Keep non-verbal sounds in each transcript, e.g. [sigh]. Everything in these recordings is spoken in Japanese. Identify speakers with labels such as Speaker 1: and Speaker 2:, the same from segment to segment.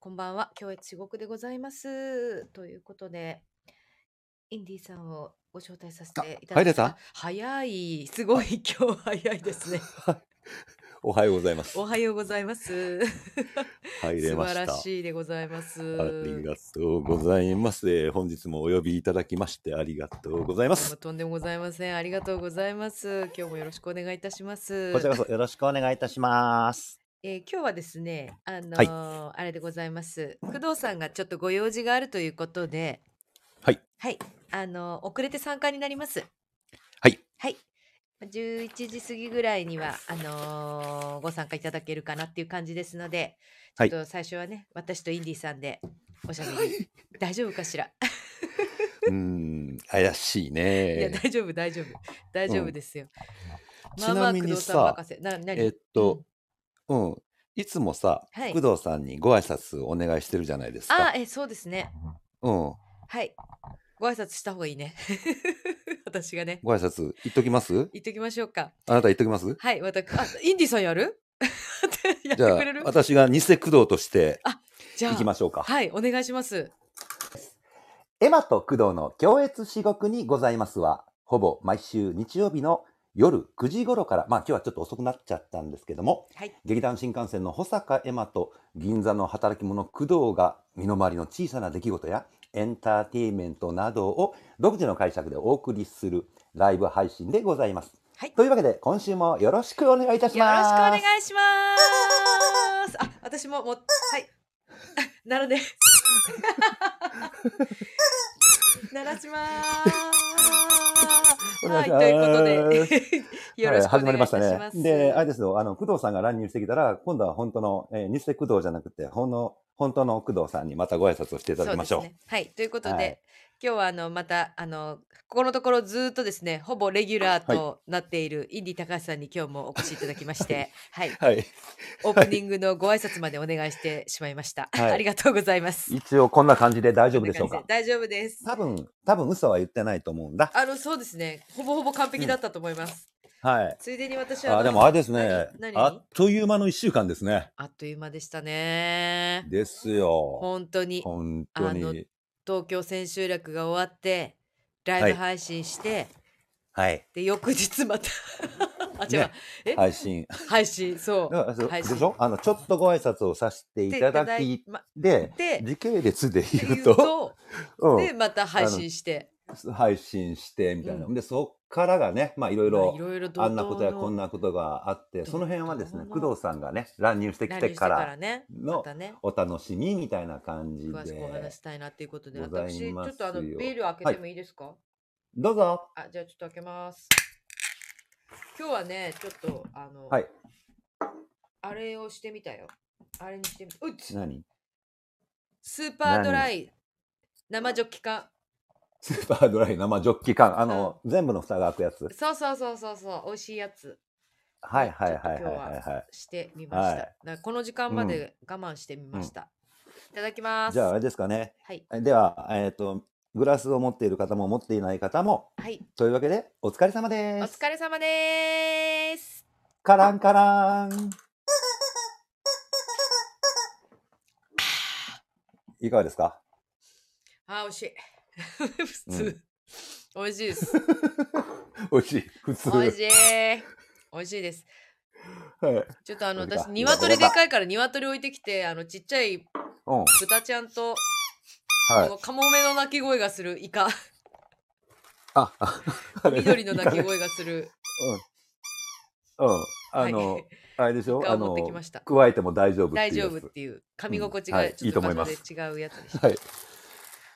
Speaker 1: こんばんは。京越至極でございます。ということで、インディーさんをご招待させ
Speaker 2: あ、
Speaker 1: ていただ
Speaker 2: 入れ
Speaker 1: きま
Speaker 2: た
Speaker 1: 早い。すご
Speaker 2: あ、
Speaker 1: い、 [laughs] 今日早いですね。
Speaker 2: はい。 [laughs] おはようございま
Speaker 1: お
Speaker 2: す。
Speaker 1: はようございます。
Speaker 2: 入れ
Speaker 1: 素
Speaker 2: ま
Speaker 1: 晴ら
Speaker 2: した。
Speaker 1: しいでございま
Speaker 2: あり
Speaker 1: す。
Speaker 2: がとうございます。えー本日もお呼びいただきましてありがとうございま
Speaker 1: どうも
Speaker 2: す。
Speaker 1: とんでもございません。ありがとうございます。今日もよろしくお願いいたしま
Speaker 3: こち
Speaker 1: す。
Speaker 3: らこそよろしくお願いいたします。
Speaker 1: えー今日はですね、あ
Speaker 2: はい。
Speaker 1: のーあれでございます。工藤さんがちょっとご用事があるということで、
Speaker 2: はい。
Speaker 1: はい、あのー遅れて参加になります。
Speaker 2: はい。
Speaker 1: はい。まあ11時過ぎぐらいには、あのーご参加いただけるかなっていう感じですので、ちょ
Speaker 2: は
Speaker 1: っと
Speaker 2: い。
Speaker 1: 最初はね、私とインディさんでおしゃべ
Speaker 2: は
Speaker 1: り、
Speaker 2: い。
Speaker 1: 大丈夫かしら [laughs]
Speaker 2: うーん、怪しい
Speaker 1: いや、
Speaker 2: ね。
Speaker 1: 大丈夫、大丈夫、大
Speaker 2: う
Speaker 1: 丈夫
Speaker 2: ん。
Speaker 1: ですよ。ま
Speaker 2: ち
Speaker 1: あ
Speaker 2: な
Speaker 1: まあ、
Speaker 2: み
Speaker 1: 工
Speaker 2: に
Speaker 1: 藤さん
Speaker 2: さ、
Speaker 1: 任せ。な、な
Speaker 2: え
Speaker 1: に
Speaker 2: っ
Speaker 1: う
Speaker 2: と、
Speaker 1: ん。
Speaker 2: うん。いつもさ、
Speaker 1: はい。
Speaker 2: 工藤さんにご挨拶お願いしてるじゃないです
Speaker 1: あ
Speaker 2: か。
Speaker 1: ー、え、そうですね。
Speaker 2: うん。
Speaker 1: はい。ご挨拶した方がいいね。 [laughs] 私がね。
Speaker 2: ご挨拶言っときます
Speaker 1: 言っときましょうか。
Speaker 2: あなた言っときます
Speaker 1: はい、また、あ、インディさんやる [laughs] やっ
Speaker 2: じ
Speaker 1: て
Speaker 2: ゃ
Speaker 1: く
Speaker 2: あ、
Speaker 1: れる
Speaker 2: 私が偽工藤として
Speaker 1: あ、じ
Speaker 2: 行
Speaker 1: ゃ
Speaker 2: き
Speaker 1: あ、
Speaker 2: ましょうか。
Speaker 1: はい、お願いします。
Speaker 2: エマと工藤の共越至極にございますは、ほぼ毎週日曜日の夜9時頃から、まあ今日はちょっと遅くなっちゃったんですけども、
Speaker 1: はい。
Speaker 2: 劇団新幹線の保坂エマと銀座の働き者工藤が身の回りの小さな出来事やエンターテインメントなどを独自の解釈でお送りするライブ配信でございます。
Speaker 1: はい。
Speaker 2: というわけで今週もよろしくお願いいたし
Speaker 1: よろしくお
Speaker 2: ます。
Speaker 1: 願いします。あ、私も、もう、はい、 [laughs] なので、 [laughs] 鳴らしまー
Speaker 2: お願い
Speaker 1: は
Speaker 2: し
Speaker 1: い、ということで、 [laughs]
Speaker 2: ます。
Speaker 1: よろ
Speaker 2: はい、
Speaker 1: しくお
Speaker 2: 始ま
Speaker 1: 願
Speaker 2: り
Speaker 1: い
Speaker 2: ま
Speaker 1: い
Speaker 2: した
Speaker 1: たし
Speaker 2: ね。
Speaker 1: ま
Speaker 2: で、あれ
Speaker 1: す。
Speaker 2: ですよ、あの、工藤さんが乱入してきたら、今度は本当の、えー偽工藤じゃなくて、ほんの、本当の工藤さんにまたご挨拶をしていた
Speaker 1: そ
Speaker 2: だき
Speaker 1: う
Speaker 2: ま
Speaker 1: で
Speaker 2: し
Speaker 1: す
Speaker 2: ょ
Speaker 1: ね。はい。というこ
Speaker 2: う。
Speaker 1: と
Speaker 2: はい。
Speaker 1: で、今日はあの、また、あの、ここのところずーっとですね、ほぼレギュラー
Speaker 2: はい。
Speaker 1: となっているインディ高橋さんに今日もお越しいただきまして、はい。
Speaker 2: [laughs] はい。
Speaker 1: オー
Speaker 2: は
Speaker 1: プニ
Speaker 2: い。
Speaker 1: ングのご挨拶までお願いしてしまいました。
Speaker 2: は
Speaker 1: あり
Speaker 2: い。
Speaker 1: がとうございます。
Speaker 2: 一応こんな感じで大
Speaker 1: こ
Speaker 2: 丈
Speaker 1: んな
Speaker 2: 夫で
Speaker 1: 感
Speaker 2: しょう
Speaker 1: じで
Speaker 2: か
Speaker 1: 大丈夫です。
Speaker 2: 多分、多分嘘は言ってないと思うんだ。
Speaker 1: あの、そうですね。ほぼほぼ完
Speaker 2: う
Speaker 1: 璧だ
Speaker 2: ん。
Speaker 1: ったと思います。
Speaker 2: はい。
Speaker 1: ついでに私はあ
Speaker 2: あ、で
Speaker 1: の、
Speaker 2: もあれです
Speaker 1: 何
Speaker 2: ね。
Speaker 1: 何
Speaker 2: あっ
Speaker 1: 何
Speaker 2: という間の一週間ですね。
Speaker 1: あっという間でしたね。
Speaker 2: ですよ。
Speaker 1: 本当に。
Speaker 2: 本当
Speaker 1: あの、
Speaker 2: に。
Speaker 1: 東京千秋楽が終わって、ライ
Speaker 2: は
Speaker 1: ブ
Speaker 2: い。
Speaker 1: 配信して、
Speaker 2: はい。
Speaker 1: で、翌日また [laughs] あ、違うわ。
Speaker 2: ね。
Speaker 1: え
Speaker 2: 配信。
Speaker 1: 配信、そ
Speaker 2: だから
Speaker 1: う。
Speaker 2: そう
Speaker 1: 配
Speaker 2: でし
Speaker 1: 信。
Speaker 2: ょあの、ちょっとご挨拶をさせてい
Speaker 1: で、
Speaker 2: た
Speaker 1: いた
Speaker 2: だ
Speaker 1: だい
Speaker 2: き、
Speaker 1: ま、
Speaker 2: で、
Speaker 1: で、
Speaker 2: 時系列で言う
Speaker 1: 言う
Speaker 2: と、
Speaker 1: と、
Speaker 2: う
Speaker 1: で、
Speaker 2: ん。
Speaker 1: また配
Speaker 2: あの、
Speaker 1: 信して、
Speaker 2: 配信してみ
Speaker 1: う
Speaker 2: たいな。
Speaker 1: ん。
Speaker 2: で、そっからがね、まあいろい
Speaker 1: まあ、い
Speaker 2: ろ
Speaker 1: ろいろ怒
Speaker 2: あんなこと
Speaker 1: 涛
Speaker 2: やこん
Speaker 1: の、
Speaker 2: なことがあって、その
Speaker 1: 怒
Speaker 2: 辺はです
Speaker 1: 涛
Speaker 2: ね、工
Speaker 1: の
Speaker 2: 藤さんがね、乱入してき
Speaker 1: 乱
Speaker 2: て
Speaker 1: 入し
Speaker 2: か
Speaker 1: てかららね、ま
Speaker 2: の
Speaker 1: たね、
Speaker 2: お楽しみみたいな感じ
Speaker 1: 詳しくお話
Speaker 2: で
Speaker 1: したいなっていうことで、
Speaker 2: ござい
Speaker 1: 私、ち
Speaker 2: ま
Speaker 1: ょっとあ
Speaker 2: す
Speaker 1: の、ビー
Speaker 2: よ。
Speaker 1: ル開け
Speaker 2: は
Speaker 1: て
Speaker 2: い、
Speaker 1: もいいですか
Speaker 2: どうぞ。
Speaker 1: あ、じゃあちょっと開けます。今日はね、ちょっと、あの、
Speaker 2: はい、
Speaker 1: あれをしてみたよ。あれにしてみ、うっつ
Speaker 2: 何
Speaker 1: スーパードラ
Speaker 2: 何
Speaker 1: イ生ジョッキ缶。
Speaker 2: スーパードライ生ジョッキ缶。あ
Speaker 1: う
Speaker 2: の、
Speaker 1: ん。
Speaker 2: 全部の蓋が開くやつ。
Speaker 1: そうそうそうそうそう、美味しいやつ
Speaker 2: はい
Speaker 1: に
Speaker 2: は
Speaker 1: ち
Speaker 2: い
Speaker 1: ょっと
Speaker 2: はい
Speaker 1: 今
Speaker 2: は
Speaker 1: 日
Speaker 2: い
Speaker 1: は
Speaker 2: は
Speaker 1: してみ
Speaker 2: い
Speaker 1: ま
Speaker 2: は
Speaker 1: し
Speaker 2: い。
Speaker 1: た。
Speaker 2: はい。
Speaker 1: だこの時間
Speaker 2: う
Speaker 1: ま
Speaker 2: ん、
Speaker 1: で我慢してみ
Speaker 2: う
Speaker 1: まし
Speaker 2: ん。
Speaker 1: た。いただきま
Speaker 2: じゃああ
Speaker 1: す。
Speaker 2: れですかね。
Speaker 1: はい。
Speaker 2: えでは、えっ、と、グラスを持っている方も持っていない方も、
Speaker 1: はい。
Speaker 2: というわけで、お疲れ様
Speaker 1: お
Speaker 2: で
Speaker 1: 疲
Speaker 2: す。
Speaker 1: れ様でーす。
Speaker 2: カランカラン。いかがです
Speaker 1: [laughs]
Speaker 2: か
Speaker 1: あー、美味しい。 [laughs] 普
Speaker 2: うん。
Speaker 1: 通。美味しいです。
Speaker 2: [laughs] 美味しい。普
Speaker 1: 美味
Speaker 2: 通。
Speaker 1: しい。美味しいです。
Speaker 2: はい。
Speaker 1: ちょっとあの、
Speaker 2: これ
Speaker 1: 私、
Speaker 2: か。じゃあ、これ
Speaker 1: 鶏で
Speaker 2: だ。
Speaker 1: かいから鶏置いてきて、あの、ちっちゃい
Speaker 2: うん。
Speaker 1: 豚ちゃんと、こ
Speaker 2: はい。
Speaker 1: のカモメの鳴き声がするイカ、
Speaker 2: あ、ああれね、
Speaker 1: [laughs] 緑の
Speaker 2: い
Speaker 1: 鳴
Speaker 2: か
Speaker 1: き
Speaker 2: ね。
Speaker 1: 声がする、
Speaker 2: うん。うん。あ
Speaker 1: はい、
Speaker 2: の、あれでし
Speaker 1: イ
Speaker 2: ょ
Speaker 1: カ
Speaker 2: あ
Speaker 1: を持ってきま
Speaker 2: の、
Speaker 1: した。
Speaker 2: 加えても大丈夫っ
Speaker 1: 大
Speaker 2: てい
Speaker 1: 丈
Speaker 2: うや
Speaker 1: 夫っ
Speaker 2: つ。
Speaker 1: ていう、噛
Speaker 2: う
Speaker 1: み
Speaker 2: ん。
Speaker 1: 心地
Speaker 2: は
Speaker 1: が
Speaker 2: い。
Speaker 1: ちょっ
Speaker 2: いい
Speaker 1: と
Speaker 2: と
Speaker 1: 場
Speaker 2: 思
Speaker 1: 所で
Speaker 2: いま。
Speaker 1: す違うやつでし
Speaker 2: は
Speaker 1: た。
Speaker 2: い。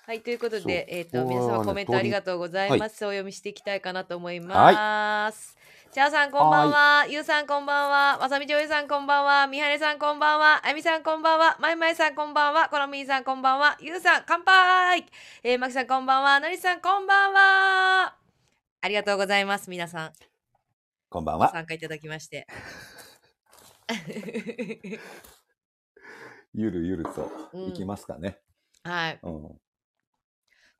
Speaker 1: はい、ということ
Speaker 2: そ
Speaker 1: で、えっ、、
Speaker 2: こと
Speaker 1: 皆様
Speaker 2: は
Speaker 1: コ
Speaker 2: ね、
Speaker 1: メントあり
Speaker 2: 鶏。
Speaker 1: がとうござい
Speaker 2: はい。
Speaker 1: ます。お読みしていきたいかなと思い
Speaker 2: はい。
Speaker 1: ます。チャーさんこんば
Speaker 2: は
Speaker 1: んは、
Speaker 2: ーい。
Speaker 1: ゆうさんこんばんは、わさみじょうゆさんこんばんは、みはれさんこんばんは、あみさんこんばんは、まいまいさんこんばんは、このみーさんこんばんは、ゆうさん乾杯えー、まきさんこんばんは、のりさんこんばんはありがとうございます、皆さん。
Speaker 2: こんばん
Speaker 1: ご
Speaker 2: は。
Speaker 1: 参加いただきまして。
Speaker 2: [laughs] ゆるゆると
Speaker 1: う
Speaker 2: いき
Speaker 1: ん。
Speaker 2: ますかね。
Speaker 1: はい。
Speaker 2: うん。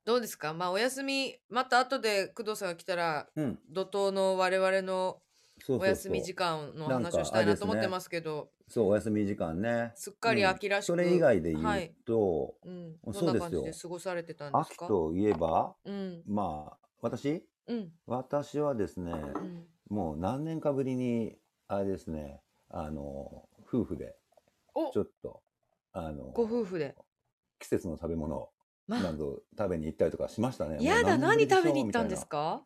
Speaker 1: どうですかまあ、お休み、また後で工藤さんが来たら、
Speaker 2: うん。
Speaker 1: 怒涛の我々の
Speaker 2: そうそうそう
Speaker 1: お休み時間の話をしたいなと思ってますけど、
Speaker 2: そうお休み時間ね
Speaker 1: すっかり秋らしく、
Speaker 2: それ以外で言
Speaker 1: は
Speaker 2: う
Speaker 1: い
Speaker 2: と、
Speaker 1: うん、ど
Speaker 2: あ
Speaker 1: ん
Speaker 2: そ
Speaker 1: な
Speaker 2: うですよ
Speaker 1: 感じで過ごされてたんです
Speaker 2: 秋
Speaker 1: か
Speaker 2: といえば
Speaker 1: うん
Speaker 2: まあ私
Speaker 1: うん
Speaker 2: 私はですね
Speaker 1: うん
Speaker 2: もう何年かぶりにあれですねあの夫婦で
Speaker 1: お
Speaker 2: ちょっとあの
Speaker 1: ご夫婦で、
Speaker 2: 季節の食べ物
Speaker 1: ま
Speaker 2: な
Speaker 1: あ、
Speaker 2: ど食べに行ったりとかしましたね。
Speaker 1: やだ
Speaker 2: もう
Speaker 1: 何
Speaker 2: 年ぶり
Speaker 1: 食
Speaker 2: しょ
Speaker 1: べに行ったんですか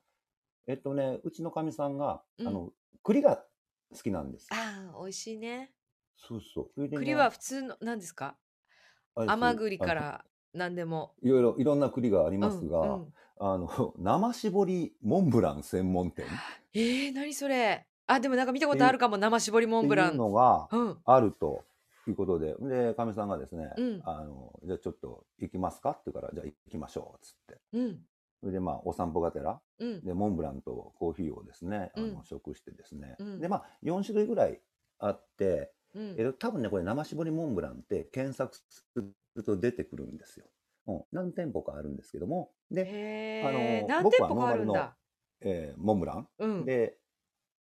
Speaker 2: みたいなえっとねうちのかみさんが、
Speaker 1: うん
Speaker 2: あの栗が好きなんです。
Speaker 1: ああ美味しいね
Speaker 2: そうそう。それでね
Speaker 1: 栗は普通の何ですか
Speaker 2: あれです
Speaker 1: 甘栗か
Speaker 2: あの
Speaker 1: ら何でも
Speaker 2: いろいろいろんな栗がありますが、
Speaker 1: うんうん
Speaker 2: あの生搾りモンブラン専門店っ
Speaker 1: えー、何それあでもなんか見たことあるかも生搾りモ
Speaker 2: て
Speaker 1: ンブラ
Speaker 2: いう
Speaker 1: ン
Speaker 2: のが
Speaker 1: うん
Speaker 2: あるということで、でかみさんがですね、
Speaker 1: うん
Speaker 2: あのじゃあちょっと行きますかって言うからじゃあ行きましょうっつって。
Speaker 1: うん
Speaker 2: それでまあお散歩がてら
Speaker 1: うん
Speaker 2: でモンブランとコーヒーをですね、あ
Speaker 1: うん
Speaker 2: の食してですね、
Speaker 1: うん
Speaker 2: でまあ4種類ぐらいあって、
Speaker 1: うん
Speaker 2: えっと多分ねこれ生搾りモンブランって検索すると出てくるんですよ、うん、何店舗かあるんですけどもで、
Speaker 1: へえ
Speaker 2: あの
Speaker 1: 何
Speaker 2: 僕
Speaker 1: 店
Speaker 2: は
Speaker 1: 舗かあるん
Speaker 2: ノーマル
Speaker 1: だ
Speaker 2: のえーモンブラン、
Speaker 1: うんへ
Speaker 2: で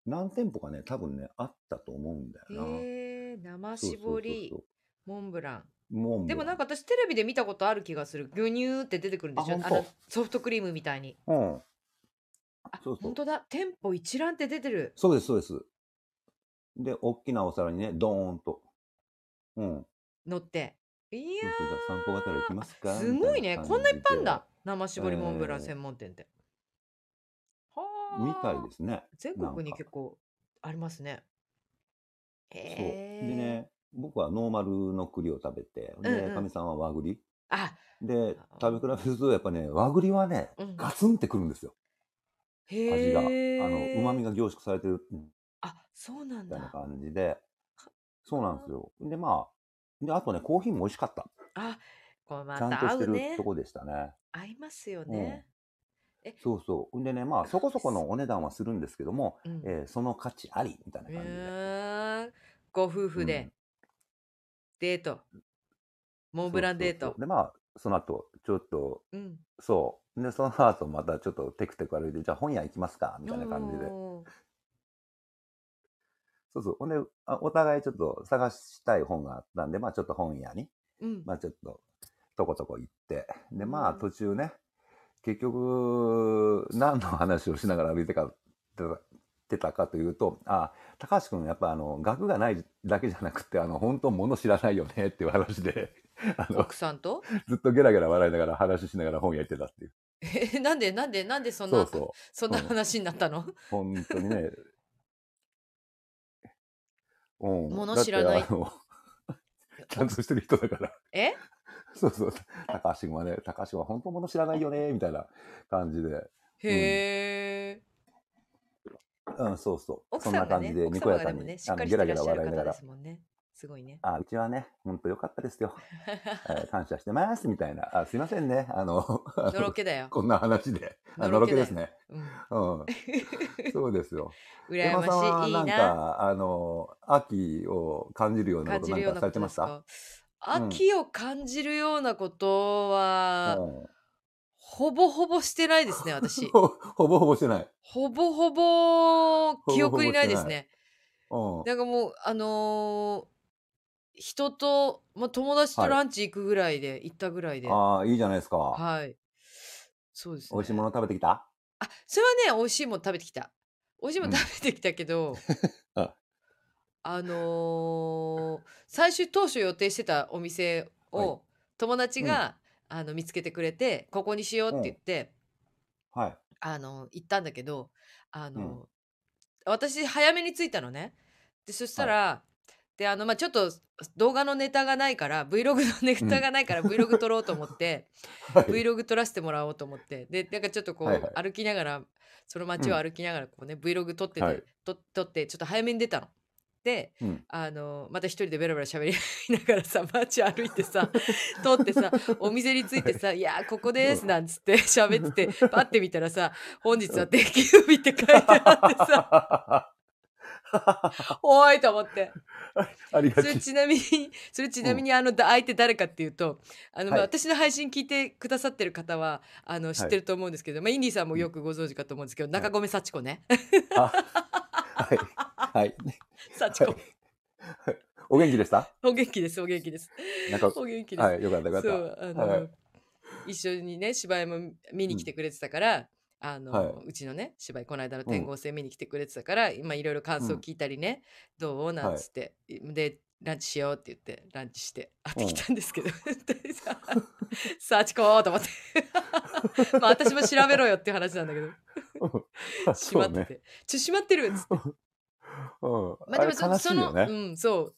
Speaker 2: 何店舗かね多分ねあったと思うんだよな、
Speaker 1: え生
Speaker 2: そうそうそうそう
Speaker 1: 搾りモンブラン
Speaker 2: モンブラン
Speaker 1: でもなんか私テレビで見たことある気がする牛乳って出てくるんでしょ
Speaker 2: あほんと
Speaker 1: のソフトクリームみたいに
Speaker 2: うん
Speaker 1: あ
Speaker 2: そうそう
Speaker 1: 本当だ店舗一覧って出てる
Speaker 2: そうですそうですで大きなお皿にねドーンとうん
Speaker 1: のっていや
Speaker 2: そうそうじゃあ散歩がてら行きますか
Speaker 1: ーすごい
Speaker 2: みた
Speaker 1: ね
Speaker 2: 感じで
Speaker 1: こんないっぱいあんだ生搾りモンブラン
Speaker 2: えー
Speaker 1: 専門店って、はあ
Speaker 2: みたいですね
Speaker 1: 全
Speaker 2: なん
Speaker 1: 国に
Speaker 2: か
Speaker 1: 結構ありますね。へ
Speaker 2: そ
Speaker 1: え
Speaker 2: うでね僕はノーマルの栗を食べて
Speaker 1: うんう
Speaker 2: で
Speaker 1: ん
Speaker 2: かみさんは和栗
Speaker 1: あ
Speaker 2: で
Speaker 1: あ
Speaker 2: 食べ比べするとやっぱね和栗はね、
Speaker 1: うん
Speaker 2: ガツンってくるんですよ味
Speaker 1: へ
Speaker 2: があ
Speaker 1: え
Speaker 2: のうまみが凝縮されてるみ
Speaker 1: あそうなん
Speaker 2: たいな
Speaker 1: だ。
Speaker 2: 感じでそうなんですよでまあであとねコーヒーも美味しかった
Speaker 1: あこれま
Speaker 2: ちゃん
Speaker 1: た
Speaker 2: と
Speaker 1: 合
Speaker 2: して
Speaker 1: うね
Speaker 2: ると。こでしたね
Speaker 1: 合いますよね。
Speaker 2: そうそうでねまあそこそこのお値段はするんですけども、
Speaker 1: うん
Speaker 2: えーその価値ありみたいな感じで、
Speaker 1: うーんご夫婦
Speaker 2: う
Speaker 1: で
Speaker 2: ん
Speaker 1: デート、モンブランデー
Speaker 2: そ
Speaker 1: ト
Speaker 2: うそうそう。でまあその後ちょっと
Speaker 1: うん
Speaker 2: そう。で、その後またちょっとテクテク歩いて、じゃあ本屋行きますかみたいな感じで。
Speaker 1: おー
Speaker 2: そうそう。ほんで、あお互いちょっと探したい本があったんで、まあちょっと本屋に、
Speaker 1: うん。
Speaker 2: まあちょっと、とことこ行って。で、まあ
Speaker 1: うん
Speaker 2: 途中ね、結局、何の話をしながら歩いてかっててたかというと、あ、高橋君やっぱあの、学がないだけじゃなくて、あの、本当物知らないよねっていう話で、 [laughs] あの、
Speaker 1: 奥さんと [laughs]
Speaker 2: ずっとゲラゲラ笑いながら話しながら本屋行ってたっていう。
Speaker 1: えなんでなんでなんでそん
Speaker 2: そ
Speaker 1: な
Speaker 2: うそう。
Speaker 1: そんな
Speaker 2: うん
Speaker 1: 話になったの [laughs]
Speaker 2: 本当にね。うん、
Speaker 1: 物知らない
Speaker 2: だってあのちゃんとしてる人だから。
Speaker 1: え
Speaker 2: [laughs] そうそう。高橋君はね、高橋は本当物知らないよね、みたいな感じで。
Speaker 1: へえ。
Speaker 2: うん、そうそう。
Speaker 1: 奥
Speaker 2: そん
Speaker 1: さ
Speaker 2: なん
Speaker 1: が
Speaker 2: 感
Speaker 1: ね
Speaker 2: じで、に
Speaker 1: 奥
Speaker 2: こ
Speaker 1: 様
Speaker 2: や
Speaker 1: が
Speaker 2: か
Speaker 1: でも
Speaker 2: に
Speaker 1: ね、し
Speaker 2: あ
Speaker 1: っ
Speaker 2: の
Speaker 1: かり
Speaker 2: ゲ
Speaker 1: してら
Speaker 2: ラゲ
Speaker 1: っ
Speaker 2: ラ
Speaker 1: しゃる
Speaker 2: 笑いな
Speaker 1: 方
Speaker 2: が
Speaker 1: で
Speaker 2: ら
Speaker 1: す、もんね。すごいね。
Speaker 2: あ、うちはね、本当良かったですよ、えー感謝してます、みたいな。あ、すいませんね。あの、あ
Speaker 1: のろ
Speaker 2: の
Speaker 1: けだよ。
Speaker 2: こんな話で。あ
Speaker 1: の
Speaker 2: の
Speaker 1: ろ
Speaker 2: ろ
Speaker 1: け
Speaker 2: け
Speaker 1: だ
Speaker 2: で
Speaker 1: よ
Speaker 2: すね。
Speaker 1: うん、
Speaker 2: うん。そうですよ。
Speaker 1: [laughs] 羨
Speaker 2: 山さん
Speaker 1: まし
Speaker 2: は
Speaker 1: い、いい
Speaker 2: なん
Speaker 1: な。
Speaker 2: かあの秋を感じるような
Speaker 1: 感
Speaker 2: こ
Speaker 1: じ
Speaker 2: と
Speaker 1: るよ
Speaker 2: な
Speaker 1: うん
Speaker 2: か
Speaker 1: な
Speaker 2: さ
Speaker 1: こと
Speaker 2: れてま
Speaker 1: で
Speaker 2: し
Speaker 1: す
Speaker 2: た？
Speaker 1: か。
Speaker 2: うん
Speaker 1: 秋を感じるようなことは、
Speaker 2: うん
Speaker 1: ほぼほぼしてないですね、
Speaker 2: [laughs]
Speaker 1: 私。
Speaker 2: ほほぼほぼしてない。
Speaker 1: ほぼほぼ記
Speaker 2: ほぼほぼ
Speaker 1: 憶にないですね。
Speaker 2: うん。
Speaker 1: なんかもう、あのー人と、まあ、友達と
Speaker 2: はい
Speaker 1: ランチ行くぐらいで、行ったぐらいで。は
Speaker 2: ああいいじゃないですか。
Speaker 1: い。そうですね。
Speaker 2: 美味しいもの食べてきた？
Speaker 1: あそれはね美味しいもん食べてきた美味しいもん
Speaker 2: うん
Speaker 1: 食べてきたけど、
Speaker 2: [laughs] あ
Speaker 1: あのー最終当初予定してたお店
Speaker 2: は
Speaker 1: を友達が、あの見つけてくれてここにしようって言って、 [laughs]
Speaker 2: はい。
Speaker 1: あの行ったんだけどあの、
Speaker 2: うん
Speaker 1: 私早めに着いたのねでそしたら、であのまあ、ちょっと動画のネタがないから Vlog のネタがないから Vlog 撮ろうと思って、
Speaker 2: はい。
Speaker 1: Vlog 撮らせてもらおうと思ってでなんかちょっとこう、
Speaker 2: はいは
Speaker 1: 歩きながらその街を歩きながらこうね、Vlog 撮ってて、
Speaker 2: はい
Speaker 1: と撮ってちょっと早めに出たの。で
Speaker 2: うん
Speaker 1: あのまた一人でベラベラ喋りながらさ [laughs] 街歩いて
Speaker 2: [laughs]
Speaker 1: さ通ってさお店に着いてさ「いやーここです」なんつって喋って
Speaker 2: [laughs]
Speaker 1: てパッて見たらさ「本日は定休日」って書いてあって
Speaker 2: [laughs]
Speaker 1: さ「おーい!」と思って
Speaker 2: あり
Speaker 1: そ
Speaker 2: が
Speaker 1: れ
Speaker 2: ち。
Speaker 1: ちなみにそれちなみにあのだ相手誰かっていうとあの、まあ
Speaker 2: はい
Speaker 1: 私の配信聞いてくださってる方はあの知ってると思うんですけど、まあ、インディーさんもよくご存知かと思うんですけど、中込幸子ね
Speaker 2: あははい。はい。 [laughs]
Speaker 1: 幸子。
Speaker 2: お元気でした
Speaker 1: お元気です、お元気です。
Speaker 2: なんか、
Speaker 1: お元気です。
Speaker 2: はい、よかったよかっ
Speaker 1: そ
Speaker 2: た。
Speaker 1: う、あの、
Speaker 2: はい
Speaker 1: 一緒にね、芝居も見に来てくれてたから、あの、
Speaker 2: はいう
Speaker 1: ちのね、芝居、この間の天候戦見に来てくれてたから、今いろいろ感想聞いたりね、どうなんつって、で、ランチしようって言って、ランチして、会ってきたんですけど、 [laughs] さ、サチコーと思って。 [laughs] まあ、私も調べろよっていう話なんだけど、閉ま
Speaker 2: そ
Speaker 1: っ
Speaker 2: う
Speaker 1: て
Speaker 2: ね。
Speaker 1: て、ちょ、閉まってるっつっ
Speaker 2: [laughs]
Speaker 1: て。
Speaker 2: うん。
Speaker 1: まあでも
Speaker 2: あれ
Speaker 1: そ
Speaker 2: 悲し
Speaker 1: そ
Speaker 2: い
Speaker 1: の、
Speaker 2: よね
Speaker 1: う。ん、そう、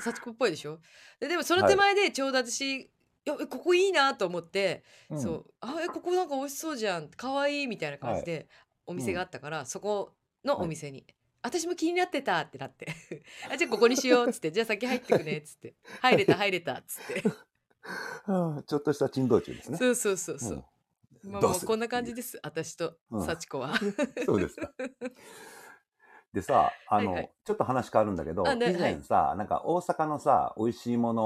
Speaker 1: 幸子っぽいでしょ。ででもその
Speaker 2: はい
Speaker 1: 手前でちょうど私、いやえここいいなと思って、
Speaker 2: うん
Speaker 1: そうあえここなんか美味しそうじゃん可愛いみたいな感じでお店があったから、そこのお店に、私も気になってたってなって [laughs] あじゃあここにしようっつってじゃあ先入ってくねっつって入れた入れたっつって
Speaker 2: うんちょっとした珍道中ですね。
Speaker 1: そうそうそうそう、
Speaker 2: うん
Speaker 1: まあ
Speaker 2: どう
Speaker 1: も
Speaker 2: す
Speaker 1: う
Speaker 2: る
Speaker 1: こんな感じです私と
Speaker 2: うん
Speaker 1: 幸子は、
Speaker 2: そうですか。 [laughs] でさ、あ
Speaker 1: は
Speaker 2: の、
Speaker 1: いはい
Speaker 2: ちょっと話変わるんだけど、
Speaker 1: あね
Speaker 2: 以前さ、なんか大阪のさ、美味しいもの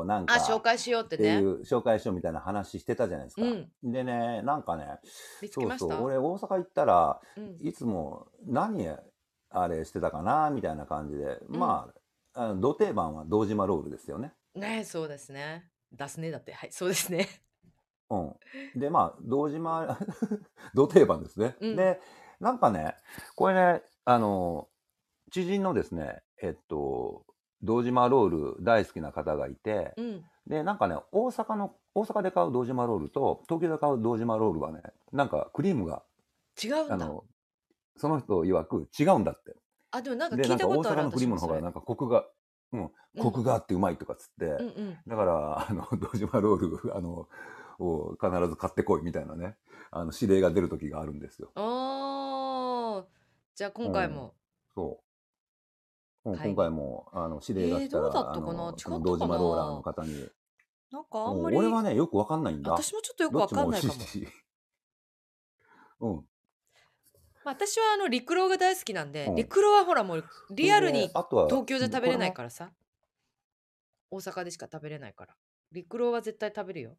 Speaker 2: をなんか、
Speaker 1: あ紹介しようって
Speaker 2: ってい
Speaker 1: ね
Speaker 2: う紹介しようみたいな話してたじゃないですか。
Speaker 1: うん
Speaker 2: でね、なんかね、
Speaker 1: 見つけ
Speaker 2: そう
Speaker 1: まし
Speaker 2: そ
Speaker 1: た
Speaker 2: う、俺大阪行ったら、
Speaker 1: うん
Speaker 2: いつも何あれしてたかな、みたいな感じで、
Speaker 1: ん
Speaker 2: まあ、あの土定番は堂島ロールですよね。
Speaker 1: ねそうですね出すねだってはいそうですね
Speaker 2: うん。で、まあ、堂島、 [laughs] 土定番ですね。
Speaker 1: うん
Speaker 2: で、なんかね、これね、あの、知人のですね、えっと、堂島ロール大好きな方がいて、
Speaker 1: うん
Speaker 2: で、なんかね、大阪の、大阪で買う堂島ロールと、東京で買う堂島ロールはね、なんかクリームが、
Speaker 1: 違う
Speaker 2: あ
Speaker 1: んだ
Speaker 2: の、その人曰く違うんだって。
Speaker 1: あでもなんか
Speaker 2: で、
Speaker 1: 聞
Speaker 2: ないん
Speaker 1: た
Speaker 2: か
Speaker 1: こ
Speaker 2: 大
Speaker 1: とある
Speaker 2: 阪のクリームの方が、
Speaker 1: 私も
Speaker 2: なんかコクが、
Speaker 1: それ
Speaker 2: コクがあってうまいとかっつって、
Speaker 1: うんうんうん
Speaker 2: だから、 [laughs] あの、堂島ロール、あの、を必ず買ってこいみたいなね、あの、指令が出る時があるんですよ。
Speaker 1: あーじゃあ今回も、
Speaker 2: そう。うん
Speaker 1: はい
Speaker 2: 今回も、あの、指令が来たら、
Speaker 1: えーどうだったかな
Speaker 2: あ
Speaker 1: 違っ
Speaker 2: の、
Speaker 1: た
Speaker 2: そ
Speaker 1: かな
Speaker 2: の堂島ローラーの方に、
Speaker 1: なんかあん
Speaker 2: も
Speaker 1: ま
Speaker 2: う
Speaker 1: り
Speaker 2: 俺はね、よくわかんないんだ。
Speaker 1: 私もちょっとよく
Speaker 2: ど
Speaker 1: わ
Speaker 2: っち
Speaker 1: かん
Speaker 2: も美
Speaker 1: ないか
Speaker 2: 味
Speaker 1: も
Speaker 2: しいし。 [laughs] うん。
Speaker 1: まあ、私はあの陸路が大好きなんで、
Speaker 2: うん
Speaker 1: 陸路はほらもうリアルに
Speaker 2: であとは
Speaker 1: 東京じゃ食べれない
Speaker 2: こ
Speaker 1: からさ大阪でしか食べれないから陸路は絶対食べるよ
Speaker 2: れ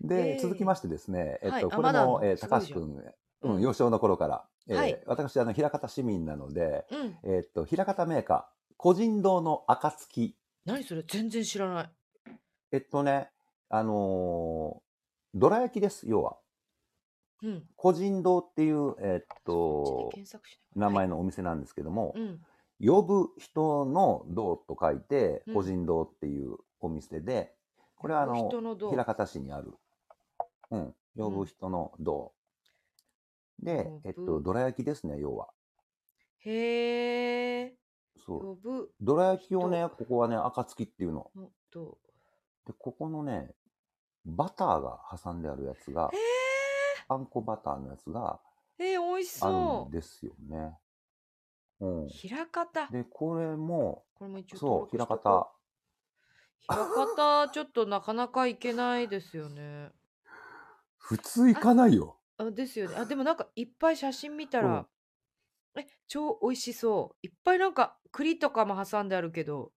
Speaker 2: もで、
Speaker 1: えー
Speaker 2: 続きましてですね、えっと、
Speaker 1: はいあ
Speaker 2: こ
Speaker 1: ま
Speaker 2: れ
Speaker 1: だあ
Speaker 2: も、
Speaker 1: るの
Speaker 2: えー
Speaker 1: すごい
Speaker 2: 高
Speaker 1: じ
Speaker 2: 橋
Speaker 1: ゃん
Speaker 2: くん、うん、
Speaker 1: うん
Speaker 2: 幼少の頃から、えー
Speaker 1: はい
Speaker 2: 私、あの、平方市民なので、
Speaker 1: うん
Speaker 2: えっと、平方メーカー、個人堂の暁。
Speaker 1: 何それ全然知らない
Speaker 2: えっとね、あのー、どら焼きです、要は。
Speaker 1: うん
Speaker 2: 個人堂っていう、えっ
Speaker 1: そっ
Speaker 2: と
Speaker 1: ちで、検索しな
Speaker 2: 名
Speaker 1: がら
Speaker 2: 前のお店なんですけども、
Speaker 1: はいうん
Speaker 2: 呼ぶ人の堂と書いて
Speaker 1: う、ん
Speaker 2: 個人堂っていうお店で、これはあ
Speaker 1: 呼ぶ
Speaker 2: の
Speaker 1: 人の堂、
Speaker 2: 平方市にある。うん、呼ぶ人の堂。で
Speaker 1: 呼ぶ、
Speaker 2: えっと、どら焼きですね、要は。
Speaker 1: へえ
Speaker 2: そう。
Speaker 1: 呼ぶ
Speaker 2: どら焼きをね
Speaker 1: 人、
Speaker 2: ここはね、暁っていうの。
Speaker 1: のど
Speaker 2: で、ここのね、バターが挟んであるやつが、あんこバターのやつが
Speaker 1: うえー、美味し
Speaker 2: ある
Speaker 1: そ
Speaker 2: ん
Speaker 1: う
Speaker 2: ですよね。うん。
Speaker 1: 平方
Speaker 2: で、これも、
Speaker 1: これも一応
Speaker 2: そう、
Speaker 1: 登
Speaker 2: 平
Speaker 1: 録しとこ
Speaker 2: 方。
Speaker 1: う平方ちょっとなかなか行けないですよね
Speaker 2: 普通行かないよ。
Speaker 1: あですよねあでもなん
Speaker 2: [sighs]
Speaker 1: かいっぱい写真見た
Speaker 2: うん
Speaker 1: ら、え超美味しそういっぱいなんか栗とかも挟んであるけど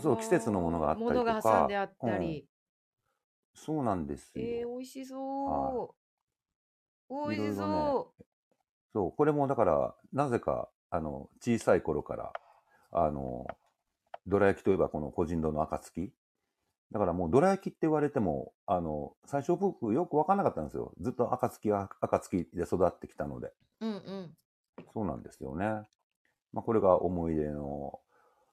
Speaker 2: そう、季節のものがあったりとか。
Speaker 1: ものが挟んであったり、
Speaker 2: そうなんですよ。
Speaker 1: えー、美味しそう、
Speaker 2: はい
Speaker 1: 美味し
Speaker 2: いろいろ
Speaker 1: そ
Speaker 2: そう、これもだから、なぜか、あの、小さい頃から、あの、どら焼きといえばこの個人堂の暁。だからもうどら焼きって言われても、あの、最初僕よくわかんなかったんですよ。ずっと暁は暁で育ってきたので。
Speaker 1: ううんうん
Speaker 2: そうなんですよね。まあこれが思い出の、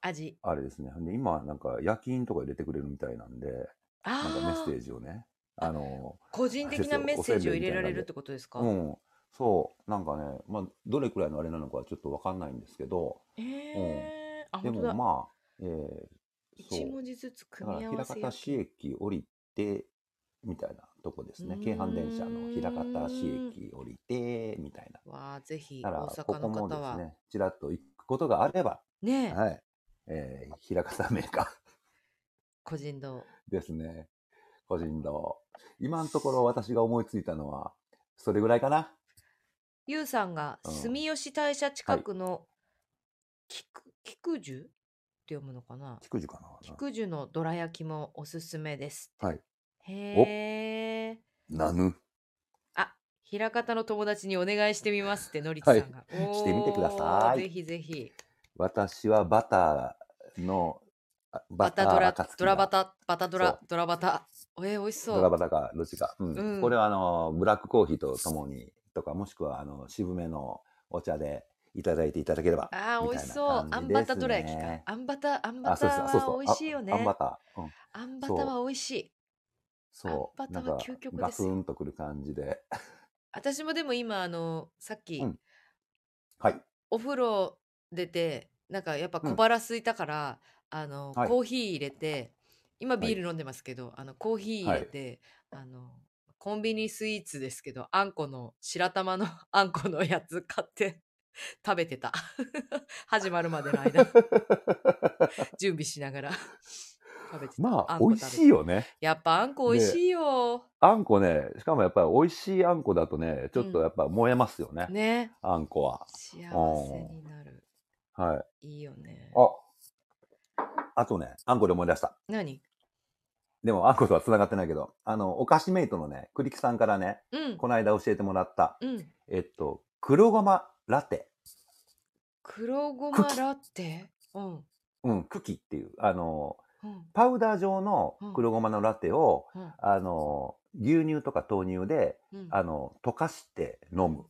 Speaker 1: 味
Speaker 2: あれですね。で、今なんか夜勤とか入れてくれるみたいなんで、
Speaker 1: あ
Speaker 2: なんかメッセー
Speaker 1: ジ
Speaker 2: ジをね。あの、
Speaker 1: 個人的なメッセージを入れられるってことですか、
Speaker 2: うん。そう。なんかね、まあどれくらいのあれなのかはちょっとわかんないんですけど、
Speaker 1: えー、あ
Speaker 2: で
Speaker 1: 本当
Speaker 2: も
Speaker 1: だ、
Speaker 2: まあ、えー
Speaker 1: 一
Speaker 2: そう
Speaker 1: 文。字ずつ
Speaker 2: だ
Speaker 1: 組
Speaker 2: か
Speaker 1: み
Speaker 2: ら
Speaker 1: 合わ
Speaker 2: 平
Speaker 1: せ
Speaker 2: 方市駅降りて、みたいなとこですね。
Speaker 1: うーん
Speaker 2: 京阪電車の平方市駅降りて、みたいな。
Speaker 1: わあぜひ
Speaker 2: だから、
Speaker 1: 大
Speaker 2: こ
Speaker 1: 阪
Speaker 2: こ
Speaker 1: の
Speaker 2: もで
Speaker 1: 方
Speaker 2: す
Speaker 1: は
Speaker 2: ね、ちらっと行くことがあれば、
Speaker 1: ねえ
Speaker 2: はい。えー、平方メーカ
Speaker 1: 個人堂
Speaker 2: ーですね。個人堂。今の
Speaker 1: [laughs]
Speaker 2: ところ私が思いついたのは、それぐらいかな。
Speaker 1: ゆうさんが
Speaker 2: うん
Speaker 1: 住吉大社近くの菊菊樹って読むのかな
Speaker 2: 菊池かな。
Speaker 1: 菊樹のどら焼きもおすすめですって。
Speaker 2: はい
Speaker 1: へえ。
Speaker 2: なぬ。
Speaker 1: あ、平方の友達にお願いしてみますって、のりつさんが。
Speaker 2: してみてくださ
Speaker 1: お
Speaker 2: い
Speaker 1: ーぜひぜひ。
Speaker 2: 私はバターの、あ
Speaker 1: バタドラ、
Speaker 2: 暁が
Speaker 1: ドラバタ、バタド
Speaker 2: そ
Speaker 1: ラ
Speaker 2: う、
Speaker 1: ドラバタ。えー、美味しそう。
Speaker 2: ドラバタか、どっちか。うん。
Speaker 1: うん
Speaker 2: これは、あの、ブラックコーヒーとともに、とか、もしくは、あの、渋めのお茶でいただいていただければ。
Speaker 1: ああ、美味しそう。
Speaker 2: みた
Speaker 1: あ
Speaker 2: い
Speaker 1: ん
Speaker 2: な感じですね
Speaker 1: バタどら焼きか。あんバタ、あんバタ
Speaker 2: そうです
Speaker 1: は美味しいよね。
Speaker 2: ああんバター。うん。
Speaker 1: あんバタは美味しい。
Speaker 2: そ
Speaker 1: あん
Speaker 2: う。
Speaker 1: バ
Speaker 2: な
Speaker 1: タ
Speaker 2: ん
Speaker 1: は
Speaker 2: か
Speaker 1: 究極ですよ
Speaker 2: ガツンとくる感じで。
Speaker 1: 私もでも今、あの、さっき、
Speaker 2: うんはい。
Speaker 1: お風呂出て、なんかやっぱ
Speaker 2: うん
Speaker 1: 小腹空いたから、あの、
Speaker 2: はい
Speaker 1: コーヒー入れて、今
Speaker 2: い
Speaker 1: ビール飲んでますけど、あの、コーヒー入れて、あの、コンビニスイーツですけど、あんこの、白玉の [laughs] あんこのやつ買って食べてた。 [laughs] 始まるまでの
Speaker 2: [laughs]
Speaker 1: 間、準備しながら [laughs] 食べてた。
Speaker 2: まあ、
Speaker 1: んこ
Speaker 2: 美味
Speaker 1: 食べて
Speaker 2: しいよね。
Speaker 1: やっぱあんこ美味
Speaker 2: ね
Speaker 1: しいよ。
Speaker 2: あんこね、しかもやっぱり美味しいあんこだとね、ちょっとやっぱ燃えますよね。
Speaker 1: ね。
Speaker 2: あんこは。
Speaker 1: 幸せ
Speaker 2: ー
Speaker 1: になる。
Speaker 2: はい。
Speaker 1: いいよね。
Speaker 2: あ、あとね、あんこで思い出した。
Speaker 1: 何
Speaker 2: でも、あんことは繋がってないけど、あの、お菓子メイトのね、栗木さんからね、
Speaker 1: うん。
Speaker 2: この間教えてもらった、
Speaker 1: うん。
Speaker 2: えっと、黒ごまラテ。
Speaker 1: 黒ごまラテ。うん。
Speaker 2: うん、クキっていう、あの、
Speaker 1: うん。
Speaker 2: パウダー状の黒ごまのラテを、
Speaker 1: うん
Speaker 2: あの、牛乳とか豆乳で、
Speaker 1: うん。
Speaker 2: あの、溶かして飲む。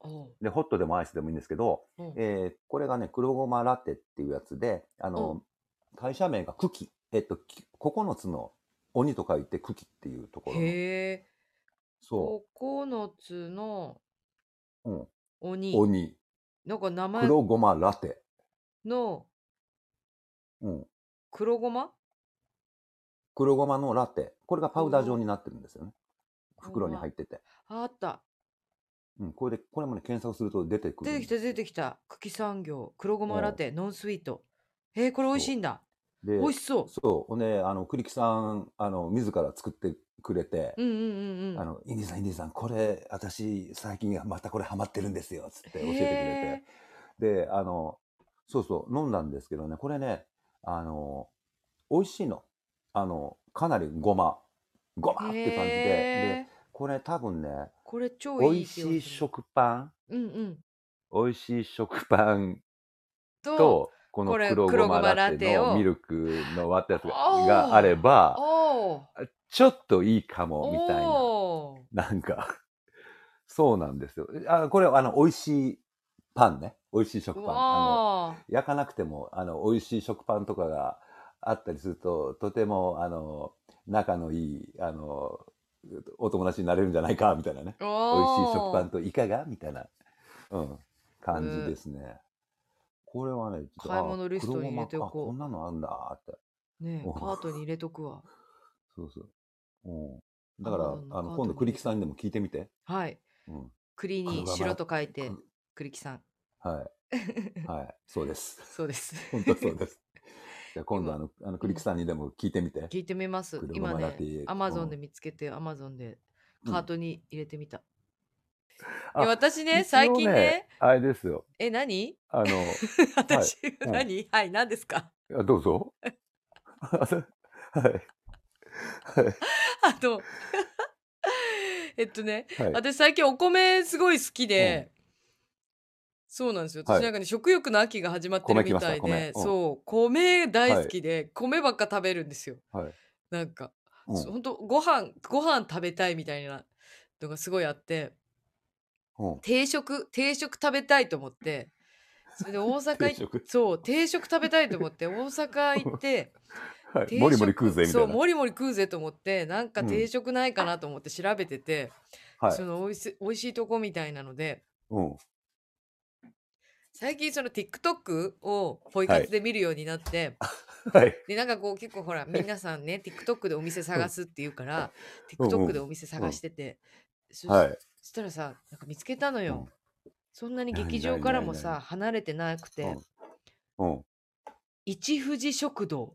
Speaker 1: おう
Speaker 2: で、ホットでもアイスでもいいんですけど、
Speaker 1: おう
Speaker 2: えーこれがね、黒ごまラテっていうやつで、あの、
Speaker 1: うん
Speaker 2: 会社名がクキ。えっと、き9つの鬼と書いてクキっていうところの。
Speaker 1: へえ。
Speaker 2: そ
Speaker 1: 9つの
Speaker 2: う。うん。
Speaker 1: 鬼。
Speaker 2: 鬼。
Speaker 1: なんか名前
Speaker 2: 黒ごまラテ。
Speaker 1: の
Speaker 2: うん。
Speaker 1: 黒ごま
Speaker 2: 黒ごまのラテ。これがパウダー状になってるんですよね。袋に入ってて。
Speaker 1: ああった。
Speaker 2: うん。これで、これもね、検索すると出てくる。
Speaker 1: 出てきた出てきた。茎産業。黒ごまラテ。ノンスイート。えー、これ美味しいんだ。
Speaker 2: で
Speaker 1: 美味しそう。
Speaker 2: そう。ほんで、あの、栗木さん、あの、自ら作ってくれて、
Speaker 1: うんうんうんうん。
Speaker 2: あの、インディさん、インディさん、これ、私、最近またこれハマってるんですよ、つって教えてく
Speaker 1: へ
Speaker 2: れて。で、あの、そうそう、飲んだんですけどね、これね、あの、美味しいの。あの、かなりごま、ごまっていう感じで、で、
Speaker 1: へー
Speaker 2: これ多分ね、
Speaker 1: これ超いい
Speaker 2: 美味
Speaker 1: 気がする
Speaker 2: しい食パン、
Speaker 1: うんうん。
Speaker 2: 美味しい食パン
Speaker 1: と、
Speaker 2: と、この
Speaker 1: これ
Speaker 2: 黒ごまラ
Speaker 1: 黒
Speaker 2: テ
Speaker 1: ごまラテを
Speaker 2: のミルクの割ったやつが
Speaker 1: おー
Speaker 2: があれば、
Speaker 1: おー
Speaker 2: ちょっといいかも、みたいな。
Speaker 1: おー
Speaker 2: なんか、そうなんですよ。あこれは、あの、美味しいパンね。美味しい食
Speaker 1: う
Speaker 2: パン。あの
Speaker 1: わ
Speaker 2: 焼かなくても、あの、美味しい食パンとかがあったりすると、とても、あの、仲のいい、あの、お友達になれるんじゃないか、みたいなね。
Speaker 1: ー
Speaker 2: 美味しい
Speaker 1: お
Speaker 2: 食パン
Speaker 1: ー
Speaker 2: といかがみたいな、うん、感じですね。これはね、ちょっと
Speaker 1: 買い物リストに
Speaker 2: あ黒ごま
Speaker 1: 入れておこう
Speaker 2: あこんなのあんだって。
Speaker 1: ねえ
Speaker 2: うん
Speaker 1: カートに入れとくわ
Speaker 2: そうそう。うん、だから、
Speaker 1: あーな
Speaker 2: あ
Speaker 1: ん
Speaker 2: の、
Speaker 1: か
Speaker 2: 今度栗木さんにでも聞いてみて。
Speaker 1: はい
Speaker 2: うん。
Speaker 1: 栗
Speaker 2: 黒
Speaker 1: に
Speaker 2: ごま
Speaker 1: 白と書いて
Speaker 2: く
Speaker 1: 栗木さん
Speaker 2: はい。
Speaker 1: [laughs]
Speaker 2: はい、そうです。
Speaker 1: そうです
Speaker 2: 本当そうです。じゃあ今度
Speaker 1: 今
Speaker 2: あの、あの、クリックさんにでも聞いてみ
Speaker 1: [laughs]
Speaker 2: て。
Speaker 1: [laughs] 聞いてみます
Speaker 2: 黒ごま
Speaker 1: 今
Speaker 2: ラ
Speaker 1: ね
Speaker 2: テ
Speaker 1: アマゾ
Speaker 2: う
Speaker 1: ン
Speaker 2: ん
Speaker 1: で見つけてアマゾンで
Speaker 2: うん
Speaker 1: カートに入れてみた、
Speaker 2: あ
Speaker 1: いや私
Speaker 2: 一応
Speaker 1: ね最近ね
Speaker 2: あれですよ。
Speaker 1: え何 [laughs]
Speaker 2: あの、
Speaker 1: 私、
Speaker 2: うん
Speaker 1: 何、 [laughs] はい何ですか
Speaker 2: あどうぞ。 [laughs] はい。は
Speaker 1: あの [laughs] えっとね
Speaker 2: い。はい。
Speaker 1: 私最近お米すごい好きで、そうなんですよ
Speaker 2: はい
Speaker 1: 私なんかね、食欲の秋が始まってる
Speaker 2: 米来
Speaker 1: み
Speaker 2: ました
Speaker 1: たいで
Speaker 2: 米うん
Speaker 1: そう米大好きで、米ばっか食べるんですよ、
Speaker 2: はい
Speaker 1: なんか、
Speaker 2: うん
Speaker 1: そうほんとご飯ご飯食べたいみたいなのがすごいあって
Speaker 2: うん
Speaker 1: 定食定食食べたいと思ってそれで大阪
Speaker 2: 定
Speaker 1: 行っ
Speaker 2: 食。
Speaker 1: そう定食食べたいと思って大阪行って
Speaker 2: [laughs] はい。
Speaker 1: 定
Speaker 2: もりもり
Speaker 1: 食
Speaker 2: 食うぜ、みた
Speaker 1: そう
Speaker 2: いな。
Speaker 1: もりもり食うぜと思ってなんか
Speaker 2: うん
Speaker 1: 定食ないかなと思って調べてて、
Speaker 2: はい
Speaker 1: そ。のおいしおいしいとこみたいなので
Speaker 2: うん。
Speaker 1: 最近その TikTok をポイ活で見るようになって、
Speaker 2: はい。
Speaker 1: でなんかこう結構ほら皆さんね TikTok でお店探すっていうから
Speaker 2: うんうん
Speaker 1: TikTok でお店探してて、そ
Speaker 2: はい。
Speaker 1: そしたらさなんか見つけたのよ、
Speaker 2: うん
Speaker 1: そんなに
Speaker 2: 何
Speaker 1: 劇場からも
Speaker 2: 何
Speaker 1: さ
Speaker 2: 何
Speaker 1: 離れてなくて、
Speaker 2: うん。
Speaker 1: 一富士食堂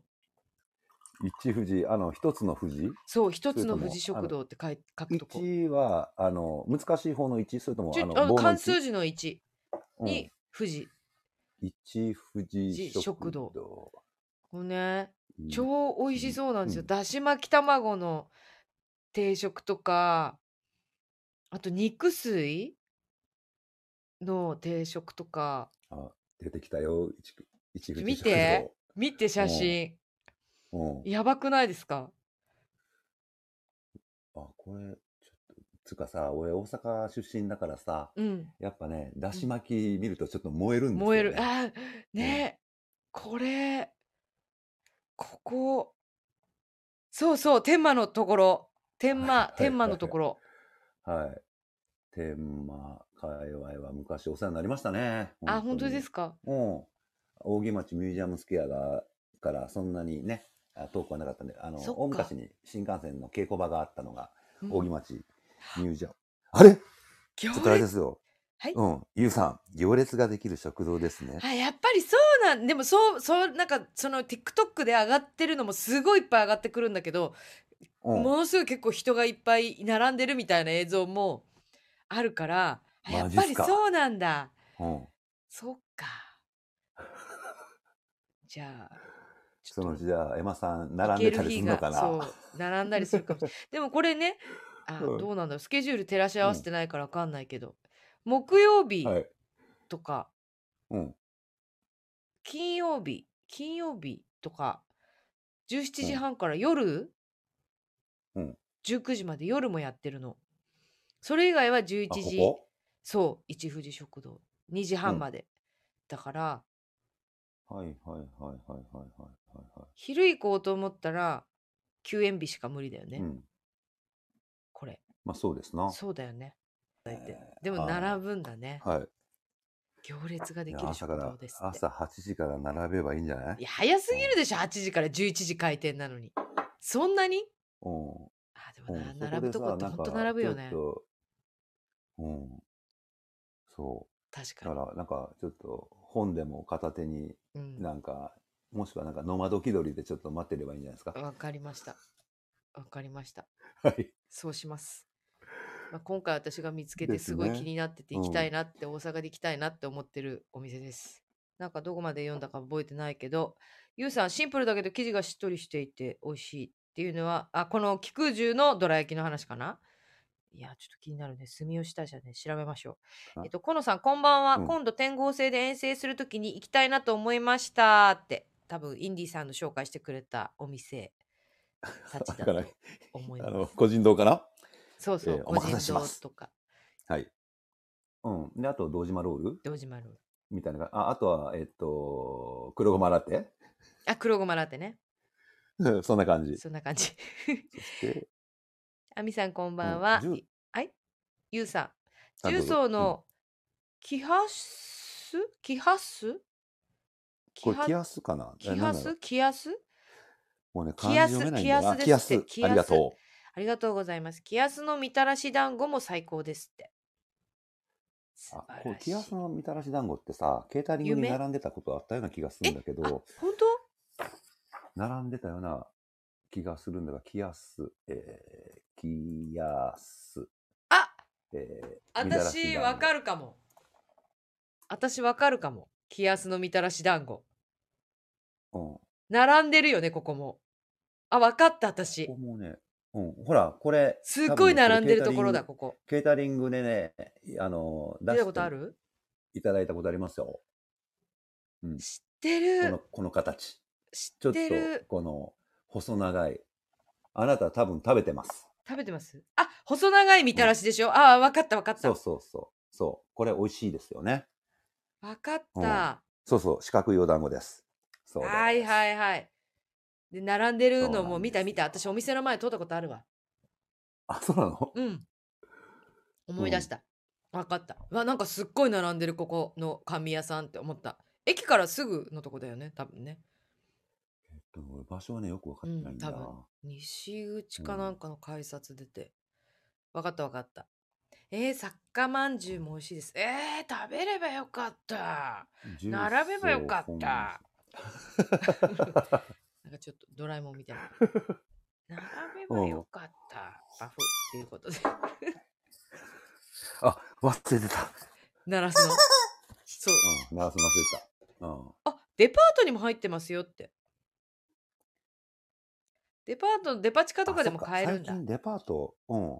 Speaker 2: 一富士、あの、一つの富士。
Speaker 1: そう一つ
Speaker 2: それと
Speaker 1: の
Speaker 2: も
Speaker 1: 富士食堂って書い書くとこ
Speaker 2: 一は、あの、難しい方の一、それとも、
Speaker 1: ちょ
Speaker 2: あ
Speaker 1: あ
Speaker 2: の、
Speaker 1: の
Speaker 2: 棒の
Speaker 1: 関
Speaker 2: 一
Speaker 1: 数字の1に富士、
Speaker 2: うん一富士
Speaker 1: 士食
Speaker 2: 食
Speaker 1: 堂
Speaker 2: 堂。
Speaker 1: こうね
Speaker 2: うん
Speaker 1: 超美味しそうなんですよ、
Speaker 2: うん
Speaker 1: だし巻き卵の定食とかあと肉水の定食とか、
Speaker 2: あ出てきたよ、一区一
Speaker 1: 見て見て写真、
Speaker 2: 食堂うん。
Speaker 1: やばくないですか
Speaker 2: あ、これ、ちょっと、つうかさ、俺大阪出身だからさ、
Speaker 1: うん。
Speaker 2: やっぱね、だし巻き見るとちょっと燃えるんですよ、ね。
Speaker 1: 燃える。あーね、これ、ここ、そうそう、天満のところ。天
Speaker 2: はい
Speaker 1: 満、天満のところ。
Speaker 2: はい。天満界隈は昔お世話になりましたね。
Speaker 1: あ、本当です
Speaker 2: か
Speaker 1: か
Speaker 2: うん。扇町ミュージアムスクエアが、からそんなにね、あ遠くはなかったんで、あの、
Speaker 1: そっか
Speaker 2: 大昔に新幹線の稽古場があったのが、
Speaker 1: うん
Speaker 2: 扇町ミュージアム。あれち
Speaker 1: 行
Speaker 2: ょっとあれで
Speaker 1: 列
Speaker 2: すよ。
Speaker 1: はい
Speaker 2: うん。ゆうさん、行列ができる食堂ですね。
Speaker 1: あやっぱりそうなんでもそうそうなんかその TikTok で上がってるのもすごいいっぱい上がってくるんだけど、
Speaker 2: うん。
Speaker 1: ものすごい結構人がいっぱい並んでるみたいな映像もあるからあや
Speaker 2: マ
Speaker 1: っ
Speaker 2: ジっ
Speaker 1: ぱ
Speaker 2: す
Speaker 1: り
Speaker 2: か
Speaker 1: そうなんだ
Speaker 2: うん。
Speaker 1: そっ
Speaker 2: [laughs]
Speaker 1: かじゃあち
Speaker 2: そ
Speaker 1: ょ
Speaker 2: の
Speaker 1: っ
Speaker 2: う
Speaker 1: と
Speaker 2: ちじゃあ、エマさん、並んでたりするのかな。
Speaker 1: 行ける日がそう並んだりするかもしれ
Speaker 2: [laughs]
Speaker 1: ないでもこれねあ
Speaker 2: うん
Speaker 1: どうなんだろうスケジュール照らし合わせてないから分かんないけど、木曜日
Speaker 2: はい。
Speaker 1: とか、
Speaker 2: うん。
Speaker 1: 金曜日金曜日とか17時
Speaker 2: うん
Speaker 1: 半から夜、
Speaker 2: うん
Speaker 1: 19時まで夜もやってるのそれ以外は11時
Speaker 2: あ、ここ
Speaker 1: そう一富士食堂2時
Speaker 2: う
Speaker 1: 半
Speaker 2: ん
Speaker 1: まで、だから
Speaker 2: はいはいはいはいはいはいはいは
Speaker 1: 昼行こうと思ったら休園日しか無理だよね、
Speaker 2: い。うん。
Speaker 1: これ
Speaker 2: まあそうですな。
Speaker 1: そうだよねだってで
Speaker 2: あ
Speaker 1: も
Speaker 2: ー
Speaker 1: 並ぶんだね
Speaker 2: はい。
Speaker 1: 行列がで
Speaker 2: い
Speaker 1: き
Speaker 2: や
Speaker 1: る
Speaker 2: 朝
Speaker 1: 食
Speaker 2: から
Speaker 1: 堂ですって
Speaker 2: 朝8時から並べばいいんじゃない
Speaker 1: いや早すぎるでしょ8時から11時開店なのにそんなに
Speaker 2: うん
Speaker 1: あで
Speaker 2: う
Speaker 1: も
Speaker 2: ん
Speaker 1: な、
Speaker 2: そ
Speaker 1: 並ぶとこって
Speaker 2: でさ
Speaker 1: ほんと並ぶよね
Speaker 2: なんかちょっとうんそ
Speaker 1: 確か
Speaker 2: うだか
Speaker 1: に、
Speaker 2: らなんかちょっと本でも片手に
Speaker 1: うん、
Speaker 2: なんか、もしくはなんかノマド気取りでちょっと待ってればいいんじゃないですか、 [laughs]
Speaker 1: わかりました。わかりました。
Speaker 2: はい
Speaker 1: そうします。まあ、今回私が見つけ
Speaker 2: で
Speaker 1: て
Speaker 2: す
Speaker 1: すごい
Speaker 2: ね
Speaker 1: 気になってて
Speaker 2: うん
Speaker 1: 行きたいなって、大阪で行きたいなって思ってるお店です。なんかどこまで読んだか覚えてないけど、ゆうさんシンプルだけど生地がしっとりしていて美味しいっていうのは、あ、この菊獣のどら焼きの話かないや、ちょっと気になるね。住吉大社ね、調べましょ
Speaker 2: か
Speaker 1: う。
Speaker 2: な
Speaker 1: えっと、河野さん、こんばんは。
Speaker 2: うん
Speaker 1: 今度、天合星で遠征するときに行きたいなと思いましたって、多分、インディさんの紹介してくれたお店、たちだ
Speaker 2: だか
Speaker 1: と
Speaker 2: ら
Speaker 1: 思い
Speaker 2: あ
Speaker 1: ま
Speaker 2: の
Speaker 1: す。
Speaker 2: 個人堂かな
Speaker 1: そうそう、
Speaker 2: えーお
Speaker 1: 個
Speaker 2: 任せ
Speaker 1: 人
Speaker 2: し
Speaker 1: 堂
Speaker 2: ます
Speaker 1: とか、
Speaker 2: はいうんであと堂島ロール
Speaker 1: 堂島ロール。
Speaker 2: みたいなああとはえっと黒ごまラテ [laughs]
Speaker 1: あ、黒ごまラテね。
Speaker 2: そんな感じ
Speaker 1: そんな感じ。 [laughs]
Speaker 2: そして
Speaker 1: あみさん、こんばんは。
Speaker 2: じゅう
Speaker 1: いはい。ゆうさん。
Speaker 2: あどう
Speaker 1: 重
Speaker 2: ぞ
Speaker 1: 曹の、キハスキハス
Speaker 2: これ気
Speaker 1: ハ
Speaker 2: 安かなえ
Speaker 1: キ
Speaker 2: な
Speaker 1: ハ
Speaker 2: んだろ
Speaker 1: ス
Speaker 2: う
Speaker 1: キハス
Speaker 2: もうね漢字読めないんだな
Speaker 1: 気安ですって
Speaker 2: 気安ありが
Speaker 1: 気安
Speaker 2: とう
Speaker 1: ありがとうございます。キアスのみたらし団子も最高ですって。素
Speaker 2: あ
Speaker 1: 晴
Speaker 2: これ
Speaker 1: らしい。
Speaker 2: キアスのみたらし団子ってさケータリングに
Speaker 1: 夢
Speaker 2: 並んでたことあったような気がするんだけ
Speaker 1: あ
Speaker 2: ど
Speaker 1: 本当
Speaker 2: 並んでたような気がするんだがキアスえー、キアス
Speaker 1: あ
Speaker 2: えー、みたらし
Speaker 1: 私
Speaker 2: 団子
Speaker 1: わかるかも。私わかるかも。キアスのみたらし団子。
Speaker 2: うんこ
Speaker 1: 並んでるよね、ここも。あ、わかった、私
Speaker 2: こ。もねうんほらこれ
Speaker 1: すっごい
Speaker 2: 多分ね
Speaker 1: 並んでるところだ、
Speaker 2: ケータリング
Speaker 1: ここ。
Speaker 2: ケータリングでねあの出
Speaker 1: 見たこ
Speaker 2: して
Speaker 1: とある
Speaker 2: いただいたことありますようん
Speaker 1: 知って
Speaker 2: こ
Speaker 1: る
Speaker 2: の。この形ち
Speaker 1: 知
Speaker 2: ょ
Speaker 1: っ
Speaker 2: っと
Speaker 1: てる。
Speaker 2: この細長いあなた多分食べてます
Speaker 1: 食べてますあ、細長いみたらしでしょ。あ、わかった、わかっ
Speaker 2: そ
Speaker 1: た
Speaker 2: う。そうそうそうこれ美味しいですよね
Speaker 1: わかっ
Speaker 2: うん
Speaker 1: た。
Speaker 2: そうそう、四角いお団子です。そうです。
Speaker 1: はいはいはい。で、並んでるの
Speaker 2: そうな
Speaker 1: も
Speaker 2: ん
Speaker 1: 見
Speaker 2: で
Speaker 1: た
Speaker 2: すよ
Speaker 1: 見た。私、お店の前通ったことあるわ。
Speaker 2: あ、そうなの
Speaker 1: うん。思い出した。わかった。うわ、なんかすっごい並んでる、ここの紙屋さんって思った。駅からすぐのとこだよね、多分ね。
Speaker 2: でも俺場所はね、よくわかってないんだ。
Speaker 1: うん多分西口か
Speaker 2: うん
Speaker 1: なんかの改札出て。わかったわかった。えー、作家まんじゅうも美味しいです。えー、食べればよか
Speaker 2: [laughs]
Speaker 1: った。
Speaker 2: 重曹
Speaker 1: 並べばよかった。
Speaker 2: 本日
Speaker 1: なんかちょっとドラえもんみたいな。並べばよかった。パフっていうことで。 [laughs]
Speaker 2: あ、忘れてた。
Speaker 1: 鳴らすの。そう。
Speaker 2: うん、鳴らすの忘れてた。うん。
Speaker 1: あデパートにも入ってますよって。デパートのデパ地下とかでも
Speaker 2: あそっ
Speaker 1: 買えるんだ
Speaker 2: 最。近デパート、うん。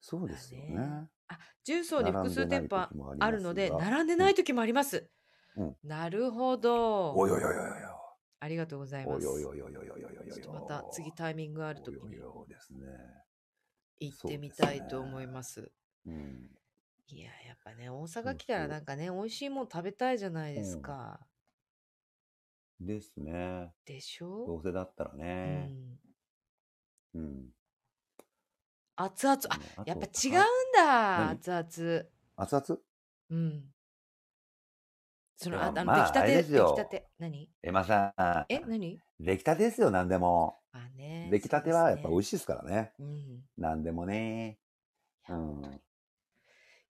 Speaker 2: そうですよ
Speaker 1: だ
Speaker 2: ね
Speaker 1: ね。あ、重曹に複数店舗
Speaker 2: 並んでない時も
Speaker 1: あ
Speaker 2: ありますが
Speaker 1: るので、並んでない時もあります。
Speaker 2: うん
Speaker 1: なるほど。
Speaker 2: おいおいおいおいおい
Speaker 1: ありがとうございま
Speaker 2: お
Speaker 1: す。
Speaker 2: いおいおいおいおいおいおいおいおい
Speaker 1: ちょっとまた次タイミングある時
Speaker 2: お
Speaker 1: に
Speaker 2: いおいおいですね。
Speaker 1: 行っ
Speaker 2: そうで
Speaker 1: て
Speaker 2: すね
Speaker 1: みたいと思います。
Speaker 2: うん。
Speaker 1: いや、やっぱね、大
Speaker 2: そ
Speaker 1: 阪
Speaker 2: う
Speaker 1: 来た
Speaker 2: そ
Speaker 1: ら
Speaker 2: う
Speaker 1: なんかね、美味しいもん食べたいじゃないです
Speaker 2: うん
Speaker 1: か。
Speaker 2: ですね。
Speaker 1: でし
Speaker 2: ど
Speaker 1: ょ
Speaker 2: うせだったら
Speaker 1: う
Speaker 2: ね。
Speaker 1: ん。
Speaker 2: うん。
Speaker 1: 熱々。あ、
Speaker 2: ね
Speaker 1: やっぱ
Speaker 2: と
Speaker 1: 違うんだ、
Speaker 2: 何
Speaker 1: 熱々。
Speaker 2: 熱々
Speaker 1: うん。その、
Speaker 2: いや
Speaker 1: ああの、
Speaker 2: まあ
Speaker 1: 出来た
Speaker 2: あれ
Speaker 1: て、
Speaker 2: です
Speaker 1: 出来
Speaker 2: よ
Speaker 1: たて。何
Speaker 2: エマさん。
Speaker 1: え、何
Speaker 2: 出来たてですよ、何でも。
Speaker 1: まあね。
Speaker 2: 出来たてはやっぱ美味
Speaker 1: しい。
Speaker 2: しいですからね。
Speaker 1: うん。
Speaker 2: 何でもね。
Speaker 1: いや本当
Speaker 2: うん
Speaker 1: に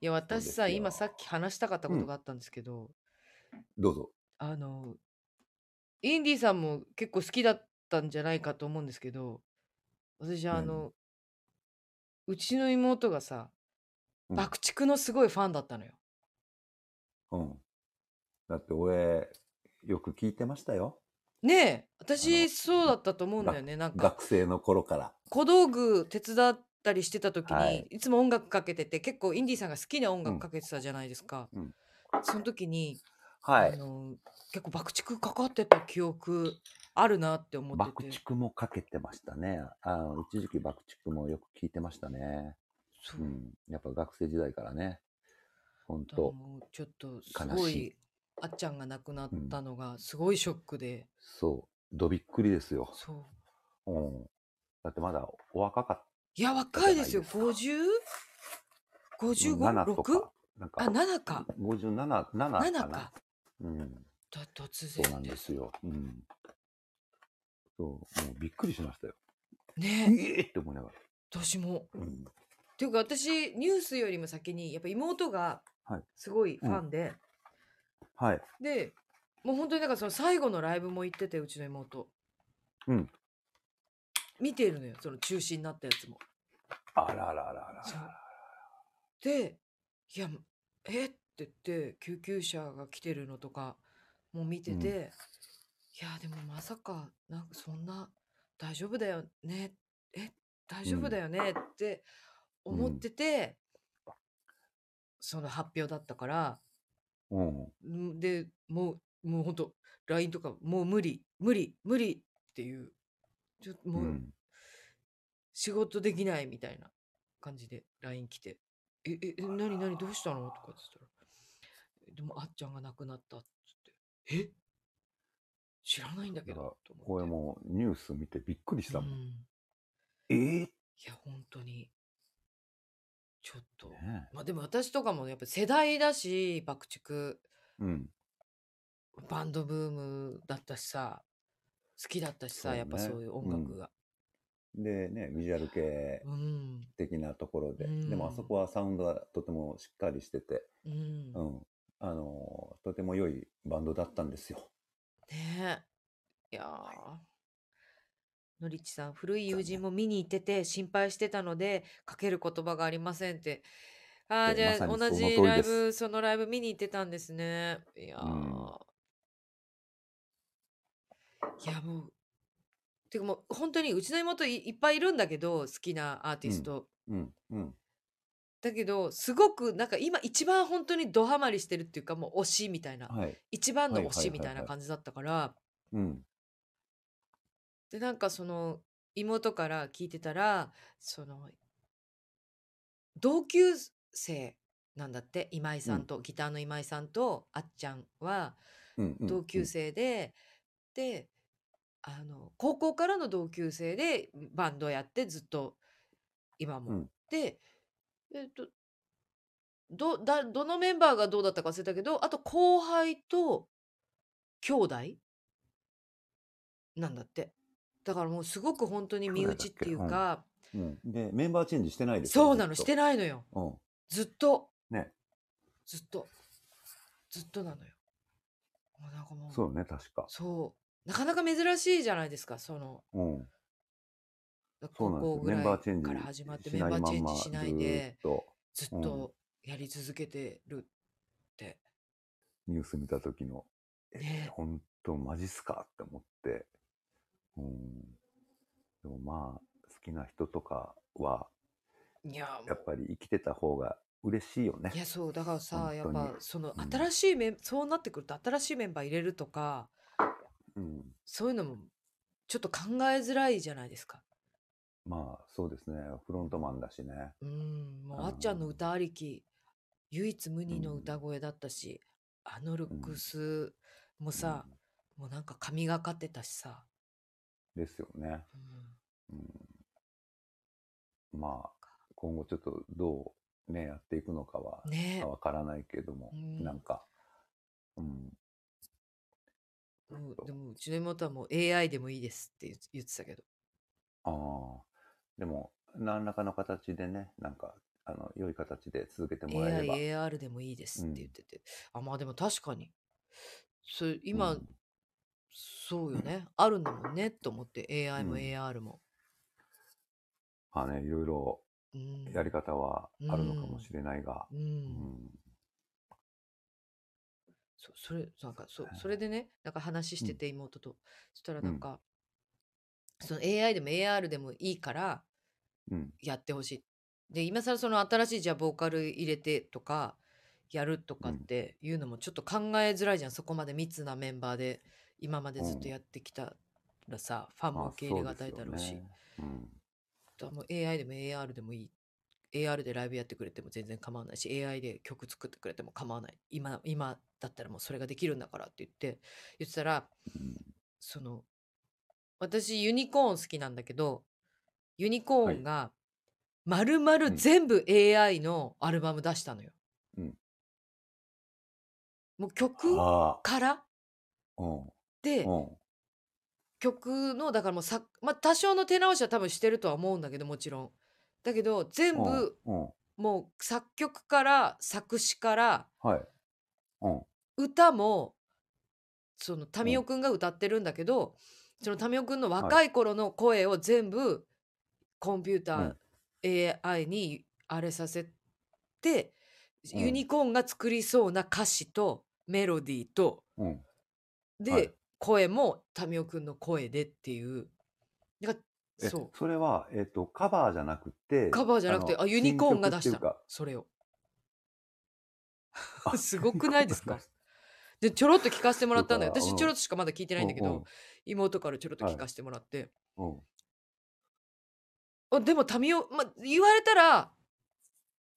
Speaker 1: いや、
Speaker 2: です
Speaker 1: 私さ、今
Speaker 2: よ
Speaker 1: さっき話したかったこ
Speaker 2: う
Speaker 1: と
Speaker 2: ん
Speaker 1: があったんですけど、
Speaker 2: どうぞ。
Speaker 1: あの、インディさんも結構好きだったんじゃないかと思うんですけど、私、あの、うちの妹がさ、
Speaker 2: うん
Speaker 1: 爆竹のすごいファンだったのよ。
Speaker 2: うん。だって俺、よく聞いてましたよ。
Speaker 1: ねえ、私、そうだったと思うんだよね。なんか、
Speaker 2: 学生の頃から。
Speaker 1: 小道具手伝ったりしてた時に、
Speaker 2: はい
Speaker 1: い、つも音楽かけてて結構インディーさんが好きな音
Speaker 2: う
Speaker 1: 楽
Speaker 2: ん
Speaker 1: かけてたじゃないですか、
Speaker 2: うん
Speaker 1: その時に、
Speaker 2: は
Speaker 1: あ
Speaker 2: い。
Speaker 1: の結構爆竹かかってた記憶あるなって思って
Speaker 2: 爆
Speaker 1: て
Speaker 2: 竹もかけてましたね。あ一時期爆竹もよく聞いてましたね。。
Speaker 1: そううん
Speaker 2: やっぱ学生時代からね。ほん
Speaker 1: だ
Speaker 2: と。
Speaker 1: もうちょっとす
Speaker 2: 悲
Speaker 1: ご
Speaker 2: し
Speaker 1: い
Speaker 2: い
Speaker 1: あっちゃんが亡くなったのがすごいショックで、
Speaker 2: そう。どびっくりですよ。
Speaker 1: そう
Speaker 2: うん。だってまだお若かっ
Speaker 1: いや若いですよ
Speaker 2: じゃないです
Speaker 1: 50?55?6?
Speaker 2: た。7とか。なん
Speaker 1: あ
Speaker 2: か、
Speaker 1: 7か
Speaker 2: 57、7かな。
Speaker 1: 7か
Speaker 2: うん。
Speaker 1: だ突
Speaker 2: そうな
Speaker 1: 然
Speaker 2: ん
Speaker 1: で
Speaker 2: です
Speaker 1: す
Speaker 2: よ。うん。そう。もうびっくりしましたよ。え
Speaker 1: ねえ
Speaker 2: えって思いながら。
Speaker 1: 私も
Speaker 2: うん。
Speaker 1: っていうか私ニュースよりも先にやっぱ妹が
Speaker 2: はい
Speaker 1: すごいファンで、
Speaker 2: はい。
Speaker 1: でもう本当になんかその最後のライブも行っててうちの妹
Speaker 2: うん
Speaker 1: 見てるのよその中止になったやつも
Speaker 2: あらあらあらあら。
Speaker 1: そうでいやえって言って救急車が来てるのとかも見てて、
Speaker 2: うん
Speaker 1: いやでもまさかなんかそんな大丈夫だよねえ大丈夫だよねって思ってて、その発表だったから、
Speaker 2: うん。
Speaker 1: んでもうもうほんと LINE とかもう無理無理無理っていうちょっともうう仕事できないみたいな感じで LINE 来て「えええ何何どうしたの?」とかっつったら「でもあっちゃんが亡くなった」っつって「え知らないんだけ
Speaker 2: だから
Speaker 1: ど」と思っ
Speaker 2: 俺
Speaker 1: て。
Speaker 2: もニュース見てびっくりした
Speaker 1: う
Speaker 2: もん。
Speaker 1: ん
Speaker 2: えーっ
Speaker 1: いや本当にちょっと
Speaker 2: てね。
Speaker 1: まあでも私とかもやっぱ世代だし爆竹
Speaker 2: うん。
Speaker 1: バンドブームだったしさ好きだったしさ、
Speaker 2: そうね
Speaker 1: やっぱそういう音楽が
Speaker 2: でね、ビジュアル系
Speaker 1: うん
Speaker 2: 的なところで、
Speaker 1: うん
Speaker 2: でもあそこはサウンドがとてもしっかりしてて、
Speaker 1: うん、
Speaker 2: うん。あのーとても良いバンドだったんですよ。
Speaker 1: ねえいやー、のりちさん古い友人も見に行ってて心配してたのでかける言葉がありませんってああ
Speaker 2: ええ
Speaker 1: じゃあ、
Speaker 2: まさにそ
Speaker 1: 同
Speaker 2: の通
Speaker 1: じ
Speaker 2: りです
Speaker 1: ライブそのライブ見に行ってたんですねいやー、
Speaker 2: うん
Speaker 1: いやもうてかもう本当にうちの妹いいっぱいいるんだけど好きなアーティスト、
Speaker 2: うん。うん。
Speaker 1: だけどすごくなんか今一番本当にドハマりしてるっていうかもう推しみたいな、
Speaker 2: はい。
Speaker 1: 一番の
Speaker 2: はいはい
Speaker 1: 推しみ
Speaker 2: はい
Speaker 1: たいな
Speaker 2: はい
Speaker 1: 感じだったから、
Speaker 2: うん。
Speaker 1: でなんかその妹から聞いてたらその同級生なんだって今井さんと、ギターの今井さんとあっちゃんは
Speaker 2: うん。うん
Speaker 1: 同級。生で、であの高校からの同級生でバンドやってずっと今も。
Speaker 2: うん
Speaker 1: でえっとどだどのメンバーがどうだったか忘れたけどあと後輩と兄弟なんだってだからもうすごく本当に身
Speaker 2: 兄弟だっ
Speaker 1: 内っ
Speaker 2: け
Speaker 1: ていう
Speaker 2: うん
Speaker 1: か、
Speaker 2: うん。で、メンバーチェンジしてないですよ
Speaker 1: そうなのして
Speaker 2: ない。
Speaker 1: ないのよ
Speaker 2: うん。
Speaker 1: ずっと
Speaker 2: ね。
Speaker 1: ずっとずっとなのよ。もうなんかもう
Speaker 2: そうね、確か。
Speaker 1: そうなかなか珍しいじゃないですかその
Speaker 2: うん。そう
Speaker 1: 高
Speaker 2: なんです
Speaker 1: 校
Speaker 2: よ。
Speaker 1: ぐ
Speaker 2: メ
Speaker 1: ら
Speaker 2: ン
Speaker 1: い
Speaker 2: バーチェンジ
Speaker 1: から始まって
Speaker 2: し
Speaker 1: メン
Speaker 2: な
Speaker 1: バ
Speaker 2: い
Speaker 1: ーチェン
Speaker 2: まんま
Speaker 1: ジしない
Speaker 2: ずーっ
Speaker 1: で
Speaker 2: と
Speaker 1: ずっ
Speaker 2: うん
Speaker 1: とやり続けてるって
Speaker 2: ニュース見た時の、
Speaker 1: ね
Speaker 2: えー、本当マジっすかって思って、うん。でもまあ、好きな人とかは、
Speaker 1: いやも
Speaker 2: や
Speaker 1: う
Speaker 2: っぱり生きてた方が嬉しいよね
Speaker 1: い。やそうだからさやっ
Speaker 2: 本当に
Speaker 1: ぱその
Speaker 2: うん
Speaker 1: 新しいメン、そうなってくると新しいメンバー入れるとか
Speaker 2: うん、
Speaker 1: そういうのもちょっと考えづらいじゃないですか。
Speaker 2: まあそうですねフロントマンだしね。
Speaker 1: うんもう
Speaker 2: あー
Speaker 1: あっちゃんの歌ありき唯一無二の
Speaker 2: うん
Speaker 1: 歌声だったし、あのルックスもさ、もうなんか神がかってたしさ、
Speaker 2: うんですよね。
Speaker 1: うん
Speaker 2: うん、まあ今後ちょっとどうねやっていくのかは
Speaker 1: ね
Speaker 2: わからないけれども、
Speaker 1: うん
Speaker 2: なんか、うん、
Speaker 1: えもうでもうちの妹はもう AI でもいいですって言って言ってたけど
Speaker 2: ああでも何らかの形でねなんかあの良い形で続けてもらえれば。
Speaker 1: AIAR でもいいですって言ってて、あまあでも確かにそれ今、
Speaker 2: うん
Speaker 1: そうよねあるんだもんねと思って AI も
Speaker 2: うん
Speaker 1: AR も、
Speaker 2: まあねいろいろ
Speaker 1: うん、
Speaker 2: やり方はあるのかもしれないが、
Speaker 1: うん、
Speaker 2: うん
Speaker 1: そそれなんかそ
Speaker 2: はい
Speaker 1: それでねなんか話して
Speaker 2: うん
Speaker 1: て妹と、そしたら
Speaker 2: うん
Speaker 1: なんか、その AI でも AR でもいいから
Speaker 2: うん
Speaker 1: やってほしいで今更その新しいじゃあボーカル入れてとかやるとか
Speaker 2: う
Speaker 1: っ
Speaker 2: ん
Speaker 1: ていうのもちょっと考えづらいじゃん、そこまで密なメンバーで今までずっと
Speaker 2: うん
Speaker 1: やってきたらさ、ファンも
Speaker 2: まあ
Speaker 1: 受け入れが
Speaker 2: そ
Speaker 1: た
Speaker 2: う
Speaker 1: い
Speaker 2: です
Speaker 1: だ
Speaker 2: よ
Speaker 1: ろうし
Speaker 2: ねうん
Speaker 1: だからもう AI でも AR でもいい AR でライブやってくれても全然構わないし AI で曲作ってくれても構わない今今だったらもうそれができるんだからって言って言ってたら
Speaker 2: うん
Speaker 1: その私ユニコーン好きなんだけどユニコ
Speaker 2: は
Speaker 1: ー
Speaker 2: い
Speaker 1: ンが丸々
Speaker 2: うん
Speaker 1: 全部 AI のアルバム出したのよ。
Speaker 2: うん
Speaker 1: もう曲
Speaker 2: あ
Speaker 1: から
Speaker 2: あ、うん、
Speaker 1: で
Speaker 2: うん、
Speaker 1: 曲のだからもうさ、まあ、多少の手直しは多分してるとは思うんだけどもちろん。だけど全部
Speaker 2: うん、うん、
Speaker 1: もう作曲から作詞から
Speaker 2: はい、うん、
Speaker 1: 歌もその民生くんが歌ってるんだけど、その民生くんの若い頃の声を全部コンピューター、AI にあれさせて、
Speaker 2: うん
Speaker 1: ユニコーンが作りそうな歌詞とメロディーと
Speaker 2: うん、
Speaker 1: で、
Speaker 2: はい
Speaker 1: 声も民生くんの声でっていうなんか
Speaker 2: え
Speaker 1: そ
Speaker 2: それは、えっ、と、カバーじゃなくて、
Speaker 1: うカバーじゃなくて
Speaker 2: の
Speaker 1: あユニコーンが出し
Speaker 2: 新
Speaker 1: た
Speaker 2: 曲って
Speaker 1: それを
Speaker 2: いうか
Speaker 1: [laughs] すごくないですか
Speaker 2: [laughs] ユニコーンが出し
Speaker 1: でちょろっと聞かせてもらったんだよ
Speaker 2: そうか
Speaker 1: 私
Speaker 2: うん
Speaker 1: ちょろっとしかまだ聞いて
Speaker 2: た
Speaker 1: ないんだけど、
Speaker 2: うんうん
Speaker 1: 妹からちょろっと
Speaker 2: はい
Speaker 1: 聞かせてもらって、
Speaker 2: うん
Speaker 1: あでも民生、まあ、言われたら、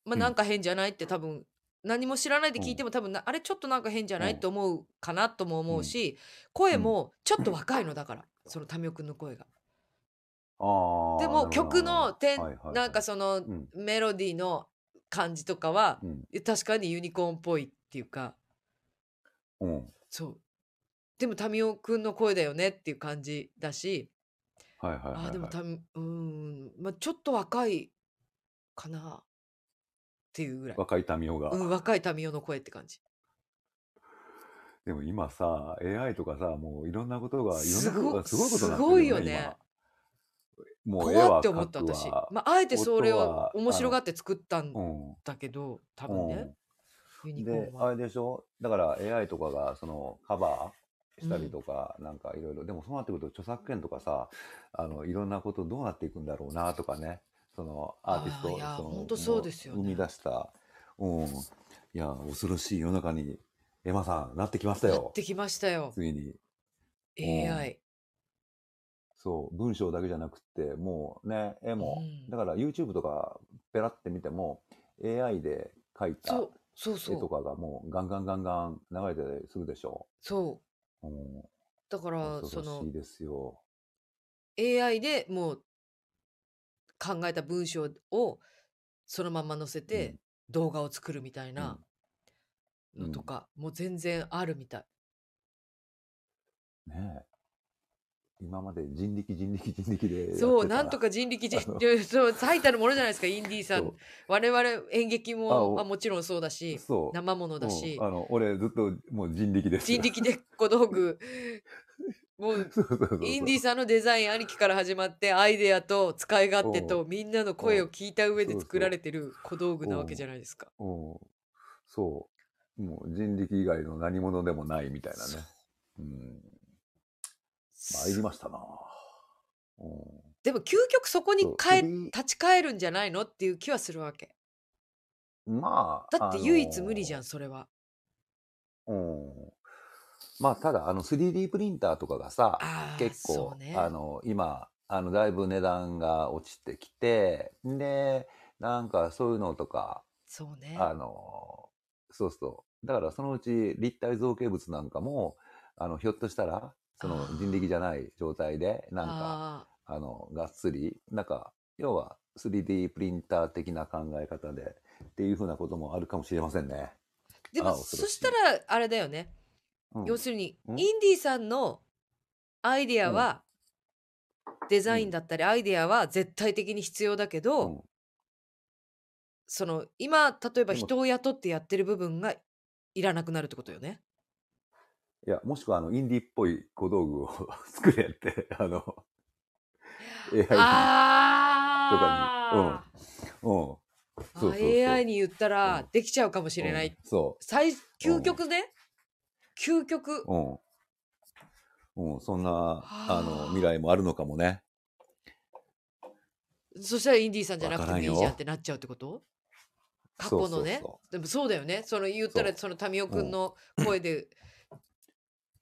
Speaker 1: まあ、
Speaker 2: ん
Speaker 1: なんか変じゃないって多分、何も知らないで聞いても多分なあれちょっとなんか変じゃない
Speaker 2: うん
Speaker 1: と思うかなとも思うし、
Speaker 2: う
Speaker 1: 声
Speaker 2: ん
Speaker 1: もちょっと若いのだから、その民生くんの声が。
Speaker 2: ああ。
Speaker 1: で
Speaker 2: なるほ
Speaker 1: も
Speaker 2: ど
Speaker 1: 曲の点、
Speaker 2: はいはいはい
Speaker 1: なんかその
Speaker 2: うん、
Speaker 1: メロディーの感じとかは、
Speaker 2: うん、
Speaker 1: 確かにユニコーンっぽいっていうか
Speaker 2: うん、
Speaker 1: そうでも民生くんの声だよねっていう感じだし、
Speaker 2: はいはいはい、はい。
Speaker 1: あーでもたみうーんまあちょっと若いかなっていうぐらい、
Speaker 2: 若い民生が、
Speaker 1: うん、若い民生の声って感じ
Speaker 2: でも今さ AI とかさもういろんなことがいろん
Speaker 1: す
Speaker 2: なこと
Speaker 1: ご
Speaker 2: がすごいことになってる
Speaker 1: すごいよね
Speaker 2: 今もう絵
Speaker 1: 怖
Speaker 2: は
Speaker 1: って思った
Speaker 2: 描く
Speaker 1: 私、
Speaker 2: わ
Speaker 1: まあ、あえてそれを
Speaker 2: 音は
Speaker 1: 面白がって作ったん
Speaker 2: うん
Speaker 1: だけど多分ね、ユ
Speaker 2: うん、
Speaker 1: ニコーン
Speaker 2: であ
Speaker 1: は
Speaker 2: れでしょだから AI とかがそのカバーしたりとか、なんかいろいろでもそうなってくると著作権とかさあのいろんなことどうなっていくんだろうなとかねそのアーティス
Speaker 1: あ
Speaker 2: ト
Speaker 1: ーいや
Speaker 2: その
Speaker 1: ほんとそうですよね
Speaker 2: 生み出した、うん、いや恐ろしい世の中にエマさんなってきました
Speaker 1: や
Speaker 2: よ
Speaker 1: ってきましたよ
Speaker 2: ついに。うん
Speaker 1: AI
Speaker 2: そう文章だけじゃなくってもうね絵も、
Speaker 1: うん
Speaker 2: だから YouTube とかペラって見ても AI で描いた
Speaker 1: そうそう
Speaker 2: 絵
Speaker 1: そ
Speaker 2: と
Speaker 1: う
Speaker 2: かがもうガンガンガンガン流れてたりするでしょ
Speaker 1: そう
Speaker 2: う、うん、
Speaker 1: だからそ
Speaker 2: 恐ろ
Speaker 1: の
Speaker 2: しいですよ
Speaker 1: AI でもう考えた文章をそのまま載せ
Speaker 2: う
Speaker 1: て
Speaker 2: ん
Speaker 1: 動画を作るみたいなのとか、もう全然あるみたい
Speaker 2: ねえ今まで人力人力人力でやってたら
Speaker 1: そうなんとか人力人
Speaker 2: あの
Speaker 1: そう最たるものじゃないですかインディーさ
Speaker 2: そ
Speaker 1: ん
Speaker 2: う
Speaker 1: 我々演劇
Speaker 2: あ
Speaker 1: も
Speaker 2: お
Speaker 1: あもちろんそうだし
Speaker 2: そう
Speaker 1: 生ものだし
Speaker 2: うんあの俺ずっともう人力ですよ
Speaker 1: 人力で小道
Speaker 2: [laughs]
Speaker 1: 具もう
Speaker 2: そうそうそうそう
Speaker 1: インディーさんのデザイン兄貴から始まってアイデアと使い勝手と
Speaker 2: う
Speaker 1: みんなの声を聞いた上で
Speaker 2: そうそう
Speaker 1: 作られてる小道具なわけじゃないですか。
Speaker 2: うん、そうもう人力以外の何者でもないみたいな
Speaker 1: そう
Speaker 2: ねうん参りましたな、うん、
Speaker 1: でも究極そこに
Speaker 2: そう
Speaker 1: 帰
Speaker 2: 首
Speaker 1: 立ち返るんじゃないのっていう気はするわけ
Speaker 2: まあ、
Speaker 1: だって唯一無理じゃ
Speaker 2: ん。
Speaker 1: んそれは
Speaker 2: うん、まあ、ただ、あの、3D プリンターとかがさ、
Speaker 1: あー
Speaker 2: 結
Speaker 1: そ
Speaker 2: 構、
Speaker 1: うね
Speaker 2: あの今あのだいぶ値段が落ちてきてでなんかそういうのとか
Speaker 1: そうね
Speaker 2: あのそうそうだからそのうち立体造形物なんかもあのひょっとしたらそ
Speaker 1: あ
Speaker 2: の
Speaker 1: ー
Speaker 2: 人力じゃない状態でなんか
Speaker 1: あ
Speaker 2: あのがっつりなんか要は 3D プリンター的な考え方でっていうふうなこともあるかもしれませんね。
Speaker 1: ーで
Speaker 2: あ
Speaker 1: も
Speaker 2: ー恐
Speaker 1: そ
Speaker 2: ろしい
Speaker 1: したらあれだよね、
Speaker 2: うん
Speaker 1: 要するにイ
Speaker 2: う
Speaker 1: ン
Speaker 2: ん
Speaker 1: ディーさんのアイディアはデザインだったりアイディアは絶対的に必要だけど、
Speaker 2: うん
Speaker 1: その今例えば
Speaker 2: でも
Speaker 1: 人を雇ってやってる部分がいらなくなるってことよね。
Speaker 2: いや、もしくは、あの、インディーっぽい小道具を [laughs] 作れって、あの、AI にとか
Speaker 1: あ
Speaker 2: に。うん。うん。
Speaker 1: ー
Speaker 2: そうそうそう
Speaker 1: あ AI に言った
Speaker 2: う
Speaker 1: ら
Speaker 2: ん
Speaker 1: できちゃうかもしれない。
Speaker 2: うんそ
Speaker 1: 最究極ね、究極
Speaker 2: う。うん。うん、そんな、
Speaker 1: あ
Speaker 2: あの、未来もあるのかもね。
Speaker 1: そしたらインディーさんじゃなくてもいい
Speaker 2: わ
Speaker 1: じ
Speaker 2: か
Speaker 1: ゃん
Speaker 2: らんよ
Speaker 1: ってなっちゃうってこと過
Speaker 2: そ
Speaker 1: 去
Speaker 2: うそ
Speaker 1: の
Speaker 2: う
Speaker 1: ね
Speaker 2: そ
Speaker 1: でもそうだよねその言ったら
Speaker 2: そう
Speaker 1: その民生くんの声で
Speaker 2: う。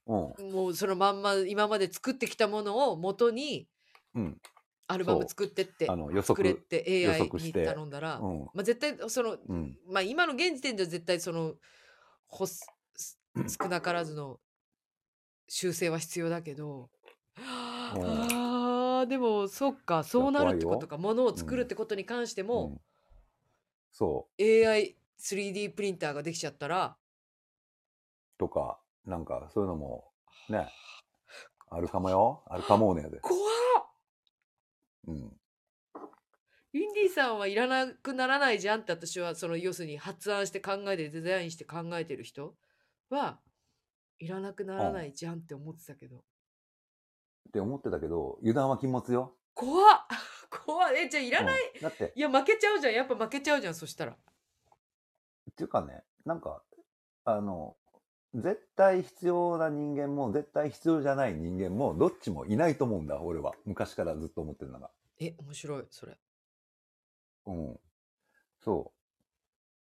Speaker 1: もうそのまんま今まで作ってきたものを元に
Speaker 2: うん。うん。
Speaker 1: アルバム
Speaker 2: そう
Speaker 1: 作ってって
Speaker 2: あの、予
Speaker 1: 作
Speaker 2: 測。
Speaker 1: れって
Speaker 2: 予
Speaker 1: AI
Speaker 2: 測
Speaker 1: に
Speaker 2: して
Speaker 1: 頼んだら、
Speaker 2: う
Speaker 1: ま
Speaker 2: ん。
Speaker 1: あ、絶対その、
Speaker 2: うん。
Speaker 1: まあ、今の現時点では絶対そのほすす少なからずの修正は必要だけど、あーでもそっかそうなるってことかものを作るってことに関して
Speaker 2: う
Speaker 1: も、
Speaker 2: んそう。
Speaker 1: AI3D プリンターができちゃったら
Speaker 2: とか、なんか、そういうのも、ね。あるかもよ。あるかもねで。
Speaker 1: 怖っ
Speaker 2: うん。
Speaker 1: インディーさんはいらなくならないじゃんって私はその要するに発案して考えてデザインして考えてる人はいらなくならないじゃんって思ってたけど、
Speaker 2: って思ってたけど、油断は禁物よ。
Speaker 1: 怖っ怖っえじゃあいらない、
Speaker 2: うんだって、
Speaker 1: いや負けちゃうじゃんやっぱ負けちゃうじゃんそしたら
Speaker 2: っていうかね、なんか、あの、絶対必要な人間も、絶対必要じゃない人間も、どっちもいないと思うんだ、俺は。昔からずっと思ってるのが。
Speaker 1: え面白いそれ
Speaker 2: うん。そ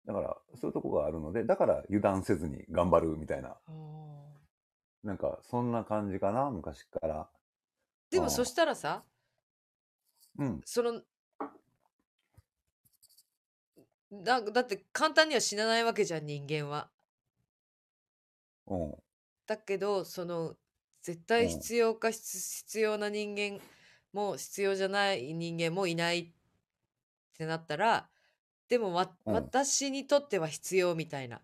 Speaker 2: う。だから、そういうとこがあるので、だから油断せずに頑張るみたいな。
Speaker 1: あー
Speaker 2: なんか、そんな感じかな、昔から。
Speaker 1: で
Speaker 2: あ
Speaker 1: も
Speaker 2: ー
Speaker 1: そしたらさ
Speaker 2: うん。
Speaker 1: そのだだって簡単には死なないわけじゃん人間は
Speaker 2: うん。
Speaker 1: だけどその絶対
Speaker 2: うん
Speaker 1: 必要か必必要な人間も必要じゃない人間もいないってなったらでもわ、
Speaker 2: うん
Speaker 1: 私にとっては必要みたいな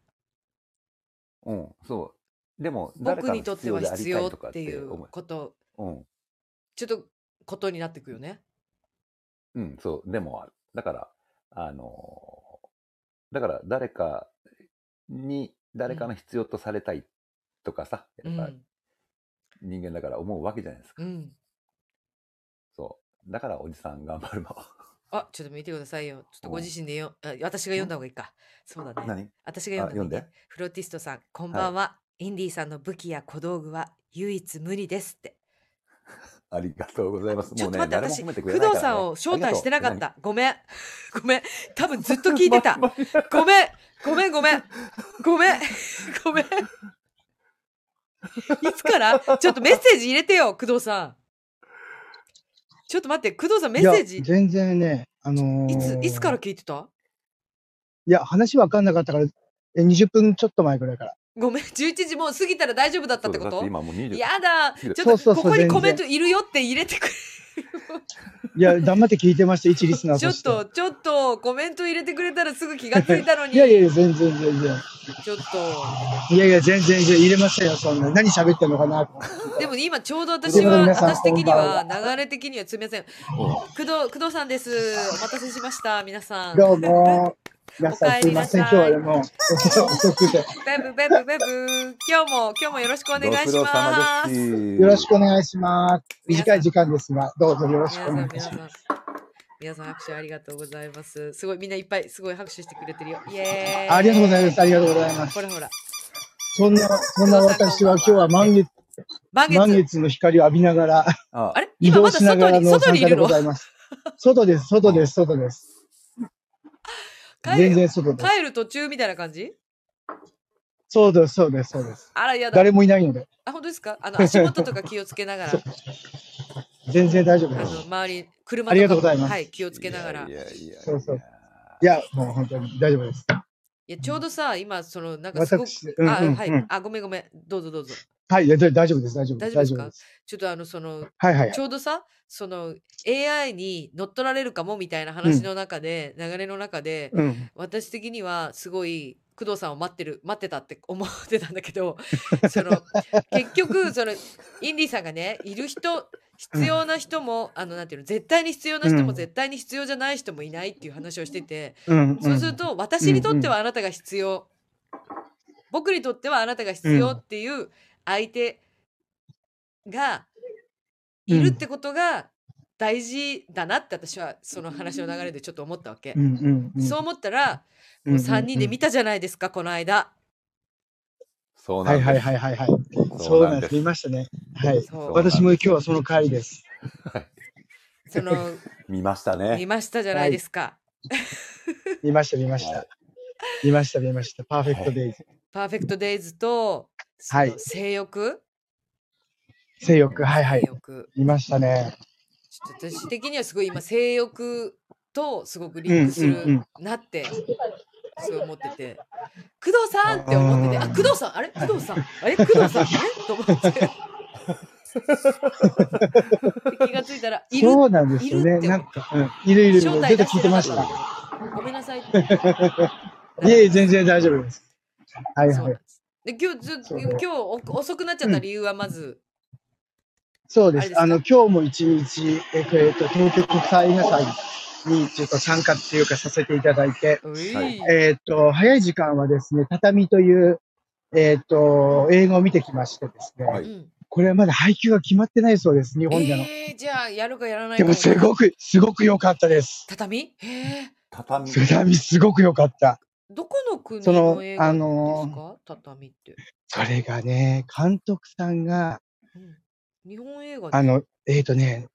Speaker 2: うん。そう。でも、誰
Speaker 1: 僕
Speaker 2: か
Speaker 1: に
Speaker 2: の
Speaker 1: とっ
Speaker 2: 必
Speaker 1: て
Speaker 2: 要
Speaker 1: は
Speaker 2: であ
Speaker 1: 必
Speaker 2: りた
Speaker 1: 要
Speaker 2: いとか
Speaker 1: っ
Speaker 2: ってて
Speaker 1: い
Speaker 2: 思
Speaker 1: う
Speaker 2: う。
Speaker 1: こと
Speaker 2: うん。
Speaker 1: ちょっとことになってくよね。
Speaker 2: うん、そう、でもある。だから、あのーだから誰かに、誰かの必要とされたいとかさ、
Speaker 1: う
Speaker 2: やっぱ
Speaker 1: ん
Speaker 2: 人間だから思うわけじゃないですか。
Speaker 1: うん、
Speaker 2: そう。だからおじさん頑張るの。
Speaker 1: あちょっと見てくださいよ。ちょっとご
Speaker 2: うん
Speaker 1: 自身でよあ私が読んだ方がいいか。そうだね。
Speaker 2: [laughs] 何
Speaker 1: 私が読んだ方がいいね
Speaker 2: あ読んで
Speaker 1: フローティストさん、こんばんは。インディーさんの武器や小道具は唯一無二ですって。
Speaker 2: ありがとうございます。
Speaker 1: ちょっ
Speaker 2: も
Speaker 1: と
Speaker 2: うね、
Speaker 1: 待って、
Speaker 2: 誰も
Speaker 1: 私、
Speaker 2: 褒めてく
Speaker 1: 工
Speaker 2: れないから、
Speaker 1: 藤
Speaker 2: ね。
Speaker 1: さんを招待してなかっ
Speaker 2: あ
Speaker 1: た。ごめん。 [laughs] ごめん。多分ずっと聞いて
Speaker 2: [laughs]
Speaker 1: た
Speaker 2: り。がとう。何
Speaker 1: ごめん。ごめん、ごめん。ごめん。 [laughs] ごめん。いつからちょっとメッセージ入れてよ、工藤さん。ちょっと待って、工藤さんメッ
Speaker 4: いや
Speaker 1: セージ、い
Speaker 4: 全然ね、あのー
Speaker 1: つ、いつから聞いてた
Speaker 4: いや、話わかんなかったから、え20分ちょっと前ぐらいから。
Speaker 1: ごめん、11時もう過ぎたら大丈夫だった
Speaker 2: そ
Speaker 1: って
Speaker 2: うだ
Speaker 1: こ
Speaker 2: だ
Speaker 1: と
Speaker 2: って今もう20。
Speaker 1: やだ。
Speaker 2: そう
Speaker 1: ちょ
Speaker 4: そう
Speaker 1: っ
Speaker 4: そ
Speaker 1: とこ
Speaker 4: うそう
Speaker 1: こに
Speaker 4: 全然
Speaker 1: コメントいるよって入れてくれ。
Speaker 4: いや、黙って聞いてました、一リスナー
Speaker 1: [laughs] ちょっ
Speaker 4: として。
Speaker 1: と、ちょっと、コメント入れてくれたらすぐ気がついたのに。
Speaker 4: いやいやいや、全然全然。
Speaker 1: ちょっと。
Speaker 4: いやいや、全然全然入れませんよ、そんな。何喋ってんのかな。
Speaker 1: でも今ちょうど私
Speaker 4: ごめ
Speaker 1: は、
Speaker 4: んなさい
Speaker 1: 私的に
Speaker 4: こ
Speaker 1: は、流れ的にはすみません。工藤、工藤さんです。お待たせしました、皆さん。
Speaker 4: どう
Speaker 1: [laughs]
Speaker 4: も。皆
Speaker 1: お
Speaker 4: さ
Speaker 1: か
Speaker 4: ん
Speaker 1: え
Speaker 4: す
Speaker 1: り
Speaker 4: いま
Speaker 1: なさ
Speaker 4: せん、
Speaker 1: い
Speaker 4: 今日はでも、 [laughs] 遅くて。
Speaker 1: ベブベブベブ。今日も、今日もよろしくお願いしま
Speaker 2: ご苦
Speaker 1: す。
Speaker 2: 労様です。
Speaker 4: よろしくお願いします。
Speaker 1: 皆さん
Speaker 4: 短い時間ですが、どうぞよろ
Speaker 1: 皆
Speaker 4: し
Speaker 1: さ
Speaker 4: くお願
Speaker 1: ん、
Speaker 4: い
Speaker 1: 皆
Speaker 4: し
Speaker 1: さ
Speaker 4: ま
Speaker 1: ん。皆さん拍手ありがとうございます。すごい、みんないっぱい、すごい拍手してくれてるよ。イエーイ。
Speaker 4: す。ありがとうございます。ありがとうございます。
Speaker 1: ほらほら。
Speaker 4: そんな、そんな私は今日は満月、
Speaker 1: 満月。
Speaker 4: 満月の光を浴びながら、
Speaker 2: あ
Speaker 1: あれ
Speaker 4: 移
Speaker 1: 今ま
Speaker 4: 動
Speaker 1: だ
Speaker 4: しなが
Speaker 1: 外
Speaker 4: ら
Speaker 1: に、
Speaker 4: の
Speaker 1: 外
Speaker 4: 参
Speaker 1: にい
Speaker 4: 加
Speaker 1: る
Speaker 4: で
Speaker 1: の
Speaker 4: ございます。外です、外です、外です。
Speaker 1: 帰る
Speaker 4: 全然外です。
Speaker 1: 帰る途中みたいな感じ
Speaker 4: そうです、そうです、そうです。
Speaker 1: あら、やだ。
Speaker 4: 誰もいないので、
Speaker 1: あ、本当ですかあの、足元とか気をつけ
Speaker 4: [laughs]
Speaker 1: ながら、
Speaker 4: 全然大丈夫
Speaker 1: あ
Speaker 4: で
Speaker 1: の、
Speaker 4: す。
Speaker 1: 周り、車とかも
Speaker 4: ありがとうございます
Speaker 1: はい、気をつけながら。
Speaker 2: いやいやいや
Speaker 4: そうそういや、もう本当に大丈夫です。
Speaker 1: いや、ちょうどさ、今、その、なんかすごく、
Speaker 4: 私、うん
Speaker 1: あ、
Speaker 4: うん、
Speaker 1: はい、
Speaker 4: うん。
Speaker 1: あ、ごめんごめん、どうぞどうぞ。
Speaker 4: はい、大丈夫大丈夫です、大丈夫
Speaker 1: 大
Speaker 4: です。
Speaker 1: 丈夫で
Speaker 4: 大
Speaker 1: す
Speaker 4: 丈
Speaker 1: か
Speaker 4: 夫です。
Speaker 1: ちょっとあの、その、
Speaker 4: はいはいはい
Speaker 1: ち。ょうどさ、その、AI に乗っ取られるかもみたいな話の中で、流れの中で、
Speaker 4: うん。
Speaker 1: 私的にはすごい工藤さんを待ってる待ってたって思ってたんだけ
Speaker 4: [laughs]
Speaker 1: どその結局そのインディさんがねいる人必要な人も、あのなんていうの絶対に必要な人
Speaker 4: う
Speaker 1: も
Speaker 4: ん
Speaker 1: 絶対に必要じゃない人もいないっていう話をしてて、
Speaker 4: うんん。
Speaker 1: そうすると私にとってはあなたが必要、僕にとってはあなたが必要っていう相手がいるってことが大事だなって私はその話の流れでちょっと思ったわけ。
Speaker 4: うん、うん、うん。
Speaker 1: そう思ったら、
Speaker 4: うんうんうん
Speaker 1: 3人で見たじゃないですか、この
Speaker 4: [laughs]
Speaker 1: 間。
Speaker 2: そうな
Speaker 4: は
Speaker 2: んで
Speaker 4: い
Speaker 2: す。
Speaker 4: はいはいはいはい。
Speaker 2: そ
Speaker 4: そうう
Speaker 2: な
Speaker 4: なんん
Speaker 2: で
Speaker 4: ですす。見ましたね。はい。
Speaker 2: そう
Speaker 1: そ
Speaker 2: なんです
Speaker 4: 私も今日はその帰りです。
Speaker 1: うその
Speaker 2: 見ました
Speaker 1: 見
Speaker 2: ね。
Speaker 1: ましたじゃないですか。
Speaker 4: 見ました見まし
Speaker 2: は
Speaker 4: た。見ました見ました。パーフェクトデイズ。
Speaker 1: パーフェクトデイズと、そ
Speaker 4: はい
Speaker 1: の性欲、
Speaker 4: 性欲、はいは
Speaker 1: 性
Speaker 4: い。
Speaker 1: 欲。
Speaker 4: 見ましたね。
Speaker 1: ちょっと私的にはすごい今、性欲とすごくリンクす
Speaker 4: うんうん
Speaker 1: るなって、すごい思ってて。工藤さんって思ってて、あ、
Speaker 4: うん
Speaker 1: 工藤さん、あれ工藤さん、あれ工藤さん、えと思って。 [laughs] 気がついたら、いる
Speaker 4: そうなんですよ
Speaker 1: いる
Speaker 4: ね。
Speaker 1: って
Speaker 4: なんか、うん、いるいるいる。
Speaker 1: 正
Speaker 4: ず
Speaker 1: 体
Speaker 4: っと
Speaker 1: 出し
Speaker 4: 聞
Speaker 1: て
Speaker 4: い
Speaker 1: なか
Speaker 4: てま
Speaker 1: っ
Speaker 4: した。
Speaker 1: ごめんなさいって。
Speaker 4: [laughs] いえいえ、全然大丈夫です。はい
Speaker 1: そう
Speaker 4: は
Speaker 1: なん
Speaker 4: い
Speaker 1: で。すで今日ず
Speaker 4: そう
Speaker 1: 今日お遅くなっちゃった理由はまず、
Speaker 4: そう
Speaker 1: あれ
Speaker 4: で
Speaker 1: です
Speaker 4: す。
Speaker 1: か
Speaker 4: あの、今日も一日、えっと、えっと東京国際映画祭にちょっと参加っていうかさせていただいて、
Speaker 1: うい
Speaker 2: はい
Speaker 4: えっと、早い時間はですね、畳という、えっと、映画を見てきましてですね、
Speaker 2: は
Speaker 1: う
Speaker 2: い
Speaker 1: ん
Speaker 4: これはまだ配給が決まってないそうです、日本での。
Speaker 1: えー、じゃあやるかやらない
Speaker 4: で
Speaker 1: か
Speaker 4: もすごく、すごく良かったです。
Speaker 1: 畳へえ
Speaker 2: 畳。
Speaker 4: 畳すごく良かった。
Speaker 1: どこの国
Speaker 4: その
Speaker 1: の映画
Speaker 4: あ
Speaker 1: ですか、
Speaker 4: の
Speaker 1: 畳って、
Speaker 4: それがね、監督さんが、
Speaker 1: うん日本映画で
Speaker 4: あの、えっ、とね、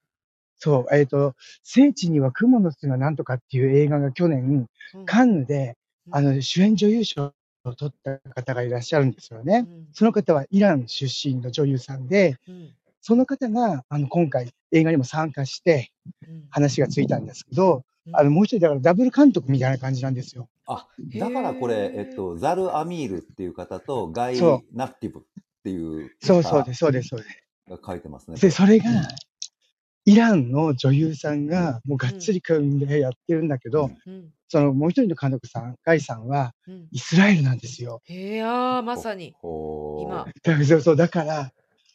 Speaker 4: そう、えっ、と、聖地には雲の巣がなんとかっていう映画が去年、
Speaker 1: うん
Speaker 4: カンヌで、
Speaker 1: うん
Speaker 4: あの、主演女優賞を取った方がいらっしゃるんですよね。
Speaker 1: うん
Speaker 4: その方はイラン出身の女優さんで、
Speaker 1: うん
Speaker 4: その方が、あの、今回映画にも参加して
Speaker 1: うん
Speaker 4: 話がついたんですけど、
Speaker 1: うん
Speaker 4: あの、もう一人だからダブル監督みたいな感じなんですよ。
Speaker 2: あ、だからこれ、
Speaker 1: へー
Speaker 2: えっと、ザル・アミールっていう方と、ガイ・
Speaker 4: そ
Speaker 2: ナッティブっていう
Speaker 4: そうそう
Speaker 2: 方
Speaker 4: です、そうです、そうです。
Speaker 2: が書いてますね。
Speaker 4: で、それが、イランの女優さんが、もうがっつり組んでやってるんだけど、
Speaker 2: うん
Speaker 1: うん
Speaker 4: そのもう一人の監督さん、ガイさんは、
Speaker 1: うん
Speaker 4: イスラエルなんですよ。
Speaker 1: へえあーまさに
Speaker 2: ほー
Speaker 1: 今
Speaker 4: だから、そうそう、だから、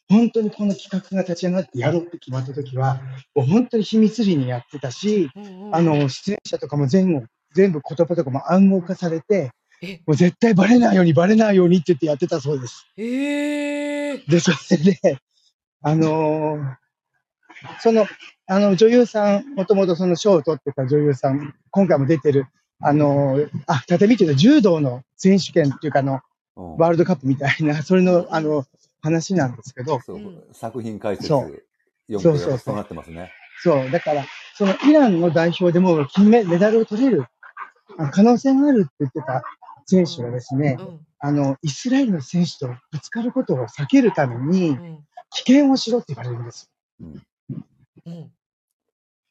Speaker 4: 本当にこの企画が立ち上がってやろうって決まった時は、もう本当に秘密裏にやってたし、
Speaker 1: うんうん
Speaker 4: あの、出演者とかも前後、全部言葉とかも暗号化されて、
Speaker 1: え
Speaker 4: もう絶対バレないようにバレないようにって言ってやってたそうです。
Speaker 1: えー、
Speaker 4: で、それで、あのーその、あの、女優さん、もともとその賞を取ってた女優さん、今回も出てる、あのーあ、縦見てた柔道の選手権っていうか、あの、
Speaker 2: うん
Speaker 4: ワールドカップみたいな、それの、あの、話なんですけど、
Speaker 2: そう
Speaker 1: うん
Speaker 2: 作品解説
Speaker 4: そ
Speaker 2: 読
Speaker 4: う
Speaker 2: む
Speaker 4: そ
Speaker 2: と
Speaker 4: うそうそう
Speaker 2: そうなってますね。
Speaker 4: そう、だから、そのイランの代表でもう金メメダルを取れる、あ可能性があるって言ってた選手がですね
Speaker 1: う、ん
Speaker 4: あの、イスラエルの選手とぶつかることを避けるために
Speaker 1: う、ん
Speaker 4: 危険をしろって言われるんですよ。
Speaker 1: うん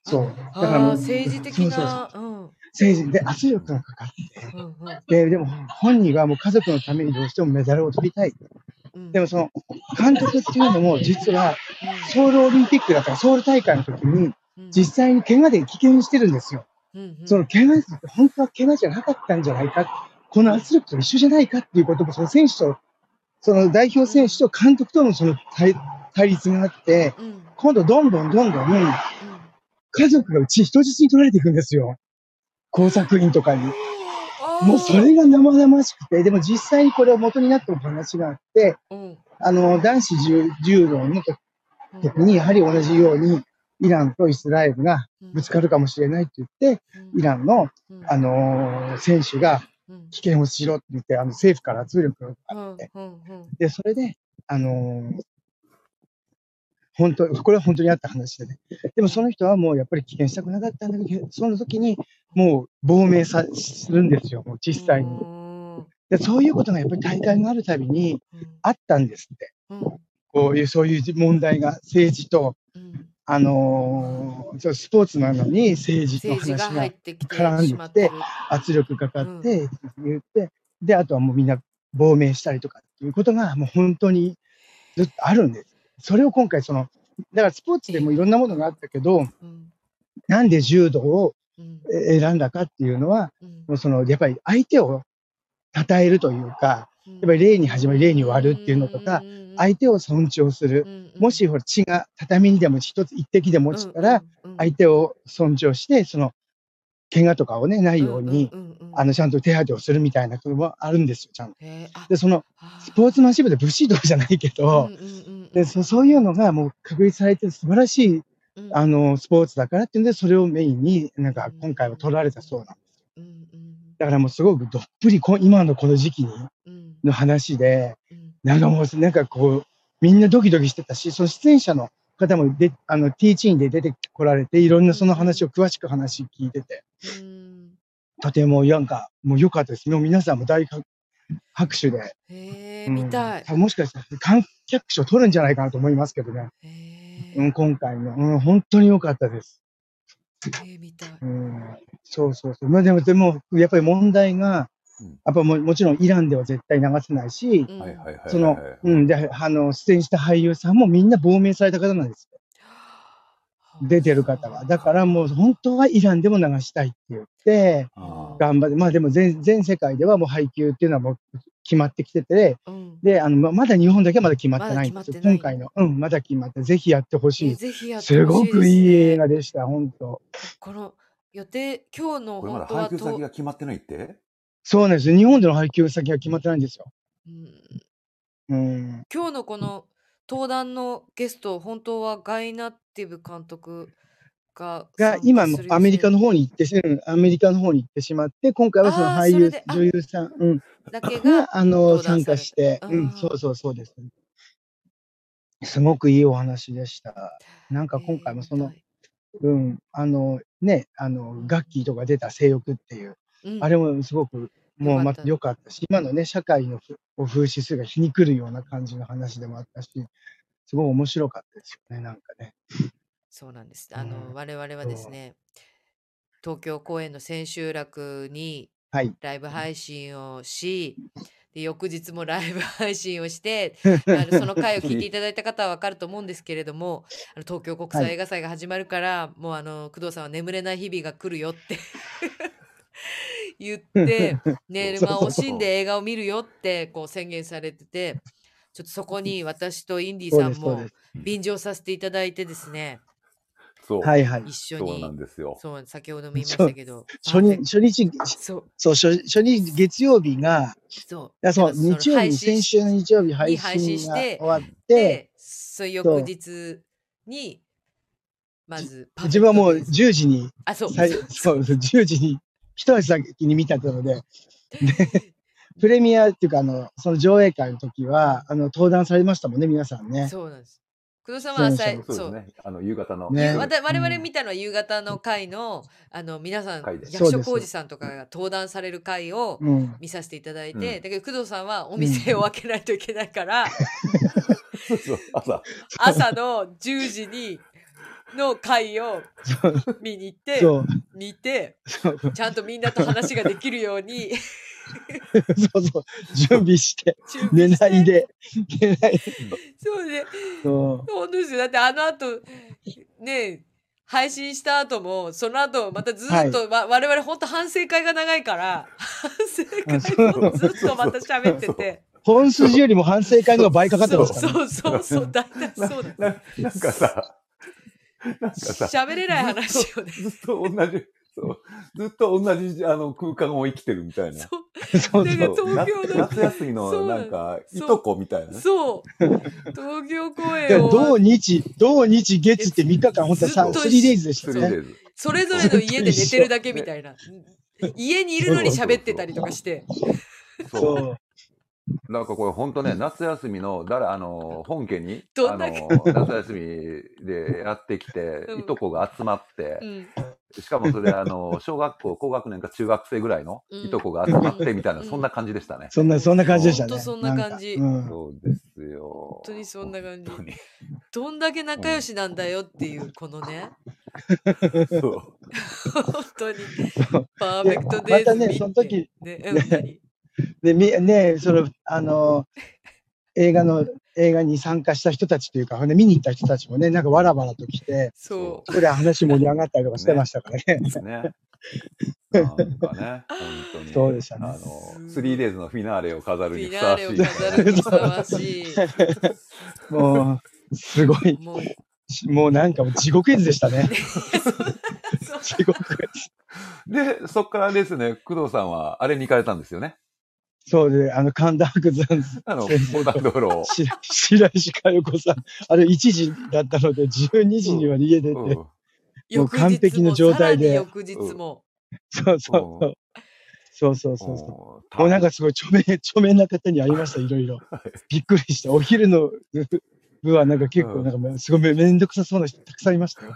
Speaker 4: そう。
Speaker 1: あ
Speaker 4: だからもう
Speaker 1: ー政治的
Speaker 4: そうそうそう
Speaker 1: なうん
Speaker 4: 政治で圧力がかかっ
Speaker 1: うんうん
Speaker 4: て、でも本人はもう家族のためにどうしてもメダルを取りたい。
Speaker 1: うん
Speaker 4: でもその監督っていうのも実はソウルオリンピックだからソウル大会の時に
Speaker 1: うん
Speaker 4: 実際に怪我で棄権してるんですよ。
Speaker 1: うんうん
Speaker 4: その怪我って本当は怪我じゃなかったんじゃないか。この圧力と一緒じゃないかっていうこともその選手と、その代表選手と監督とのその対対立があって、
Speaker 1: うんうん
Speaker 4: 今度どんどんどんどん家族がうち人質に取られていくんですよ。工作員とかに。
Speaker 1: あー
Speaker 4: もうそれが生々しくて、でも実際にこれを元になってお話があって、
Speaker 1: うん
Speaker 4: あの、男子柔柔道の時
Speaker 1: うん
Speaker 4: に、やはり同じように、イランとイスラエルが
Speaker 1: うん
Speaker 4: ぶつかるかもしれないって言って、イランの、
Speaker 1: うん
Speaker 4: あのー選手が
Speaker 1: うん
Speaker 4: 危険をしろって言って、あの、政府から圧力が。
Speaker 1: うんうんうん
Speaker 4: で、それで、あのー本当、これは本当にあった話でね。でもその人はもうやっぱり棄権したくなかったんだけど、その時にもう亡命さするんですよ、もう実際に。
Speaker 1: うん
Speaker 4: でそういうことがやっぱり大会があるたびにあったんですって。
Speaker 1: うん
Speaker 4: こういう、そういう問題が政治と、
Speaker 1: うん
Speaker 4: あのーそうスポーツなのに政治の
Speaker 1: 政治が
Speaker 4: 話
Speaker 1: 入
Speaker 4: が
Speaker 1: ってきて
Speaker 4: 絡んできて
Speaker 1: しまってる。
Speaker 4: 圧力かかって、言って、で、あとはもうみんな亡命したりとかっていうことがもう本当にずっとあるんです。それを今回その、だからスポーツでもいろんなものがあったけど、
Speaker 1: うん
Speaker 4: なんで柔道を
Speaker 1: うん
Speaker 4: え選んだかっていうのは、
Speaker 1: うん
Speaker 4: もうその、やっぱり相手を称えるというか、
Speaker 1: やっ
Speaker 4: やっぱり例に始まり例に終わるっていうのとか、、相手を尊重する。もしほら血が畳にでも一つ一滴でも落ちたら、、相手を尊重して、その、怪我とかをね、ないように、あ
Speaker 1: の、
Speaker 4: の、ちゃんと手当てをするみたいなこともあるんですよ、ちゃんと。
Speaker 1: へーあ
Speaker 4: で、その、スポーツマンシップで武士道じゃないけど、
Speaker 1: うんうんうんうん
Speaker 4: でそそういうのがもう確立されてる素晴らしい、
Speaker 1: うん
Speaker 4: あの、スポーツだからっていうので、それをメインになんか今回は取られたそうなんです。
Speaker 1: うんうん
Speaker 4: だからもうすごくどっぷりこ、今のこの時期に
Speaker 1: うん
Speaker 4: の話で、
Speaker 1: うん
Speaker 4: なんかもう、なんかこう、みんなドキドキしてたし、その出演者の方もで、あの、ティーチインで出てこられて、いろんなその話を詳しく話聞いてて、
Speaker 1: うん
Speaker 4: とてもなんか、もう良かったです。もう皆さんも大拍手で。
Speaker 1: へ
Speaker 4: う
Speaker 1: ー
Speaker 4: ん
Speaker 1: 見たい。
Speaker 4: もしかしたら観客賞取るんじゃないかなと思いますけどね。
Speaker 1: へ
Speaker 4: う
Speaker 1: ー
Speaker 4: ん、今回の、うん、本当に良かったです。
Speaker 1: へー見たい。
Speaker 4: うん、そうそうそう。まあでも、でも、やっぱり問題が
Speaker 2: うん、
Speaker 4: やっぱももちろんイランでは絶対流せないし、
Speaker 1: うん
Speaker 2: はいはいはいはいはい。
Speaker 4: その、うん、で、あの、出演した俳優さんもみんな亡命された方なんです。出てる方は。だからもう本当はイランでも流したいって言って、
Speaker 2: あー
Speaker 4: 頑張って、まあでも全全世界ではもう配給っていうのはもう決まってきてて、
Speaker 1: うん
Speaker 4: で、あの、ままだ日本だけはまだ決まってないんです
Speaker 1: まだ決
Speaker 4: よ。
Speaker 1: まってない
Speaker 4: 今回の。うん、まだ決まって、ぜひやってほし
Speaker 1: え
Speaker 4: い。
Speaker 1: ぜひやって
Speaker 4: す
Speaker 1: ほ
Speaker 4: ご
Speaker 1: し
Speaker 4: くいい
Speaker 1: ですね
Speaker 4: 映画でした、本当。
Speaker 1: この予定、今日の
Speaker 2: これま
Speaker 1: 本
Speaker 2: だ
Speaker 1: 当
Speaker 2: 配
Speaker 1: は
Speaker 2: 給
Speaker 1: と
Speaker 2: 先が決まってないって
Speaker 4: そうなんですよ。日本での配給先が決まってないんですよ。
Speaker 1: うん
Speaker 4: うん。
Speaker 1: 今日のこの登壇のゲスト、本当はガイナティブ監督が
Speaker 4: が
Speaker 1: 参加、
Speaker 4: 今
Speaker 1: する予、定
Speaker 4: アメリカの方に行ってし、うんアメリカの方に行ってしまって、今回はその
Speaker 1: あー
Speaker 4: 俳優
Speaker 1: それで、あ
Speaker 4: 女優さん、うん、
Speaker 1: だけが
Speaker 4: が、あの、
Speaker 1: 登壇
Speaker 4: 参
Speaker 1: され
Speaker 4: 加して、
Speaker 1: あー
Speaker 4: うん、そうそうそうです。すごくいいお話でした。なんか今回もその、うん、あの、ね、あの、ガッキーとか出た性欲っていう、あれ
Speaker 1: も
Speaker 4: もすごく、
Speaker 1: よ
Speaker 4: もう
Speaker 1: かっ
Speaker 4: ま
Speaker 1: た
Speaker 4: た良かったし、今のね、社会のふを風刺数が皮肉るような感じの話でもあったし、すごい面白かったですよね、なんかね。
Speaker 1: そうなんです。あの、
Speaker 4: うん
Speaker 1: 我々はです
Speaker 4: そう
Speaker 1: ね、東京公演の千秋楽に
Speaker 4: はい。
Speaker 1: ライブ配信をし、で翌日もライブ配信をして、あのその回を
Speaker 4: [laughs]
Speaker 1: 聞いていただいた方はわかると思うんですけれども、あの東京国
Speaker 4: は
Speaker 1: 際
Speaker 4: い
Speaker 1: 映画祭が始まるから、もうあの工藤さんは眠れない日々が来るよって [laughs] 言って、寝る間を惜しんで映画を見るよってこう宣言されてて、ちょっとそこに私とインディ
Speaker 4: そう
Speaker 1: さん
Speaker 4: です、そう
Speaker 1: も
Speaker 4: です。
Speaker 1: 便乗させていただいてですね、
Speaker 2: そう。
Speaker 4: はいはい。
Speaker 1: 一緒
Speaker 2: そうなん
Speaker 1: に、
Speaker 2: ですよ。
Speaker 1: そう先ほども言いまし
Speaker 4: そう
Speaker 1: たけど、
Speaker 4: 初
Speaker 1: パーフェ
Speaker 4: 日、
Speaker 1: ク
Speaker 4: 初日、
Speaker 1: トそう、
Speaker 4: そう、初初日、月曜日が、
Speaker 1: そう
Speaker 4: いやそう、
Speaker 1: だからの
Speaker 4: 日曜
Speaker 1: 配
Speaker 4: 日、
Speaker 1: 信
Speaker 4: 先
Speaker 1: し
Speaker 4: 週の日曜日配
Speaker 1: に配信
Speaker 4: 信
Speaker 1: し
Speaker 4: が
Speaker 1: て
Speaker 4: 終わっ
Speaker 1: で
Speaker 4: て、
Speaker 1: そう翌日に、まず、パーフェ
Speaker 4: 自分はもう
Speaker 1: クトです
Speaker 4: 10時に、
Speaker 1: あ、そう、
Speaker 4: さい
Speaker 1: [laughs]
Speaker 4: そう、10時に、一足先に見たので、プレミアっていうか、あの、その上映会の時は、あの、登壇されましたもんね、皆さんね。
Speaker 1: そうなんです。工藤さんは朝い、
Speaker 2: そうで
Speaker 1: そ
Speaker 2: す
Speaker 1: う。
Speaker 2: ね。あの、夕方の。
Speaker 4: ね
Speaker 1: わた我々
Speaker 4: うん
Speaker 1: 見たのは夕方の回の、あの、皆さん
Speaker 2: 回、です
Speaker 1: 役
Speaker 4: そ
Speaker 1: 所
Speaker 4: うです
Speaker 1: 広司さんとかが登壇される回を
Speaker 4: うん。
Speaker 1: 見させていただいて、
Speaker 2: う
Speaker 1: だけど工藤さんはお店を開けないといけないから、
Speaker 2: [laughs] そうそう
Speaker 1: [laughs]
Speaker 2: 朝。
Speaker 1: 朝の10時にの回を見に行って
Speaker 4: そう、
Speaker 1: 見て
Speaker 4: そう、
Speaker 1: ちゃんとみんなと話ができるように
Speaker 4: [laughs] そうそう、準備して、
Speaker 1: 準
Speaker 4: [laughs]
Speaker 1: 備
Speaker 4: 寝
Speaker 1: して
Speaker 4: ないで、寝ないで。
Speaker 1: そうね
Speaker 4: そう
Speaker 1: 本当ですよだってあの後ね配信した後もその後またずっと、わ我々本当反省会が長いから反
Speaker 4: あ
Speaker 1: 省
Speaker 4: そ
Speaker 1: 会を
Speaker 4: う
Speaker 1: ずっとまた喋ってて
Speaker 4: 本筋よりも反省会の方が倍かかって
Speaker 1: そ
Speaker 4: ま
Speaker 1: う
Speaker 4: すからね。
Speaker 1: そうそうそう大体そうだ
Speaker 2: ななんかさ、なんかさ、
Speaker 1: 喋れない話をね
Speaker 2: ずっと同じ、そう、ずっと同じあの空間を生きてるみたいな。
Speaker 1: そう
Speaker 4: そうう
Speaker 1: そう
Speaker 4: そう。
Speaker 2: そう
Speaker 1: 東京の
Speaker 2: 夏夏休み
Speaker 1: そう
Speaker 2: の
Speaker 1: なの
Speaker 2: なんか、い
Speaker 1: そう
Speaker 2: とこみたいなね。
Speaker 4: [laughs]
Speaker 1: そう東京公
Speaker 4: で
Speaker 1: 演を
Speaker 4: 土日、土日、月って3日間、本当はさ、
Speaker 1: ずっと
Speaker 4: 3days でした
Speaker 2: ス
Speaker 4: よ
Speaker 2: リ
Speaker 4: ね
Speaker 2: ー。デイズ。
Speaker 1: それぞれの家で寝てるだけみたいな。家にいるのに喋ってたりとかして。
Speaker 2: そう。
Speaker 4: そう。
Speaker 2: なんかこれ本当ね、夏休みの、だら、あの、本家に、
Speaker 1: ど
Speaker 2: あ
Speaker 1: んだけ
Speaker 2: の、夏休みでやってきて、
Speaker 1: うん
Speaker 2: いとこが集まって
Speaker 1: う、ん。
Speaker 2: しかもそれ、あの、小学校、高学年か中学生ぐらいの
Speaker 1: うん
Speaker 2: いとこが集まってみたいな、
Speaker 1: うん
Speaker 2: そんな感じでしたね。
Speaker 4: そんな、そんな感じでしたね。
Speaker 1: ほんとそんな感じ
Speaker 4: なんかうん
Speaker 2: そうですよ。
Speaker 1: 本当にそんな感じ
Speaker 2: 本当に [laughs]
Speaker 1: どんだけ仲良しなんだよっていう、このね。
Speaker 2: そう
Speaker 1: 本当
Speaker 4: [laughs]
Speaker 1: に。パーフェクトデイズ
Speaker 4: また
Speaker 1: 見
Speaker 4: ね
Speaker 1: て
Speaker 4: その時。
Speaker 1: ね、うん何
Speaker 4: で、み、ね、その、あの、映画の、映画に参加した人たちというか、ね、見に行った人たちもね、なんかわらわらと来て、
Speaker 1: そう。
Speaker 4: そこで話盛り上がったりとかしてましたからね。 [laughs]
Speaker 2: ですね。なんかね、本当に。
Speaker 4: そうでしたね
Speaker 2: あの、3days のフィナーレを飾
Speaker 1: フ
Speaker 2: る
Speaker 1: ィ
Speaker 2: にふ
Speaker 1: ナ
Speaker 2: さ
Speaker 1: ーレ
Speaker 2: わしい
Speaker 1: を
Speaker 2: みたいな。
Speaker 1: 飾るにふさわしい。
Speaker 4: もう、すごい、
Speaker 1: もう、
Speaker 4: [laughs] もうなんかもう地獄絵図でしたね。
Speaker 1: [laughs] そう
Speaker 4: 地獄絵図。
Speaker 2: で、そこからですね、工藤さんは、あれに行かれたんですよね。
Speaker 4: そうで、あの、神田伯山、
Speaker 2: あの、横断道路を。
Speaker 4: し白石佳代子さん、あれ1時だったので、12時には家出て、
Speaker 2: うん
Speaker 4: もう
Speaker 1: 翌日も
Speaker 4: 完璧な状態で
Speaker 1: さらに翌日も。
Speaker 4: そうそうそう。そうそうそうそう。
Speaker 2: うん
Speaker 4: もうなんかすごい著名、著名な方に会いました、いろいろ。びっくりして、お昼の部はなんか結構、なんかめすごいめめんどくさそうな人たくさんいましたよ。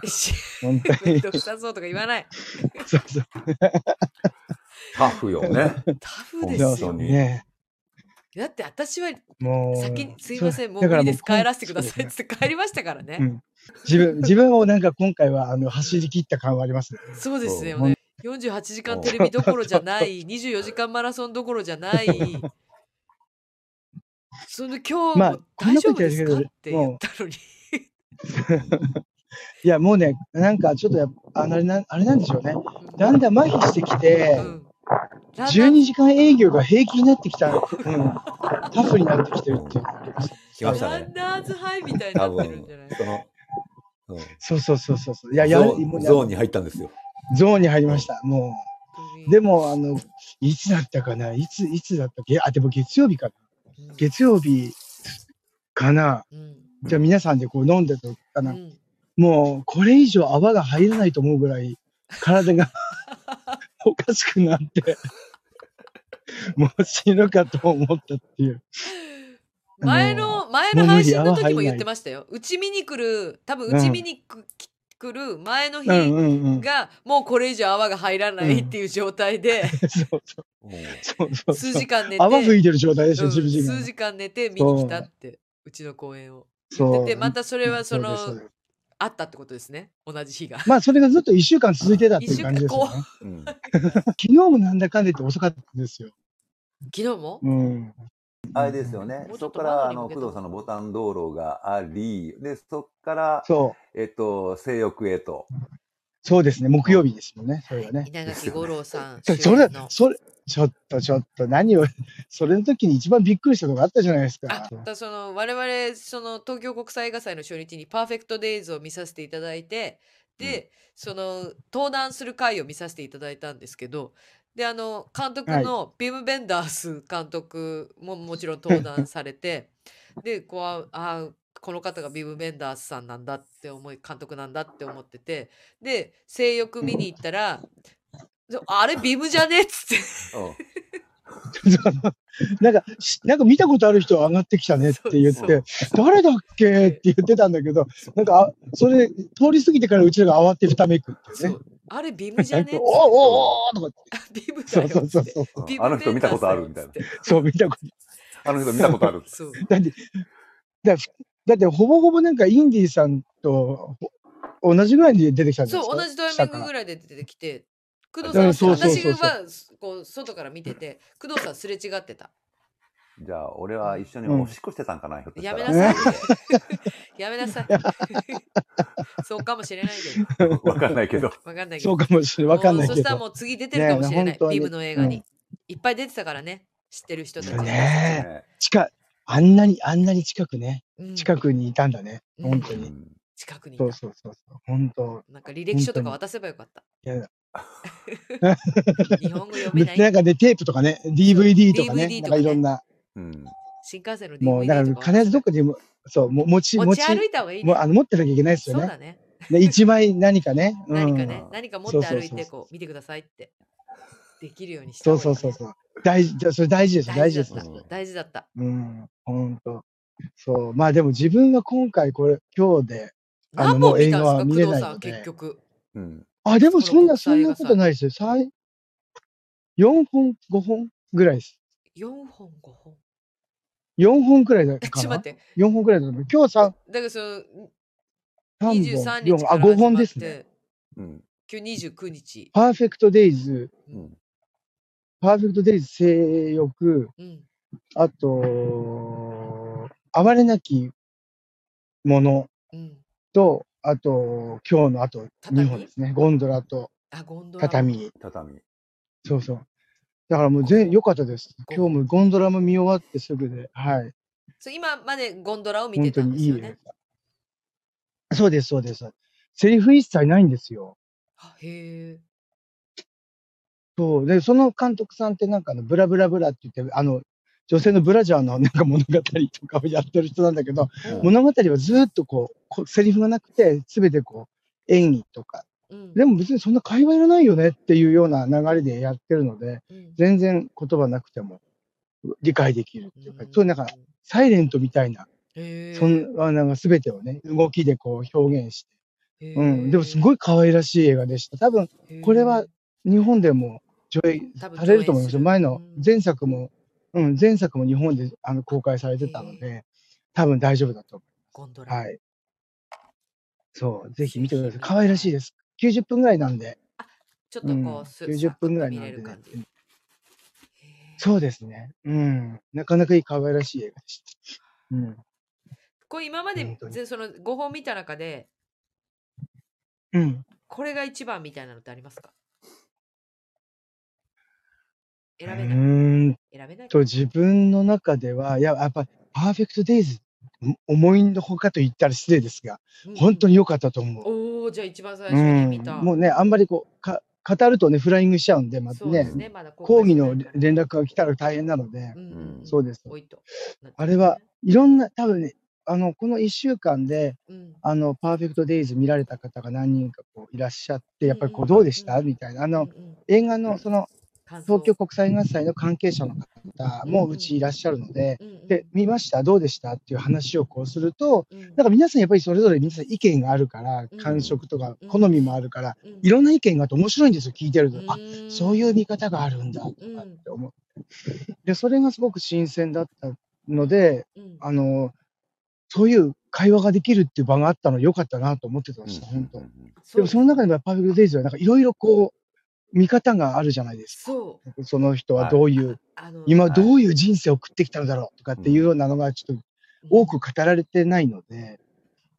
Speaker 4: 本当
Speaker 1: めん
Speaker 4: に。
Speaker 1: どくさそうとか言わない。
Speaker 4: そうそう。
Speaker 2: タフよね。
Speaker 1: タフで
Speaker 4: そう
Speaker 1: す
Speaker 4: そ
Speaker 1: よ。
Speaker 4: うね。
Speaker 1: だって私は
Speaker 4: もう。
Speaker 1: 先にすいません、もう
Speaker 4: だ
Speaker 1: 無
Speaker 4: から
Speaker 1: 理
Speaker 4: もう
Speaker 1: です、帰らせてくださいっ
Speaker 4: そう
Speaker 1: つって帰りましたから
Speaker 4: う
Speaker 1: ね。
Speaker 4: ん自分、自分をなんか今回は、あの、走り切った感はありますね。
Speaker 1: そうですよ
Speaker 4: ほん
Speaker 1: ね。48時間テレビどころじゃない、24時間マラソンどころじゃない。その今日
Speaker 4: まあ
Speaker 1: も大丈夫ですか
Speaker 4: こん
Speaker 1: っ
Speaker 4: なこと
Speaker 1: て
Speaker 4: 言
Speaker 1: 言
Speaker 4: っ
Speaker 1: ったのに。
Speaker 4: いや、もうね、なんかちょっとやっぱ、あれな、あれなんでしょうね。だんだん麻痺してきて、
Speaker 1: うんだんだん
Speaker 4: 12時間営業が平気になってきた、うん、タフになってきてるっていう。
Speaker 2: 来ました
Speaker 1: ラ
Speaker 2: ね
Speaker 1: ン。ナーズハイみたいになってるんじゃない
Speaker 2: その、うん
Speaker 4: そうそうそうそうそう。いや、や
Speaker 2: ゾ
Speaker 4: も
Speaker 2: ー
Speaker 4: う
Speaker 2: ン
Speaker 4: や
Speaker 2: ゾーンに入ったんですよ。
Speaker 4: ゾーンに入りました。もう。で
Speaker 1: も、
Speaker 4: も、あの、いつだったかな、いつ、いつだったっけ、あ、でも月曜日かな。
Speaker 1: うん
Speaker 4: 月曜日かな。
Speaker 1: うん
Speaker 4: じゃあ皆さんでこう飲んでたか
Speaker 1: う
Speaker 4: な。
Speaker 1: ん
Speaker 4: もう、これ以上泡が入らないと思うぐらい、体
Speaker 1: [laughs]
Speaker 4: がおかしくなって、もう死ぬかと思ったっていう。
Speaker 1: 前
Speaker 4: も
Speaker 1: の、前の配信の時
Speaker 4: もう無理泡入ん
Speaker 1: も
Speaker 4: ない
Speaker 1: 言ってましたよ。うち見に来る、多分うち見にくき来る前の日
Speaker 4: うんうんうん。
Speaker 1: が、もうこれ以上泡が入らないっていう状態で、
Speaker 4: [laughs] そうそう
Speaker 2: うん
Speaker 4: そうそう。
Speaker 1: 数時間寝て、
Speaker 4: 泡吹いてる状態 [laughs] でし
Speaker 1: う
Speaker 4: ょ、
Speaker 1: ん
Speaker 4: 自分自
Speaker 1: 数時間寝て見に来たって、うちの公演を。
Speaker 4: そう。
Speaker 1: で、またそれはその、
Speaker 4: そうです
Speaker 1: あったってことですね。同じ日が。
Speaker 4: まあ、それがずっと1週間続いてたっていう感じですよ、
Speaker 1: 一
Speaker 4: ね。
Speaker 2: うん
Speaker 4: 昨日もなんだかんで言って遅かったんですよ。
Speaker 1: 昨日も
Speaker 4: うん。
Speaker 2: あれですよね
Speaker 1: も。うちょ
Speaker 2: そ
Speaker 1: っ
Speaker 2: ことから、あ
Speaker 1: 窓に向
Speaker 2: の、
Speaker 1: けた
Speaker 2: 工藤さんのボタン道路があり、で、そこから、
Speaker 4: そう。
Speaker 2: えっと、性欲へと。
Speaker 4: そうですね。木曜日ですもんね。それがね。
Speaker 1: 稲垣吾郎さん。
Speaker 4: そ
Speaker 1: 主
Speaker 4: れ
Speaker 1: 演の、
Speaker 4: それ、ちょっとちょっと何を、それの時に一番びっくりしたのがあったじゃないです
Speaker 1: あ
Speaker 4: か。
Speaker 1: だその我々その東京国際映画祭の初日に「パーフェクト・デイズ」を見させていただいてで、その登壇する回を見させていただいたんですけどであの監督のビム・ベンダース監督ももちろん登壇されてでこうああこの方がビム・ベンダースさんなんだって思い監督なんだって思っててで性欲見に行ったら「あれビムじゃね?」っつって。
Speaker 2: う
Speaker 4: [laughs] なんか、しなんか見たことある人上がってきたねって言っ
Speaker 1: そうそ
Speaker 4: て、誰だっけって言ってたんだけど、なんか、あそれ、通り過ぎてからうちらが慌てふためくって
Speaker 1: そ
Speaker 4: いうね。
Speaker 1: うあれビムじ
Speaker 4: な
Speaker 1: ゃ
Speaker 4: んか
Speaker 1: ね
Speaker 4: おおおおとかって。
Speaker 1: ビムだ
Speaker 4: そ
Speaker 1: よ
Speaker 4: う
Speaker 1: っ
Speaker 4: そう
Speaker 1: つ
Speaker 4: そ
Speaker 1: っ
Speaker 4: う
Speaker 1: て
Speaker 4: そう。
Speaker 1: ビ
Speaker 2: ん
Speaker 1: ム
Speaker 2: あの人見たことあるみたいな
Speaker 1: ベ。ンダーさんっつって
Speaker 4: そう、見たこと
Speaker 2: あの人見たことある。
Speaker 1: そう。
Speaker 4: だって、だだってほぼほぼなんかインディーさんとほ同じぐらいで出てきたんですか
Speaker 1: そう、同じタイミングぐ
Speaker 4: らい。
Speaker 1: らいで出てきて、工藤
Speaker 2: う
Speaker 1: さん
Speaker 2: んそう
Speaker 1: は、
Speaker 2: そう
Speaker 4: そうそう
Speaker 1: 私はこう外から見てて、工藤さんすれ違ってた。
Speaker 2: じゃあ、俺は一緒におしっこしてたんかな、ひょっとし
Speaker 1: や
Speaker 2: た
Speaker 1: め
Speaker 2: ら
Speaker 1: な。さい。
Speaker 4: [laughs]
Speaker 1: やめなさい。そうかもしれないけど、
Speaker 2: わかんないけど。
Speaker 1: わかんないけ
Speaker 4: そ
Speaker 1: ど。
Speaker 4: うかもしれない。わかんない
Speaker 1: もうそ
Speaker 4: け
Speaker 1: したら
Speaker 4: ど。
Speaker 1: もう次出てるかもしれな
Speaker 4: ね
Speaker 1: い
Speaker 4: え本。当に
Speaker 1: ビームの映画
Speaker 4: う
Speaker 1: に。いっぱい出てたからね。知ってる人たちが。
Speaker 4: ね
Speaker 2: ね
Speaker 4: 近い。あんなに、あんなに近くね。
Speaker 1: うん
Speaker 4: 近くにいたんだね。
Speaker 1: うん
Speaker 4: 本当
Speaker 2: う
Speaker 4: に。
Speaker 2: ん
Speaker 1: 近くにい
Speaker 4: そう
Speaker 1: た。
Speaker 4: そうそうそう。本当。
Speaker 1: なんか履歴書とか渡せばよかった。
Speaker 4: [laughs] いや
Speaker 1: 日本語読めな
Speaker 4: でなん
Speaker 1: い。
Speaker 4: かね、テープとかね、DVD とかね、
Speaker 1: DVD と
Speaker 4: なん
Speaker 1: か
Speaker 4: か
Speaker 1: ね
Speaker 4: いろんな、
Speaker 2: うん。
Speaker 1: 新幹線の
Speaker 4: もう、だ
Speaker 1: DVD
Speaker 4: か
Speaker 1: とか
Speaker 4: ら必ずどっかにも、そう、も持ち、
Speaker 1: 持
Speaker 4: 持
Speaker 1: ち
Speaker 4: ち、
Speaker 1: 歩いた方がいいね
Speaker 4: もう。あの持ってなきゃいけないですよ
Speaker 1: そう
Speaker 4: ね。
Speaker 1: だね。
Speaker 4: で一枚何かね。うん
Speaker 1: 何かね、何か持って
Speaker 4: そうそ
Speaker 1: 歩
Speaker 4: うそう
Speaker 1: い
Speaker 4: そう
Speaker 1: てこう見てくださいってできるようにした
Speaker 4: そ
Speaker 1: 方がいいね、
Speaker 4: うそうそうそう。大事、じゃあそれ大事ですよ、大事です
Speaker 1: だ
Speaker 4: よ
Speaker 1: っ。
Speaker 2: ね
Speaker 1: た。大事だった。
Speaker 4: うん、ほんと。そう。まあでも自分が今回これ、今日で、あの
Speaker 1: 何本見た
Speaker 4: もう映画は
Speaker 1: ん
Speaker 4: 見
Speaker 1: です
Speaker 4: れ
Speaker 1: か、工
Speaker 4: な
Speaker 1: 藤
Speaker 4: い
Speaker 1: さ
Speaker 4: の
Speaker 1: ん、結
Speaker 4: で
Speaker 1: 局。
Speaker 2: うん。
Speaker 4: あ、でもそんな、
Speaker 1: そ
Speaker 4: そ
Speaker 1: の
Speaker 4: ん
Speaker 1: 国際映画
Speaker 4: な
Speaker 1: 祭
Speaker 4: ことないですよ。最、4本、5本ぐらいです。
Speaker 1: 4本、5本。
Speaker 4: 4本くらいだ
Speaker 1: え、
Speaker 4: か
Speaker 1: ちょっと
Speaker 4: ら
Speaker 1: 待って。
Speaker 4: ?4 本くらいだと思う。今日
Speaker 1: だ
Speaker 4: 3、
Speaker 1: からその、
Speaker 4: 3
Speaker 1: 23
Speaker 4: 本、
Speaker 1: 日
Speaker 4: 4
Speaker 1: か
Speaker 4: 本、
Speaker 1: ら
Speaker 4: あ、5本ですね。
Speaker 2: うん。
Speaker 1: 今日29日。
Speaker 4: パーフェクトデイズ、
Speaker 2: うん。
Speaker 4: パーフェクトデイズ性欲、
Speaker 1: うん。
Speaker 4: あと、哀れなきもの
Speaker 1: うん。
Speaker 4: と、あと、今日のあと2本ですね。ゴンドラと
Speaker 1: あ、ゴンドラ。
Speaker 4: 畳。
Speaker 2: 畳。
Speaker 4: そうそう。だからもう全、良かったです。
Speaker 1: ご
Speaker 4: 今日もゴンドラも見終わってすぐで、はい。
Speaker 1: そう今までゴンドラを見て
Speaker 4: 本当
Speaker 1: たんで
Speaker 4: に
Speaker 1: す
Speaker 4: い
Speaker 1: よ
Speaker 4: い映
Speaker 1: ね。
Speaker 4: 画。そうです、そうです。セリフ一切ないんですよ。
Speaker 1: あへえ。
Speaker 4: そう。で、その監督さんってなんかあの、ブラブラブラって言って、あの、女性のブラジャーのなんか物語とかをやってる人なんだけど、
Speaker 2: うん
Speaker 4: 物語はずーっとこう、こセリフがなくて、すべてこう、演技とか。
Speaker 1: うん。
Speaker 4: でも別にそんな会話いらないよねっていうような流れでやってるので、
Speaker 1: うん、
Speaker 4: 全然言葉なくても理解できるっていうか、そういうなんか、
Speaker 1: う
Speaker 4: サイレントみたいな、
Speaker 1: へえ。
Speaker 4: そんな、なんか全てをね、動きでこう表現して。
Speaker 1: へえ、
Speaker 4: うん。でもすごい可愛らしい映画でした。多分、
Speaker 1: い
Speaker 4: これは日本でも上映
Speaker 1: 多分
Speaker 4: されると思い
Speaker 1: 上映
Speaker 4: ます
Speaker 1: す
Speaker 4: よ。
Speaker 1: る
Speaker 4: 前の
Speaker 1: うん
Speaker 4: 前作も、うん、前作も日本であの公開されてたので、多分大丈夫だと思
Speaker 1: ゴンド
Speaker 4: う。
Speaker 1: ラ。
Speaker 4: はい。そう、ぜひ見てくださ
Speaker 1: ぜひ
Speaker 4: い。可愛らしいです。90分ぐらいなんで、
Speaker 1: ちょっ
Speaker 4: う
Speaker 1: と
Speaker 4: ん、
Speaker 1: こう、す
Speaker 4: 90分ぐらいなん
Speaker 1: サクッと見れる
Speaker 4: で、ね
Speaker 1: 感じ。
Speaker 4: うん
Speaker 1: へえ
Speaker 4: そうですね。うん。なかなかいい可愛らしい映画でした。うん。
Speaker 1: これ今ま
Speaker 4: 本
Speaker 1: で
Speaker 4: 当に
Speaker 1: ぜその5本見た中で、
Speaker 4: うん。
Speaker 1: これが一番みたいなのってありますか選
Speaker 4: う
Speaker 1: べない。
Speaker 4: ーん
Speaker 1: 選べない。
Speaker 4: と、自分の中では、いや、やっぱ、パーフェクトデイズ、思いのほかと言ったら失礼ですが、
Speaker 1: うんうん
Speaker 4: 本当に良かったと思う。
Speaker 1: おお、じゃあ一番最
Speaker 4: う
Speaker 1: 初に見
Speaker 4: ん
Speaker 1: た。、
Speaker 4: もうね、あんまりこうか語るとね、フライングしちゃうんで、また
Speaker 1: そうで
Speaker 4: ね、
Speaker 1: すね、まだ公
Speaker 4: 講
Speaker 1: 開
Speaker 4: 義
Speaker 1: してな
Speaker 4: の
Speaker 1: いから
Speaker 4: 連絡が来たら大変なので、
Speaker 1: うんうん
Speaker 4: そうです。
Speaker 1: 多いとなっちゃうね
Speaker 4: あれは、いろんな、多分ね、あのこの1週間で、
Speaker 1: うん
Speaker 4: あのパーフェクト・デイズ見られた方が何人かこういらっしゃって、やっぱりこ
Speaker 1: うんう
Speaker 4: う
Speaker 1: んうん
Speaker 4: どうでしたみたいな、あ
Speaker 1: うんう
Speaker 4: の
Speaker 1: ん
Speaker 4: 映画のその
Speaker 1: 感想
Speaker 4: 東京国際映画祭の関係者の方もうちいらっしゃるので、
Speaker 1: うんうん
Speaker 4: で見ました、どうでしたっていう話をこうすると、
Speaker 1: うん
Speaker 4: なんか皆さんやっぱりそれぞれ皆さん意見があるから
Speaker 1: うん、
Speaker 4: 感触とか
Speaker 1: うん
Speaker 4: 好みもあるから、
Speaker 1: うん
Speaker 4: いろんな意見があって面白いんですよ、聞いてると。あ、
Speaker 1: ん
Speaker 4: そういう見方があるんだと
Speaker 1: うん
Speaker 4: かって思って。で、それがすごく新鮮だったので、
Speaker 1: うん
Speaker 4: あの、そういう会話ができるっていう場があったの良かったなと思ってたんですよ、本当。でもその中でもやっぱパーフェクトデイズはなんかいろいろこう、見方があるじゃないです
Speaker 1: そう
Speaker 4: か。その人はどういう、
Speaker 1: あの
Speaker 4: 今どういう人生を送ってきたのだろうとかっていうようなのがちょっと多く語られてないので、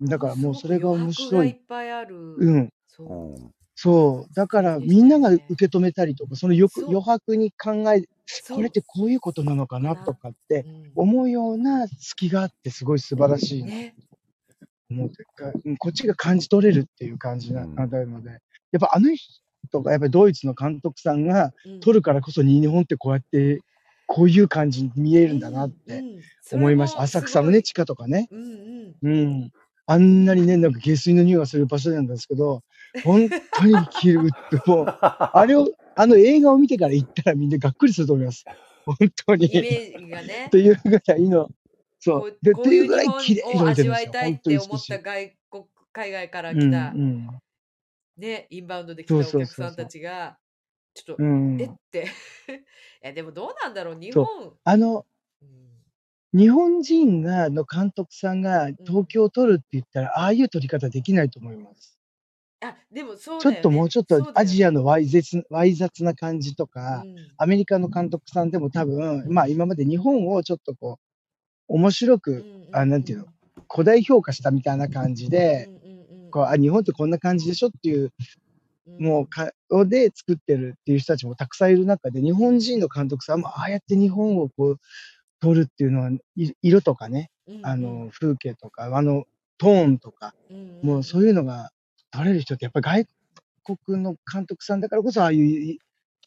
Speaker 4: だからもうそれが面白
Speaker 1: い
Speaker 4: い。
Speaker 1: っぱいある。
Speaker 4: う。ん。
Speaker 1: そう
Speaker 2: うん
Speaker 4: そう。だから、みんなが受け止めたりとか、その余
Speaker 1: そう
Speaker 4: 余白に考え、
Speaker 1: そう
Speaker 4: これってこういうことなのかなとかって
Speaker 1: うん
Speaker 4: 思うような隙があって、すごい素晴らしいなと
Speaker 1: ね。
Speaker 4: 思って、うんこっちが感じ取れるっていう感じな
Speaker 2: うん
Speaker 4: なので、やっぱあの人が、やっぱりドイツの監督さんが
Speaker 1: うん
Speaker 4: 撮るからこそ日本ってこうやって、こういう感じに見えるんだなっ
Speaker 1: う
Speaker 4: て
Speaker 1: んうん
Speaker 4: 思いました。
Speaker 1: それ
Speaker 4: 浅草のね、
Speaker 1: す
Speaker 4: 地下とかね。
Speaker 1: ごいうんうん。
Speaker 4: うん。あんなにね、なんか下水の匂いがする場所なんです
Speaker 1: [laughs]
Speaker 4: けど、本当に切る、もう、あれを、あの映画を見てから行ったらみんながっくりすると思います。本当に。
Speaker 1: イメ
Speaker 4: っ
Speaker 1: ージがね
Speaker 4: て。いうぐらいの、そ
Speaker 1: こ
Speaker 4: う
Speaker 1: う。
Speaker 4: で、っ
Speaker 1: こ
Speaker 4: て
Speaker 1: うい
Speaker 4: いううぐら
Speaker 1: 日
Speaker 4: い綺麗に
Speaker 1: 本を
Speaker 4: 撮れて
Speaker 1: 味
Speaker 4: るんで
Speaker 1: わ
Speaker 4: す
Speaker 1: い
Speaker 4: よ。
Speaker 1: たいっ
Speaker 4: 本当に
Speaker 1: て
Speaker 4: 美
Speaker 1: 思っ
Speaker 4: しい
Speaker 1: た。外国、海外から
Speaker 4: う
Speaker 1: 来
Speaker 4: ん、う
Speaker 1: た、
Speaker 4: ん。
Speaker 1: ね、インバウンドで来た
Speaker 4: そ
Speaker 1: お
Speaker 4: うそうそう
Speaker 1: 客さんたちが、ちょっと、
Speaker 4: うん
Speaker 1: えって。え、でもどうなんだろう、日
Speaker 4: そう
Speaker 1: 本。
Speaker 4: あの、
Speaker 1: うん
Speaker 4: 日本人が、の監督さんが東京を撮るって言ったら、ああいう撮り方できないと思います。
Speaker 1: あ、でもそう
Speaker 4: ちょ
Speaker 1: だよ
Speaker 4: っ
Speaker 1: ね
Speaker 4: ともうちょっ
Speaker 1: そう
Speaker 4: と
Speaker 1: だよね
Speaker 4: アジアのわいぜつわい雑な感じとか、
Speaker 1: うん
Speaker 4: アメリカの監督さんでも多分、まあ今まで日本をちょっとこう、面白
Speaker 1: う
Speaker 4: く
Speaker 1: ん
Speaker 4: あなんていうの古代評価したみたいな感じで、こうあ日本ってこんな感じでしょっていう、もうか、をで作ってるっていう人たちもたくさんいる中で、日本人の監督さんもああやって日本をこう、撮るっていうのは、い色とかね、
Speaker 1: うん
Speaker 4: あの、、風景とか、あの、トーンとか、もうそう
Speaker 1: い
Speaker 4: いうのが撮れる人ってやっぱり外国の監督さんだからこそ、ああいう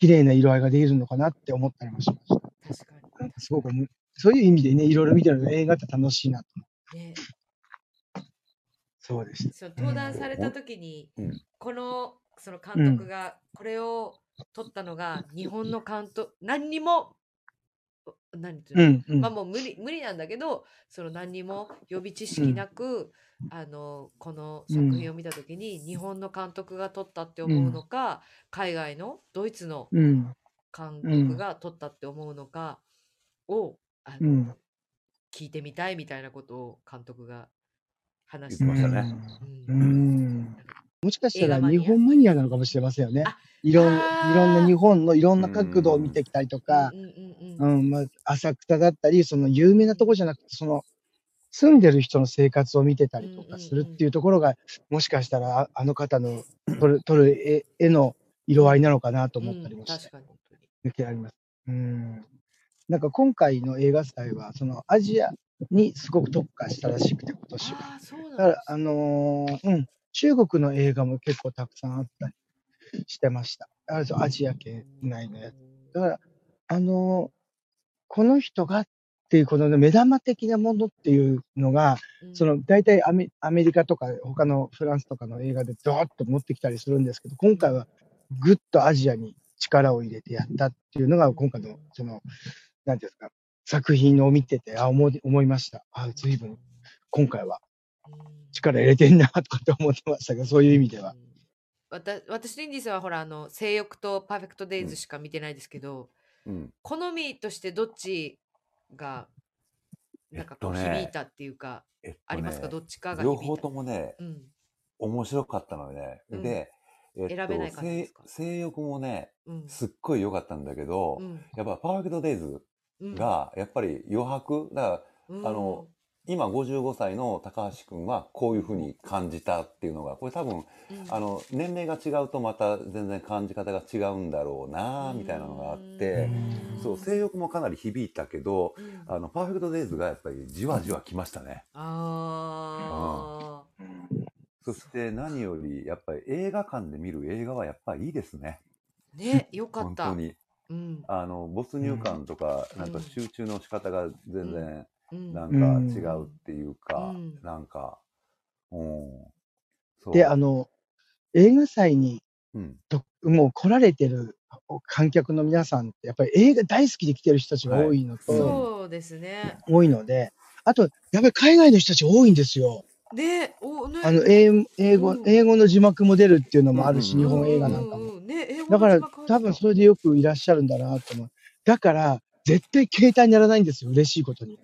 Speaker 4: 綺麗な色合いができるのかなって思ったりもしました。
Speaker 1: うん。確か
Speaker 4: なんかすごく思う、そういう意味でね、いろいろ見てるの映画って楽しいなと。
Speaker 1: に。ね、
Speaker 4: そうでした。
Speaker 1: その登壇された時に、
Speaker 2: うん
Speaker 1: この、その監督が、これを取ったのが日本のカウント何にも何ていう
Speaker 4: う
Speaker 1: の、
Speaker 4: ん、うん
Speaker 1: まあもう無理無理なんだけどその何にも予備知識なく、あのこの作品を見た時に日本の監督が撮ったって思うのか、海外のドイツの
Speaker 4: うん、
Speaker 1: 監
Speaker 4: う
Speaker 1: 督
Speaker 4: ん
Speaker 1: が撮ったって思うのかをあ
Speaker 4: う
Speaker 1: の、
Speaker 4: ん。
Speaker 1: 聞いてみたいみたいなことを監督が話し
Speaker 2: 言ってましたね
Speaker 1: うん
Speaker 4: うんもしかした
Speaker 1: 映画
Speaker 4: ら
Speaker 1: マニア
Speaker 4: 日本マニアなのかもしれませんよね
Speaker 1: あ。
Speaker 4: いろんい
Speaker 1: あー
Speaker 4: ろんな日本のいろんな角度を見てきたりとか
Speaker 1: う、んうんう
Speaker 4: うん
Speaker 1: うん
Speaker 4: んまあ、浅草だったり、その有名なとこじゃなくて、その住んでる人の生活を見てたりとかするっていうところが、もしかしたらああの方の撮る撮る絵絵の色合いなのかなと思ったり
Speaker 1: うん
Speaker 4: もして
Speaker 1: 確。かに本当に
Speaker 4: 向きあります。うん。なんか今回の映画祭は、そのアジアにすごく特化したらしくて、今年は。
Speaker 1: ああそうなん
Speaker 4: だか
Speaker 1: だ
Speaker 4: ら、あのーうん、中国の映画も結構たくさんあったりしてました。あれそうアジア系内のやつ。だから、あのーこの人がっていう、このね目玉的なものっていうのが、
Speaker 1: うん
Speaker 4: その大体アメアメリカとか他のフランスとかの映画でドーッと持ってきたりするんですけど、今回はぐっとアジアに力を入れてやったっていうのが、今回の、その、なんていうんですか、作品を見てて、あ、思い思いました。あ、随分、今回は
Speaker 1: うん
Speaker 4: 力入れてんなとかって思ってましたけど、そういう意味では
Speaker 1: う。ん。わた私、リンディさんはほら、あの、性欲とパーフェクトデイ
Speaker 2: う
Speaker 1: ズ
Speaker 2: ん
Speaker 1: しか見てないですけど、
Speaker 2: うん、
Speaker 1: 好みとしてどっちが、なんかこう、
Speaker 2: えっとね
Speaker 1: 響いたっていうか、
Speaker 2: えっとね
Speaker 1: ありますか、どっちかが響い
Speaker 2: 両
Speaker 1: た。
Speaker 2: 方ともね、
Speaker 1: うん。
Speaker 2: 面白かったのね。
Speaker 1: うん
Speaker 2: で、えっと
Speaker 1: 選べない感じですか
Speaker 2: 性性欲もね、
Speaker 1: うん。
Speaker 2: すっごい良かったんだけど、
Speaker 1: うん
Speaker 2: やっぱパーフェクトデイズ
Speaker 1: うん、
Speaker 2: が、やっぱり余白、だから
Speaker 1: うん
Speaker 2: あの、今55歳の高橋くんはこういうふうに感じたっていうのが、これ多
Speaker 1: う
Speaker 2: 分、
Speaker 1: ん
Speaker 2: あの、年齢が違うとまた全然感じ方が違うんだろうなみたいなのがあって、そう、性欲もかなり響いたけど、
Speaker 1: うん
Speaker 2: あの、パーフェクトデイズがやっぱりじわじわ来ましたね。
Speaker 1: あ
Speaker 2: そして何より、やっぱり映画館で見る映画はやっぱりいいですね。
Speaker 1: ー。ね、よか
Speaker 2: 本
Speaker 1: った。
Speaker 2: 当に。
Speaker 1: うん。
Speaker 2: あの、没入感とか、
Speaker 1: うん
Speaker 2: なんか集中の仕方が全然、
Speaker 1: うん
Speaker 2: なん
Speaker 4: う
Speaker 2: か
Speaker 4: ん
Speaker 2: 違うっていうか、
Speaker 1: うん
Speaker 2: なんか、うん。そう。
Speaker 4: で、あの、映画祭に
Speaker 2: うん。
Speaker 4: ともう来られてる観客の皆さんって、やっぱり映画大好きで来てる人たちが多いのと、
Speaker 2: はい
Speaker 1: そうですね。
Speaker 4: 多いので、あと、やっぱり海外の人たち多いんですよ。
Speaker 1: ね、お、ね。
Speaker 4: あの、英英語、
Speaker 1: うん
Speaker 4: 英語の字幕も出るっていうのもあるし、
Speaker 2: うん
Speaker 4: 日本映画なんか
Speaker 1: う
Speaker 4: も。
Speaker 1: うう。ね、英語
Speaker 4: だ
Speaker 1: の
Speaker 4: から
Speaker 1: 字幕、
Speaker 4: 多分それでよくいらっしゃるんだなと思う。だから、絶対携帯にならないんですよ、嬉しいことに。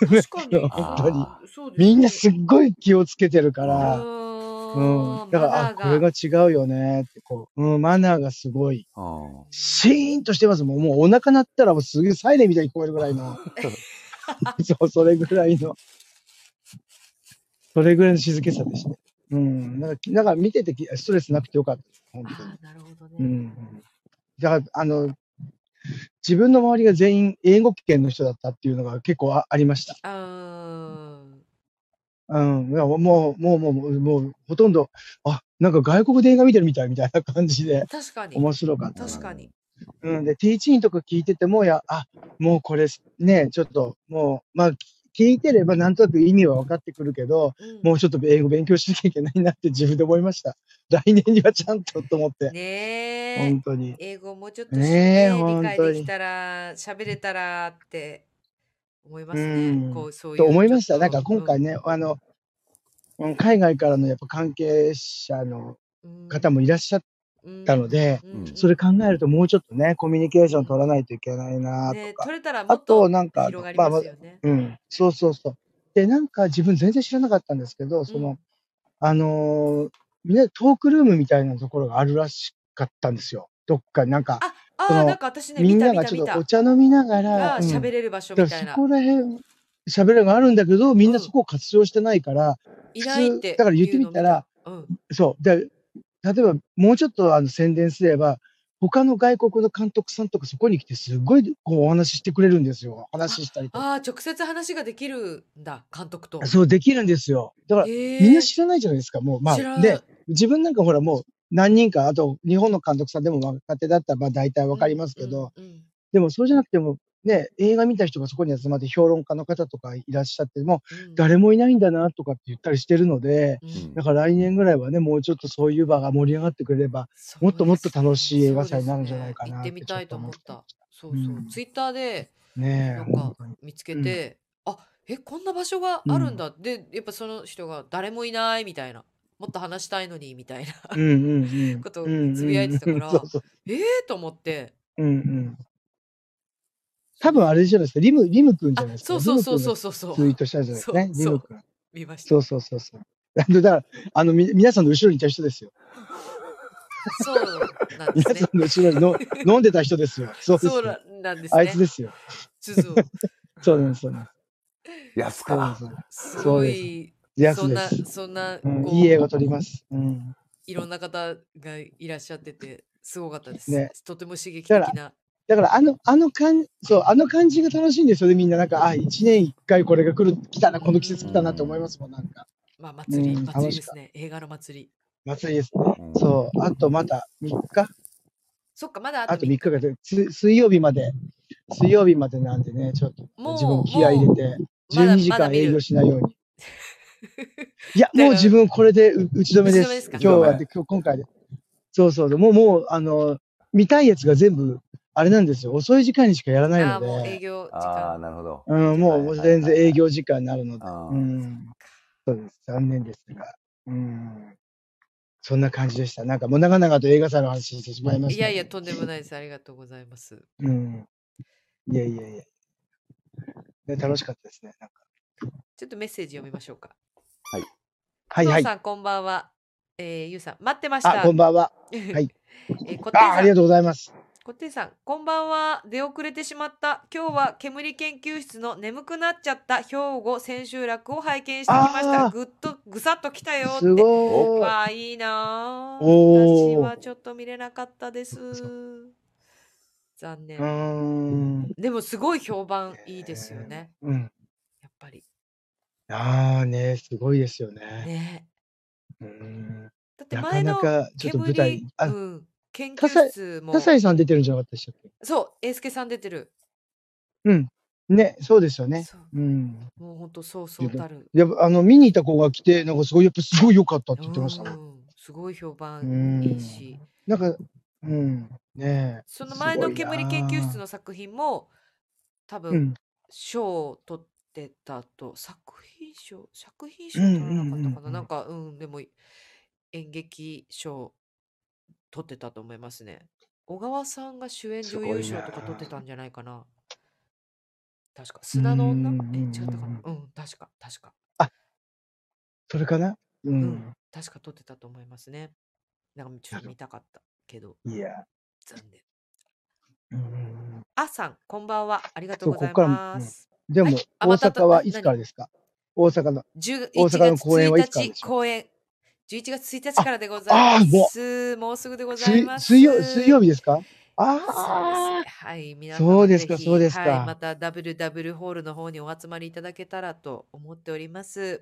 Speaker 1: 確かに。
Speaker 4: [laughs] 本当に
Speaker 2: あ
Speaker 1: そうですね
Speaker 4: みんなすっごい気をつけてるから、
Speaker 1: う
Speaker 4: う
Speaker 1: ーん
Speaker 4: ん。だから、あ、
Speaker 1: マナー
Speaker 4: これが違うよねって、こう、うん、マナーがすごい、
Speaker 2: ーうん
Speaker 4: シーンとしてますもん。もうお腹鳴ったらもうすげえサイレンみたいに聞こえるぐら
Speaker 1: [laughs]
Speaker 4: いの。そう、それぐらいの。それぐらいの静けさでした。うん。だから、だから見ててきストレスなくてよかったです。本当に
Speaker 1: あ。ーなるほどね。
Speaker 4: うん。だから、あの、自分の周りが全員英語圏の人だったっていうのが結構あありました。
Speaker 1: あー
Speaker 4: うん。いやもう、もう、もう、もう、もうほとんど、あ、なんか外国で映画見てるみたいみたいな感じで、
Speaker 1: 確かに。
Speaker 4: 面白かった。
Speaker 1: 確かに。
Speaker 4: うん、で、ティーチインとか聞いてても、いや、あ、もうこれ、ね、ちょっと、もう、まあ、聞いてればなんとなく意味は分かってくるけど、
Speaker 1: うん
Speaker 4: もうちょっと英語勉強しなきゃいけないなって自 [laughs] 分で思いました。来年にはちゃんとと思って、
Speaker 1: ねえ
Speaker 4: 本当に。
Speaker 1: 英語もうちょっと
Speaker 4: ねえ
Speaker 1: ね理
Speaker 4: 本
Speaker 1: 解
Speaker 4: 当に
Speaker 1: できたら、喋れたらって思います
Speaker 4: う
Speaker 1: ね。
Speaker 4: ん
Speaker 1: こうそういう。
Speaker 4: と思いました。
Speaker 1: ちょ
Speaker 4: な
Speaker 1: っ
Speaker 4: ん
Speaker 1: と
Speaker 4: か今回、ね、あの、うん海外からのやっぱ関係者の方もいらっしゃったので、
Speaker 1: うん、うん
Speaker 4: それ考えるともうちょっとね、コミュニケーション取らないといけないなと
Speaker 1: ね
Speaker 4: か。
Speaker 1: 取れたらも
Speaker 4: あ
Speaker 1: っと
Speaker 4: と、なんか、
Speaker 1: 広がりますよね。
Speaker 4: うん、そうそうそう。で、なんか自分全然知らなかったんですけど、その、あのーね、トークルームみたいなところがあるらしかったんですよ。どっかになんか、
Speaker 1: ああ
Speaker 4: そ
Speaker 1: ー
Speaker 4: の
Speaker 1: なんか私ね
Speaker 4: み
Speaker 1: 見
Speaker 4: ん
Speaker 1: た
Speaker 4: な
Speaker 1: 見
Speaker 4: が
Speaker 1: た
Speaker 4: ち
Speaker 1: 見
Speaker 4: ょったとお茶飲みな
Speaker 1: が
Speaker 4: がら、うん
Speaker 1: 喋れる場所
Speaker 4: だ
Speaker 1: み
Speaker 4: か
Speaker 1: たい
Speaker 4: ら
Speaker 1: な
Speaker 4: そこら辺、喋るのがあるんだけど、みんなそこを活用してないから、
Speaker 1: いないって
Speaker 4: 普通だから言ってみたら
Speaker 1: いうのを見
Speaker 4: そう。で、例えばもうちょっとあの宣伝すれば、他の外国の監督さんとかそこに来てすごいこうお話ししてくれるんですよ。話したり
Speaker 1: た、
Speaker 4: と
Speaker 1: う
Speaker 4: か。
Speaker 1: ん、ああ直接話ができるんだ監督と
Speaker 4: そうできるんですよ。だから、
Speaker 1: え
Speaker 4: みんな知らないじゃないですか、もう。ま
Speaker 1: 知らな
Speaker 4: あ、
Speaker 1: い
Speaker 4: で、自分なんかほらもう何人か、あと日本の監督さんでも若手だったらまあ大体わかりますけど、
Speaker 1: うんうんうん
Speaker 4: でもそうじゃなくても、ね、映画見た人がそこに集まって評論家の方とかいらっしゃっても、
Speaker 1: うん
Speaker 4: 誰もいないんだなとかって言ったりしてるので、
Speaker 1: うん
Speaker 2: うん
Speaker 4: だから来年ぐらいはね、もうちょっとそういう場が盛り上がってくれれば、
Speaker 1: そうですね
Speaker 4: もっともっと楽しい映画祭になるんじゃないかな
Speaker 1: そうですね行ってみたいと思った。そうそう。
Speaker 4: うん
Speaker 1: ツイッターで
Speaker 4: ねえ
Speaker 1: なん
Speaker 4: 本
Speaker 1: か
Speaker 4: 当に
Speaker 1: 見つけて、あえこんな場所があるんだ、でやっぱその人が誰もいないみたいなもっと話したいのにみたいな [laughs]
Speaker 4: うんうんうん
Speaker 1: ことをつぶやいてたから
Speaker 4: うんうんうんそうそう
Speaker 1: えーと思って
Speaker 4: うんうん多分あれじゃないですか、リム、リム君じゃ
Speaker 1: あ
Speaker 4: ないですか。
Speaker 1: そうそうそう
Speaker 4: リ
Speaker 1: そ
Speaker 4: ム
Speaker 1: うそうそう
Speaker 4: 君がツイートしたじゃないですかね、
Speaker 1: そう
Speaker 4: リム君。
Speaker 1: 見ました
Speaker 4: そうそうそうそう。あのだから、あの、み皆さんの後ろにいた人ですよ。
Speaker 1: そうなんで
Speaker 4: 皆
Speaker 1: す
Speaker 4: さ
Speaker 1: ね
Speaker 4: んの後ろにの
Speaker 1: [laughs]
Speaker 4: 飲んでた人ですよ。そうです
Speaker 1: そ
Speaker 4: よ
Speaker 1: うなんですね
Speaker 4: あいつですよ。
Speaker 1: そう
Speaker 4: そうなんです、そうなんです。
Speaker 2: 安
Speaker 4: そうなん
Speaker 2: か
Speaker 4: です。
Speaker 1: す
Speaker 4: そ
Speaker 1: ご
Speaker 4: うです
Speaker 1: い
Speaker 4: や
Speaker 1: そ
Speaker 4: つ
Speaker 1: ん
Speaker 4: で
Speaker 1: な
Speaker 4: す。
Speaker 1: そんな
Speaker 4: うん
Speaker 1: こう
Speaker 4: いい映画撮ります。うん。
Speaker 1: いろんな方がいらっしゃっててすごかったです、
Speaker 4: ね
Speaker 1: とても刺激的
Speaker 4: だか
Speaker 1: な
Speaker 4: だから、あの、あの感、そう、あの感じが楽しいんですよね、みんな。なんか、あ、一年一回これが来る、来たな、この季節来たなって思いますもん、なんか。
Speaker 1: まあ祭り、
Speaker 4: うん
Speaker 1: 祭
Speaker 4: 楽
Speaker 1: り
Speaker 4: し
Speaker 1: で
Speaker 4: か
Speaker 1: すね映画の祭り
Speaker 4: 祭りです。
Speaker 2: うん
Speaker 4: そう。あと、また3日
Speaker 1: そっかまだ
Speaker 4: あ
Speaker 1: あと
Speaker 4: と3日が、つ水曜日まで、水曜日までなんでね、ちょっと、
Speaker 1: もう
Speaker 4: 自分気合い入れて、
Speaker 1: まだ
Speaker 4: 12時
Speaker 1: まだ
Speaker 4: 間
Speaker 1: 見る
Speaker 4: 営業しないよう
Speaker 1: [laughs]
Speaker 4: に。いや、もう自分これでう打ち止めで
Speaker 1: 打ち止めです
Speaker 4: す。
Speaker 1: か
Speaker 4: 今日は、で今日、今回で。そうそうそう。もう、もう、あの、見たいやつが全部、あれなんですよ。遅い時間にしかやらない
Speaker 1: あ
Speaker 4: の
Speaker 1: あーもう営
Speaker 4: で。
Speaker 1: 業時
Speaker 2: ああ、
Speaker 1: 間
Speaker 2: なるほど。
Speaker 4: うん、もうもう全然営業時間になるので。
Speaker 2: あ
Speaker 4: う
Speaker 2: ー
Speaker 4: ん。そうです。残念ですが。うん。そんな感じでした。なんかもう長々と映画祭の話してしまいま
Speaker 1: い
Speaker 4: したけど。
Speaker 1: やいやとんでもないですありがとうございます
Speaker 4: うん。いやいやいや。ね、楽しかったですね。なんか
Speaker 1: ちょっとメッセージ読みましょうか
Speaker 4: はいは
Speaker 1: 父
Speaker 4: い。
Speaker 1: さんこんばんはえー、ゆうさん待ってました
Speaker 4: あ、こんばん
Speaker 1: [laughs]
Speaker 4: は。はい
Speaker 1: えー、こて
Speaker 4: あ、あり
Speaker 1: さん
Speaker 4: がとうございます。
Speaker 1: こてさんこんばんは出遅れてしまった今日は煙研究室の眠くなっちゃった兵庫千秋楽を拝見してきまし
Speaker 4: あ
Speaker 1: た
Speaker 4: ー
Speaker 1: ぐっとぐさっときたよって
Speaker 4: すごい。
Speaker 1: わあいいなあ
Speaker 4: お
Speaker 1: 私
Speaker 4: ー
Speaker 1: はちょっと見れなかったです残
Speaker 4: うー
Speaker 1: 念
Speaker 4: ん。
Speaker 1: でもすごい評判いいですよね
Speaker 4: うん。
Speaker 1: やっぱり
Speaker 4: ああね、すごいですよね。
Speaker 1: ね
Speaker 4: うん
Speaker 1: だって
Speaker 4: なか
Speaker 1: 前
Speaker 4: な
Speaker 1: の
Speaker 4: かちょっと舞台
Speaker 1: 煙、う
Speaker 4: あ、
Speaker 1: ん、研
Speaker 4: 葛
Speaker 1: 究
Speaker 4: 西
Speaker 1: 室も
Speaker 4: 笠井さん出てるんじゃなかったでしたっけ
Speaker 1: そう英介さん出てる、
Speaker 4: うん。ね、そうですよね。
Speaker 1: そう
Speaker 4: うん。
Speaker 1: もうほんとそうそうたる
Speaker 4: やっぱあの、見に行った子が来て、なんかすごい、やっぱすごい良かったって言ってましたね。
Speaker 1: うんすごい評
Speaker 4: う
Speaker 1: 判
Speaker 4: ん
Speaker 1: いいし
Speaker 4: なんか、うん。ねえ。
Speaker 1: その前の煙研究室の作品も多
Speaker 4: う
Speaker 1: 分
Speaker 4: ん。
Speaker 1: 賞を取ってたと作品賞作品賞取らなかったかな、
Speaker 4: うんうんうんうん
Speaker 1: なんかうんでも演劇賞取ってたと思いますね小川さんが主演
Speaker 4: す
Speaker 1: 女
Speaker 4: ごい
Speaker 1: 優賞とか
Speaker 4: な
Speaker 1: 取ってたんじゃないかな確か砂の女
Speaker 4: うんうん
Speaker 1: え
Speaker 4: うんうん
Speaker 1: 違ったかなうん確か確か
Speaker 4: それかなう
Speaker 1: うん、
Speaker 4: ん。
Speaker 1: 確か取ってたと思いますねなんかちょっと見たかったけど
Speaker 4: いや。
Speaker 1: 残念
Speaker 4: うんうんうん
Speaker 1: あさんこんばんはありがとう
Speaker 4: そう
Speaker 1: ござい
Speaker 4: こっから
Speaker 1: ま
Speaker 4: うん
Speaker 1: す
Speaker 4: でも、
Speaker 1: あ
Speaker 4: 大
Speaker 1: また
Speaker 4: 阪はい
Speaker 1: 何
Speaker 4: つからですか大阪の。
Speaker 1: 10
Speaker 4: 大阪の公演はいつから
Speaker 1: 1
Speaker 4: で
Speaker 1: 日
Speaker 4: しょう
Speaker 1: 公演。11月1日からでござい
Speaker 4: ああ
Speaker 1: ます。もうすぐでござい
Speaker 4: 水
Speaker 1: ます。
Speaker 4: 水曜水曜
Speaker 1: 日。
Speaker 4: 日ですか
Speaker 1: そう
Speaker 4: ああ
Speaker 1: で、すはい、皆さん
Speaker 4: そうですか
Speaker 1: ぜひ
Speaker 4: そうですか
Speaker 1: はい、また WW ホールの方にお集まりいただけたらと思っております。よ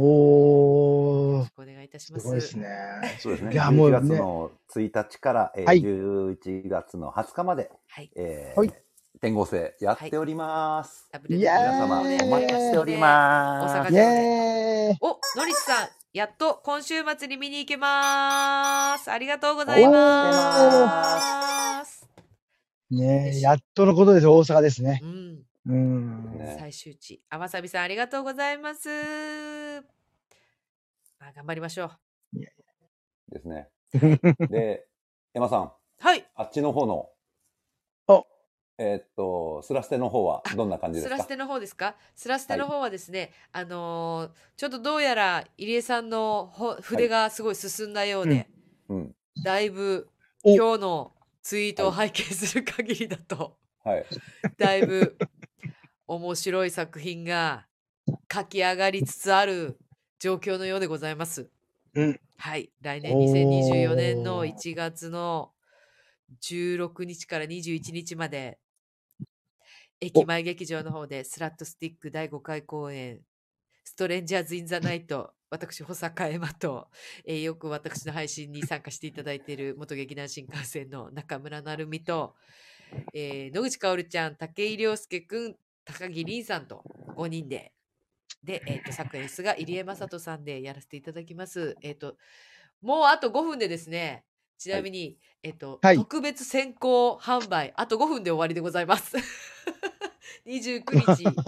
Speaker 4: お
Speaker 1: ろ
Speaker 4: ー
Speaker 1: し、くお願いいたしますす。
Speaker 4: ごいですね。
Speaker 2: そうですね。
Speaker 4: いやもう
Speaker 2: 11
Speaker 4: ね
Speaker 2: 月の1日から、えー
Speaker 4: はい
Speaker 2: 11月の20日まで、
Speaker 1: はい、
Speaker 2: えー
Speaker 4: はい
Speaker 2: 天候制やっております。
Speaker 1: WW
Speaker 4: いやー
Speaker 2: 皆様
Speaker 4: イエーイ
Speaker 2: お待ちしておりま
Speaker 1: 大
Speaker 2: す
Speaker 1: 阪。
Speaker 4: イ
Speaker 1: で
Speaker 4: エーイ
Speaker 1: お、のりさん、やっと今週末に見に行けます。ありがとうござ
Speaker 2: お
Speaker 1: い
Speaker 2: ー
Speaker 1: ます。
Speaker 4: ねえやっとのことですよ、大阪ですね。
Speaker 1: うん。
Speaker 4: うん。
Speaker 2: ね
Speaker 1: 最終地。あわさびさん、ありがとうございます。あ頑張りましょう。
Speaker 2: ですね。で、山さん、
Speaker 1: はい。
Speaker 2: あっちの方の、
Speaker 4: あ
Speaker 2: えーっと、スラステの方はどんな感じで
Speaker 1: ス
Speaker 2: す
Speaker 1: ラ
Speaker 2: か
Speaker 1: ステの方ですかスラステの方はですね、あのーちょっとどうやら入江さんのほ筆がすごい進んだようで、
Speaker 4: うん
Speaker 2: うん。
Speaker 1: だいぶ
Speaker 4: お
Speaker 1: 今日のツイートを拝見する限りだと、
Speaker 2: はい。
Speaker 1: [laughs] だいぶ面白い作品が書き上がりつつある状況のようでございます。
Speaker 4: うん
Speaker 1: はい、来年
Speaker 4: おー
Speaker 1: 2024年の1月の16日から21日まで駅前劇場の方でスラットスティック第5回公演ストレンジャーズ・イン・ザ・ナイト私保坂エマと、えーよく私の配信に参加していただいている元劇団新幹線の中村成美と、えー野口かおるちゃん、武井亮介くん、高木凛さんと5人で、で、えっ、と、作演出が入江雅人さんでやらせていただきます。えっ、と、もうあと5分でですね、ちなみに、えっ、と、
Speaker 4: はい
Speaker 1: 特別先行販売、あと5分で終わりでございます。29日。
Speaker 4: [laughs]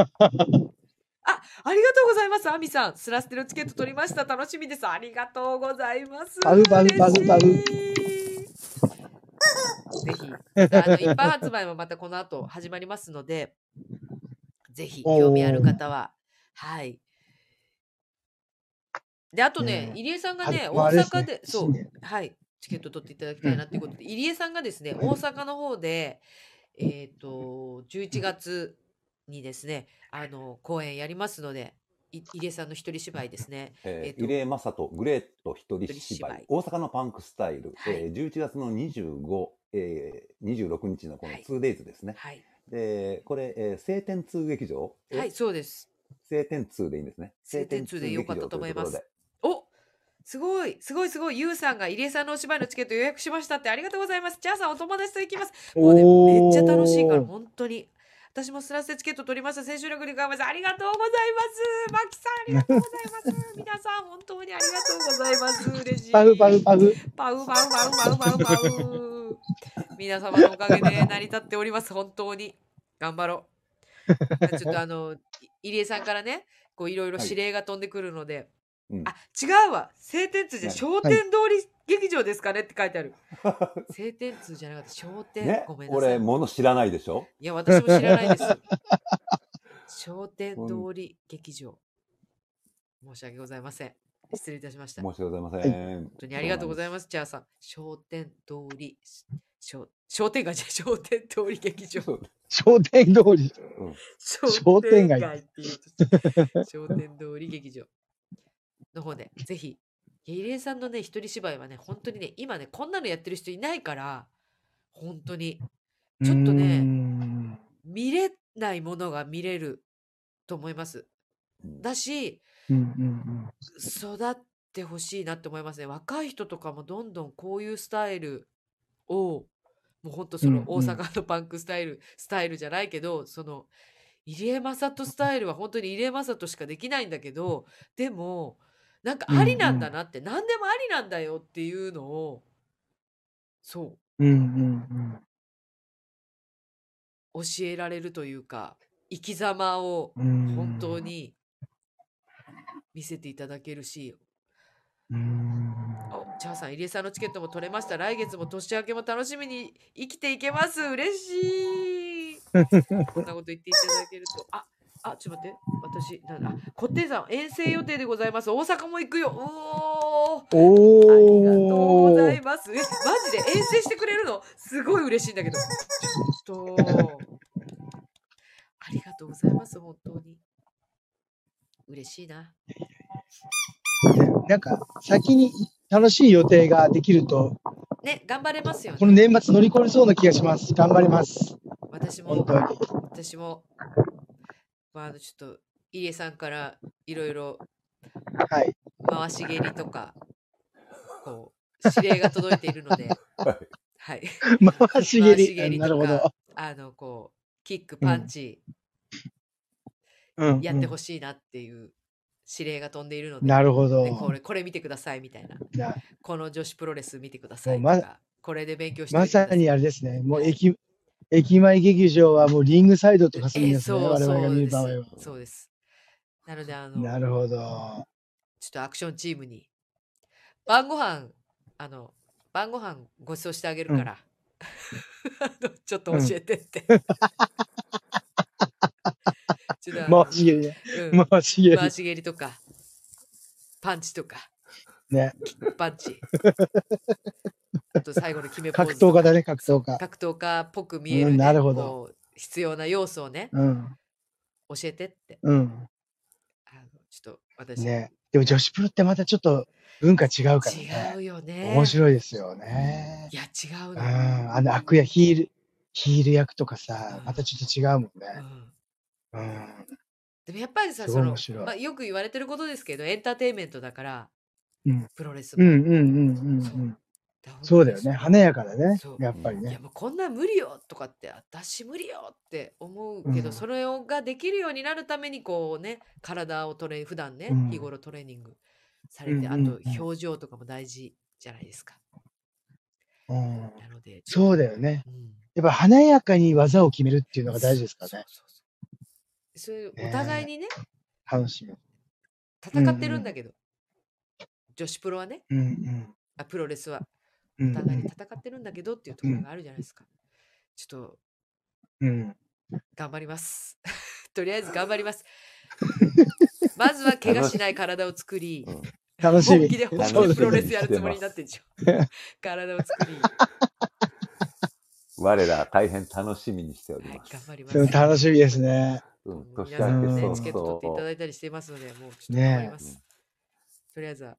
Speaker 1: ありがとうございます。アミさん、スラステのチケット取りました。楽しみです。ありがとうございます。
Speaker 4: バルバルバルバル
Speaker 1: 嬉しいぜひ、あの一般発売もまたこの後始まりますので、ぜひ興味ある方は、はい。で、あとね、
Speaker 4: ねえ
Speaker 1: 入江さんが
Speaker 4: あ
Speaker 1: ね、
Speaker 4: ま
Speaker 1: 大
Speaker 4: ああれです
Speaker 1: 阪
Speaker 4: ね
Speaker 1: で、そう、はい、チケット取っていただきたいなということで、入江さんがですね、大阪の方で、えっ、と、11月にですね、あの、公演やりますので、い入江さんの一人芝居ですね。え
Speaker 2: え
Speaker 1: っ
Speaker 2: ー、
Speaker 1: と
Speaker 2: 入江雅人、グレート一人
Speaker 1: 一人芝
Speaker 2: 芝
Speaker 1: 居
Speaker 2: 居、大阪のパンクスタイル、
Speaker 1: はい
Speaker 2: えー、11月の25、えー、26日のこの
Speaker 1: はい
Speaker 2: 2days ですね。
Speaker 1: はい、
Speaker 2: で、これ、えー、晴天2劇場、え
Speaker 1: はい、そうです。
Speaker 2: 晴天2でいいんですね。
Speaker 1: 晴天2でよかったと思います
Speaker 2: 晴天2劇場とうこ
Speaker 1: おすごい、すごい、すごい、ゆうさんが入江さんのお芝居のチケット予約しましたって、ありがとうございます。じゃあさん、お友達と行きます。もうね、めっちゃ楽しいから、本当に。私もスラスでチケット取りました。千秋楽にございます。ありがとうございます。マキさん、ありがとうございます。皆さん、本当にありがとうございます。嬉しい。
Speaker 4: パウパウパウ。
Speaker 1: パウパウパウパウパウパウ。皆様のおかげで成り立っております。本当に。頑張ろ
Speaker 2: [laughs]
Speaker 1: う。ちょっとあの、い入江さんからね、こういろいろ指令が飛んでくるので。
Speaker 2: うん
Speaker 1: あ、違うわ。晴天通じゃ
Speaker 2: はい
Speaker 1: 商店通り劇場ですかねって書いてある。晴天通じゃなかった。商
Speaker 2: ろ
Speaker 1: 店。
Speaker 2: でね
Speaker 1: ごめ、んなさ
Speaker 2: 俺、
Speaker 1: い。
Speaker 2: もの知らないでしょ
Speaker 1: いや、私も知らないです。
Speaker 2: [laughs]
Speaker 1: 商店通り劇場。申し訳ございません。失礼いたしました。
Speaker 2: 申
Speaker 1: 本
Speaker 2: し訳ございません。
Speaker 1: 当にありがとうございます、チャーさん。商店通り、商商店街じゃ [laughs] 商店通り劇場。
Speaker 2: そう
Speaker 4: 商店通り。
Speaker 1: [laughs] 商
Speaker 4: 商
Speaker 1: 店
Speaker 4: 店
Speaker 1: 街
Speaker 4: 街
Speaker 1: っていうと商店通 [laughs] り劇場の方で、ぜひ、いや入江さんのね、一人芝居はね、本当にね、今ね、こんなのやってる人いないから、本当に。ちょっとね
Speaker 4: ね。
Speaker 1: 見れないものが見れると思います。
Speaker 2: うん
Speaker 1: だし
Speaker 4: うんうん
Speaker 1: 育ってほしいなって思いますね。若い人とかもどんどんこういうスタイルをもうほんとその
Speaker 4: うん
Speaker 1: 大
Speaker 4: うん
Speaker 1: 阪のパンクスタイル、スタイルじゃないけどその入江雅人スタイルは本当に入江雅人しかできないんだけどでもなんかありなんだなって、何でもありなんだよっていうのをそう
Speaker 4: うん。うんうん
Speaker 1: 教えられるというか生き様を
Speaker 4: うんうん。
Speaker 1: 本当に見せていただけるし、
Speaker 4: うん。
Speaker 1: おチャーさん、入江さんのチケットも取れました。来月も年明けも楽しみに生きていけます。嬉しい。
Speaker 4: [laughs]
Speaker 1: こんなこと言っていただけると。ああ、ちょっと待って。私、なんだ。あこってんさん、遠征予定でございます。大阪も行くよ。おー。ありがとうご
Speaker 4: お
Speaker 1: ざ
Speaker 4: ー
Speaker 1: い。ます。え、マジで遠征してくれるのすごい嬉しいんだけど。ちょっと。ありがとうございます、本当に。嬉しいな。
Speaker 4: なんか、先に楽しい予定ができると、
Speaker 1: ね、頑張れますよ
Speaker 4: こ
Speaker 1: ね。
Speaker 4: の年末乗り越えそうな気がします。頑張ります。
Speaker 1: 私も
Speaker 4: 本、当に。
Speaker 1: 私も、まあ、あのちょっと、入江さんからいろいろ
Speaker 4: はい。
Speaker 1: 回し蹴りとか、こう、指令が届いているの
Speaker 4: [laughs]
Speaker 1: で、
Speaker 2: はい
Speaker 1: はい。
Speaker 4: 回し蹴
Speaker 1: 回し蹴り
Speaker 4: り。
Speaker 1: とか
Speaker 4: なるほど。
Speaker 1: あの、こう、キック、
Speaker 4: うん
Speaker 1: パンチ、
Speaker 4: うん
Speaker 1: やってほ
Speaker 4: し
Speaker 1: しいなっていう指令が飛んでいるので、
Speaker 4: なるほど。
Speaker 1: ねこれこれ見てくださいみたいな
Speaker 4: な
Speaker 1: この女子プロレス見てくださいと
Speaker 4: もうま
Speaker 1: かこれで勉強して
Speaker 4: ま
Speaker 1: おいてくだ
Speaker 4: さ
Speaker 1: さい
Speaker 4: にあれですね。もう駅、駅前劇場はもうリングサイドとかするん
Speaker 1: えー
Speaker 4: です
Speaker 1: そ
Speaker 4: ね。
Speaker 1: う
Speaker 4: 我々
Speaker 1: そ
Speaker 4: が
Speaker 1: う
Speaker 4: 見
Speaker 1: で
Speaker 4: る場合は。
Speaker 1: すそうですなのであの
Speaker 4: なるほど。
Speaker 1: ちょっとアクションチームに晩ご飯あの晩ご飯ご馳走してあげるから、 [laughs] あのちょっと教えてって、ちょっとあの
Speaker 4: 回し蹴りね。 [laughs]
Speaker 1: うん
Speaker 4: 回し蹴り。
Speaker 1: 回し蹴りとかパンチとか
Speaker 4: ね。
Speaker 1: キックパンチあと最後の決めポー
Speaker 4: 格
Speaker 1: ズと
Speaker 4: 闘
Speaker 1: か
Speaker 4: 家だね、格闘家。
Speaker 1: 格闘家っぽく見える、ね
Speaker 4: うんなるほど
Speaker 1: こう必要な要素をね
Speaker 4: うん。
Speaker 1: 教えてって
Speaker 4: うん。
Speaker 1: あのちょっと私、
Speaker 4: ね。でも女子プロってまたちょっと文化違うから
Speaker 1: 違
Speaker 4: ね。
Speaker 1: うよね
Speaker 4: 面白いですよね。
Speaker 1: いや違う
Speaker 4: うん。
Speaker 1: の、
Speaker 4: あの、悪やヒール、ヒール役とかさ、またちょっと違うもん
Speaker 1: う
Speaker 4: ね。
Speaker 1: ん
Speaker 4: うん。
Speaker 1: でもやっぱりさ
Speaker 4: す
Speaker 1: そ
Speaker 4: ごい
Speaker 1: の
Speaker 4: 面、白い
Speaker 1: まあ、よく言われてることですけどエンターテインメントだから、
Speaker 4: うん
Speaker 1: プロレス
Speaker 4: う
Speaker 1: も、
Speaker 4: んうんうんうんうん。
Speaker 1: や本当
Speaker 4: そうだよ
Speaker 1: に
Speaker 4: ね。華やかだね
Speaker 1: そう。
Speaker 4: やっぱり
Speaker 1: い
Speaker 4: ね
Speaker 1: や。もうこんなん無理よとかって私無理よって思うけど、
Speaker 4: うん
Speaker 1: それをができるようになるためにこうね体をトレ普段ね、
Speaker 4: うん
Speaker 1: 日頃トレーニングされて、
Speaker 4: うんうんうん
Speaker 1: あと表情とかも大事じゃないですか。
Speaker 4: うん、
Speaker 1: なのでちょっ
Speaker 4: そうだよね。
Speaker 1: とうん
Speaker 4: やっぱ華やかに技を決めるっていうのが大事ですからね。
Speaker 1: そうそうそうそういう
Speaker 4: ねえ
Speaker 1: お互いにね、
Speaker 4: 楽しみ。
Speaker 1: 戦ってる
Speaker 4: うんうん
Speaker 1: んだけど、女子プロはね
Speaker 4: うんうん
Speaker 1: あプロレスは
Speaker 4: う
Speaker 1: お
Speaker 4: ん
Speaker 1: 互いに戦ってるんだけどっていうところがあるじゃないですか。ちょっと
Speaker 4: うん。
Speaker 1: 頑張ります。 [laughs] とりあえず頑張ります。まずは怪我しない体を作り、
Speaker 2: うん
Speaker 4: 楽し
Speaker 1: 本
Speaker 4: み
Speaker 1: 気。で本気
Speaker 2: 楽しみ
Speaker 1: で
Speaker 2: に
Speaker 1: プロレスやるつもりになってんじゃん。体を作り、は
Speaker 2: 我ら大変楽しみにしており
Speaker 1: い
Speaker 2: ます。
Speaker 1: 頑張ります。
Speaker 4: それ楽しみですね。
Speaker 2: うん、年
Speaker 1: 皆さんも
Speaker 2: 明
Speaker 1: ね、
Speaker 2: けそう
Speaker 1: チケット取っていただ
Speaker 2: そ
Speaker 1: いたりしていますので、もうちょっと
Speaker 4: ねえ
Speaker 1: 頑張ります。とりあえずは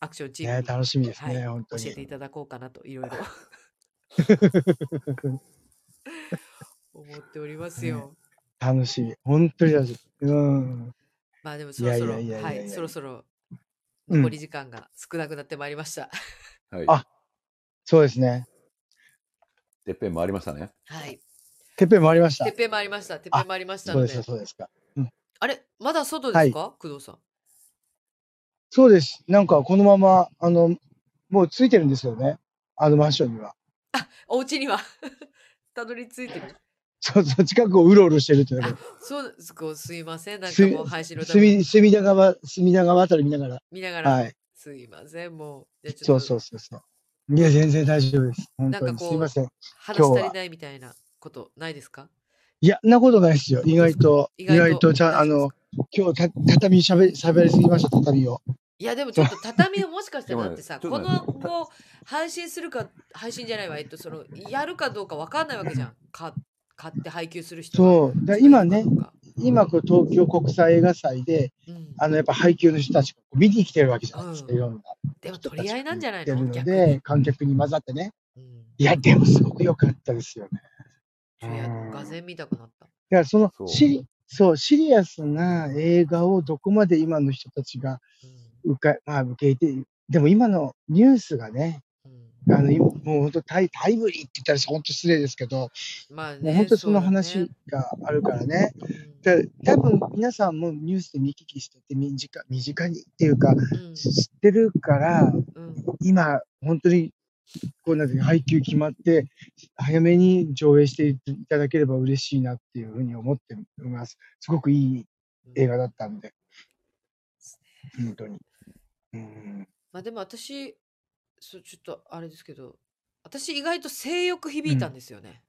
Speaker 1: アクションチーム
Speaker 4: ね
Speaker 1: に
Speaker 4: 楽しみですね、
Speaker 1: はい
Speaker 4: 本当
Speaker 1: 教
Speaker 4: に
Speaker 1: えていただこうかなとい
Speaker 4: [laughs]
Speaker 1: ろいろ思っております
Speaker 4: ね
Speaker 1: よ。
Speaker 4: 楽しみ。本当に楽しみ。うん。
Speaker 1: まあでもそろそろ、
Speaker 4: いやいやいやいや
Speaker 1: はい
Speaker 4: や
Speaker 1: い、そろそろ
Speaker 4: うん
Speaker 1: 残り時間が少なくなってまいりました。 [laughs]
Speaker 2: う。はい。
Speaker 4: あそうですね。
Speaker 2: てっぺん回りましたね。
Speaker 1: はい。
Speaker 4: てっぺん回りました
Speaker 1: てっ。ぺんもありました。てっぺんもありました
Speaker 4: そう
Speaker 1: の
Speaker 4: で
Speaker 1: で。
Speaker 4: すか、そうですか。
Speaker 1: あれまだ外で
Speaker 4: は
Speaker 1: す
Speaker 4: い
Speaker 1: か、工藤さん。
Speaker 4: そうです。なんかこのまま、あの、もうついてるんですよね。あのマンションには。
Speaker 1: お家には [laughs] たどり着いてる。
Speaker 4: そうそう、近くをうろうろしてるってだけ
Speaker 1: そうですこうすいません。なんか
Speaker 4: す
Speaker 1: もう配信のため
Speaker 4: 隅隅田川、隅田川あたり見なが
Speaker 1: 見なが
Speaker 4: ら。
Speaker 1: ら、
Speaker 4: はい。
Speaker 1: すいません。もう、じゃあち
Speaker 4: そ
Speaker 1: ょ
Speaker 4: う
Speaker 1: っ
Speaker 4: そう
Speaker 1: と
Speaker 4: そうそう。いや、全然大丈夫です。本
Speaker 1: なん
Speaker 4: 当
Speaker 1: か
Speaker 4: に。
Speaker 1: こう
Speaker 4: すいません。
Speaker 1: 話
Speaker 4: 今
Speaker 1: 足
Speaker 4: 日は
Speaker 1: りないみたいなことないですか
Speaker 4: いや、んなことないですよ。意外と、
Speaker 1: 意
Speaker 4: 意
Speaker 1: 外と
Speaker 4: 外と、ちゃんあの、今日た、畳しゃべ、しゃべりすぎました、畳を。
Speaker 1: いやでもちょっと畳をもしかして
Speaker 2: でも
Speaker 1: だ
Speaker 2: ね
Speaker 1: ってさ
Speaker 2: ちょっ
Speaker 1: ことの
Speaker 2: ね
Speaker 1: 後配信するか配信じゃないわえっとそのやるかどうかわかんないわけじゃんか買って配給する人う
Speaker 4: そう。だから今ね、今こう東京国際映画祭で、
Speaker 1: うん、
Speaker 4: あのやっぱ配給の人たちがこう見に来てるわけじゃないですか、
Speaker 1: うん
Speaker 4: いろんな。
Speaker 1: でも取り合いなんじゃない
Speaker 4: 人た
Speaker 1: の
Speaker 4: ち
Speaker 1: 逆
Speaker 4: が来てるので、観客に混ざってね。
Speaker 1: にうん
Speaker 4: いや、でもすごく良かったですよね。
Speaker 1: ちょいや
Speaker 4: うん
Speaker 1: がぜ見たくなった。
Speaker 4: だからその
Speaker 2: そう
Speaker 4: シリ、そう、シリアスな映画をどこまで今の人たちが
Speaker 1: うん
Speaker 4: 受け、まあ、受け入れて、でも今のニュースがね、
Speaker 1: うん
Speaker 4: あの、今もう本当タイ、タイムリーって言ったら本当失礼ですけど、
Speaker 1: まあね、
Speaker 4: もう本当その
Speaker 1: うだね
Speaker 4: 話があるからね。
Speaker 1: うん
Speaker 4: で多分皆さんもニュースで見聞きしてて身近、身近にっていうか、
Speaker 1: うん
Speaker 4: 知ってるから、
Speaker 1: うん
Speaker 4: 今、本当に、こうなんていうか配給決まって、早めに上映していただければ嬉しいなっていうふうに思っています。すごくいい映画だったんで。本当に。うん。
Speaker 1: まあでも私、そうちょっとあれですけど、私意外と性欲響いたんですよね。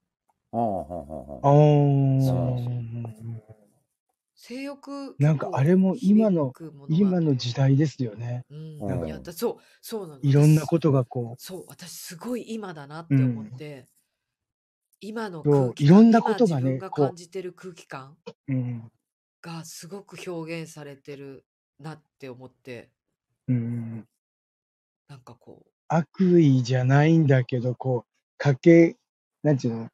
Speaker 2: ほうほうほうほう
Speaker 4: あー
Speaker 1: そうです性欲
Speaker 4: なんかあれも今の、今の時
Speaker 1: 代。
Speaker 4: 代ですよね。
Speaker 1: うん、
Speaker 2: なんか
Speaker 1: いやだそう、そうなの。
Speaker 4: いろんな
Speaker 1: と。
Speaker 4: ことがこ
Speaker 1: そう、私すごい今だなって思って、今の
Speaker 4: そう
Speaker 1: 空気
Speaker 4: いろ
Speaker 1: 感
Speaker 4: んなことが
Speaker 1: 今
Speaker 4: ね
Speaker 1: 自分が
Speaker 4: こう
Speaker 1: 感じてる空気感
Speaker 4: う。うん。
Speaker 1: がすごく表現されてるなって思って、
Speaker 4: うん。
Speaker 1: なんかこう、
Speaker 4: 悪意じゃないんだけど、こう、かけ、なんていうの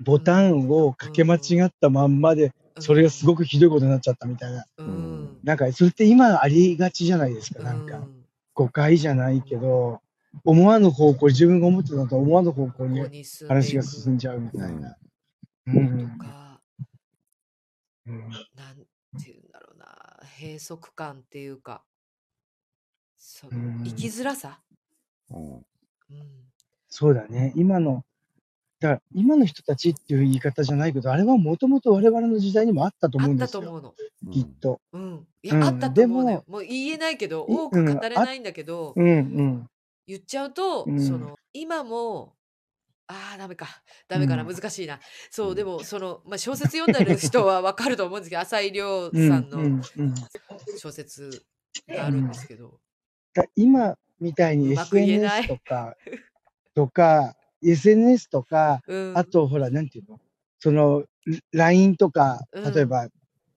Speaker 4: ボタンをかけ間違ったまんまで、
Speaker 1: うん
Speaker 4: それがすごくひどいことになっちゃったみたいな。
Speaker 1: うん、
Speaker 2: うん
Speaker 4: なんか、それって今ありがちじゃないですか、なん
Speaker 1: う
Speaker 4: か。
Speaker 1: ん
Speaker 4: 誤解じゃないけど、思わぬ方向、自分が思ってたのと思わぬ方向
Speaker 1: ここに
Speaker 4: に
Speaker 1: 住んでいく
Speaker 4: 話が進んじゃうみたいな。う
Speaker 1: と
Speaker 4: ん。
Speaker 1: か、
Speaker 4: うん
Speaker 1: なんていうんだろうな、閉塞感っていうか、そ
Speaker 4: うん
Speaker 1: の生きづらさ、
Speaker 2: うん
Speaker 1: うん
Speaker 4: そうだね。今の、だから今の人たちっていう言い方じゃないけど、あれはもともと我々の時代にもあったと思
Speaker 1: あ
Speaker 4: う
Speaker 1: っ
Speaker 4: んで
Speaker 1: た
Speaker 4: す
Speaker 1: と
Speaker 4: よ。
Speaker 1: 思うの。
Speaker 2: うん
Speaker 4: きっと。
Speaker 1: うん、いや、
Speaker 4: うん
Speaker 1: あったと思うのよ
Speaker 4: で。
Speaker 1: もう言えないけど、
Speaker 4: い
Speaker 1: 多く
Speaker 4: うん
Speaker 1: 語れないんだけど、
Speaker 4: うんうん。
Speaker 1: 言っちゃうと、
Speaker 4: うん
Speaker 1: その今もあーダメか [laughs] ダメかな、
Speaker 4: うん
Speaker 1: 難しいなそううんでもその、まあ、小説読んでる人はわかると思うんですけど浅井亮
Speaker 4: うん
Speaker 1: さん
Speaker 4: う
Speaker 1: の
Speaker 4: んうん、だか
Speaker 1: 小説があるんですけど、
Speaker 4: ら今みたいうに
Speaker 1: まく言えない
Speaker 4: SNS とか、
Speaker 1: [laughs]
Speaker 4: とか、SNS とか、
Speaker 1: うん
Speaker 4: あとほら、なんていうのその、LINE とか、
Speaker 1: うん
Speaker 4: 例えば、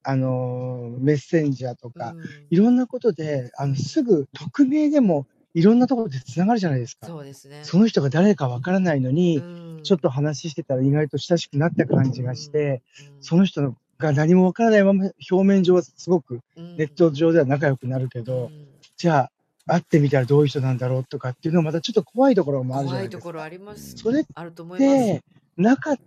Speaker 4: あのー、メッセンジャーとか、
Speaker 1: うん
Speaker 4: いろんなことで、あの、すぐ匿名でもいろんなところで繋がるじゃないですか。
Speaker 1: そうですね、
Speaker 4: その人が誰かわからないのに、
Speaker 1: うん
Speaker 4: ちょっと話してたら意外と親しくなった感じがして、
Speaker 1: うん
Speaker 4: その人が何もわからないまま表面上はすごく
Speaker 1: うん
Speaker 4: ネット上では仲良くなるけ
Speaker 1: う
Speaker 4: ど、
Speaker 1: ん
Speaker 4: じゃあ、会ってみたらどういう人なんだろうとかっていうのはまたちょっと怖いところもあるじゃ
Speaker 1: 怖
Speaker 4: ないいで
Speaker 1: と
Speaker 4: すか。
Speaker 1: ころあります。
Speaker 4: それっ
Speaker 1: あると思います
Speaker 4: て。なかっ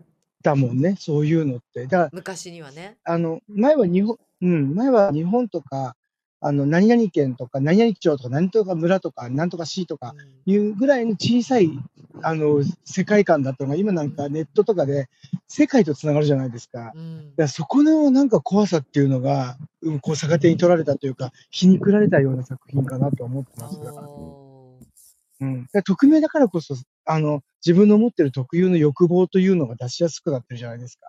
Speaker 4: たもんね、そういうのって。だから
Speaker 1: 昔にはね。
Speaker 4: あの、前は日本、うん、前は日本とか、あの、何々県とか、何々町とか、何とか村とか、何とか市とか
Speaker 1: うん
Speaker 4: いうぐらいの小さい、あの、世界観だったのが、今なんかネットとかで世界とつながるじゃないですか。だか
Speaker 1: うん
Speaker 4: らそこのなんか怖さっていうのが、うん、こう逆手に取られたというか、皮肉られたような作品かなとは思ってます。だから
Speaker 1: おー
Speaker 4: うん、だから匿名だからこそ、あの、自分の持ってる特有の欲望というのが出しやすくなってるじゃないですか。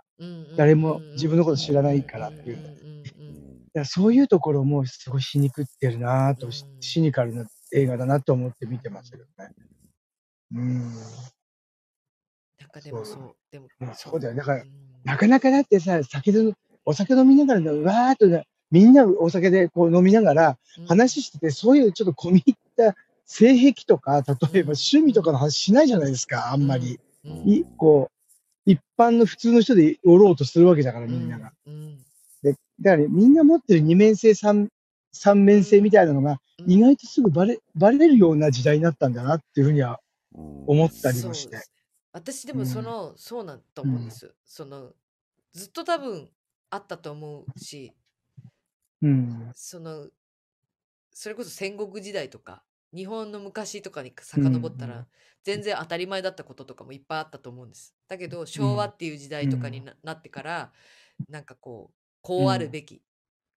Speaker 4: 誰も自分のこと知らないからっていう。
Speaker 1: うんうんうんうんうんうんうん
Speaker 4: だからそういうところもすごい皮肉ってるなぁと、し
Speaker 1: うん
Speaker 4: シニカルな映画だなと思って見てましたけどね。うん。
Speaker 1: なんかでもそ、
Speaker 4: そう
Speaker 1: でも
Speaker 4: うんそうだよだから
Speaker 1: うん
Speaker 4: なかなかだってさ、酒の、お酒飲みながらの、わーっとね、みんなお酒でこう飲みながら
Speaker 1: うん
Speaker 4: 話してて、そういうちょっと込み入った性癖とか、例えば趣味とかの話しないじゃないですか、あんまり。
Speaker 1: うん
Speaker 4: い、こう、一般の普通の人でおろうとするわけだから、みんなが。
Speaker 1: うん
Speaker 4: だからね、みんな持ってる二面性、三、三面性みたいなのが、
Speaker 1: うん
Speaker 4: 意外とすぐバレ、バレるような時代になったんだなっていうふうには
Speaker 2: 思
Speaker 4: 思ったりもし
Speaker 1: そうで
Speaker 4: て。
Speaker 1: す私でもその、そうなんと思うんです、そのずっと多分あったと思うし
Speaker 4: うん。
Speaker 1: そのそれこそ戦国時代とか日本の昔とかに遡ったら、
Speaker 4: うんうん
Speaker 1: 全然当たり前だったこととかもいっぱいあったと思うんですだけど昭和っていう時代とかにな,、なってからなんかこうこうあるべき、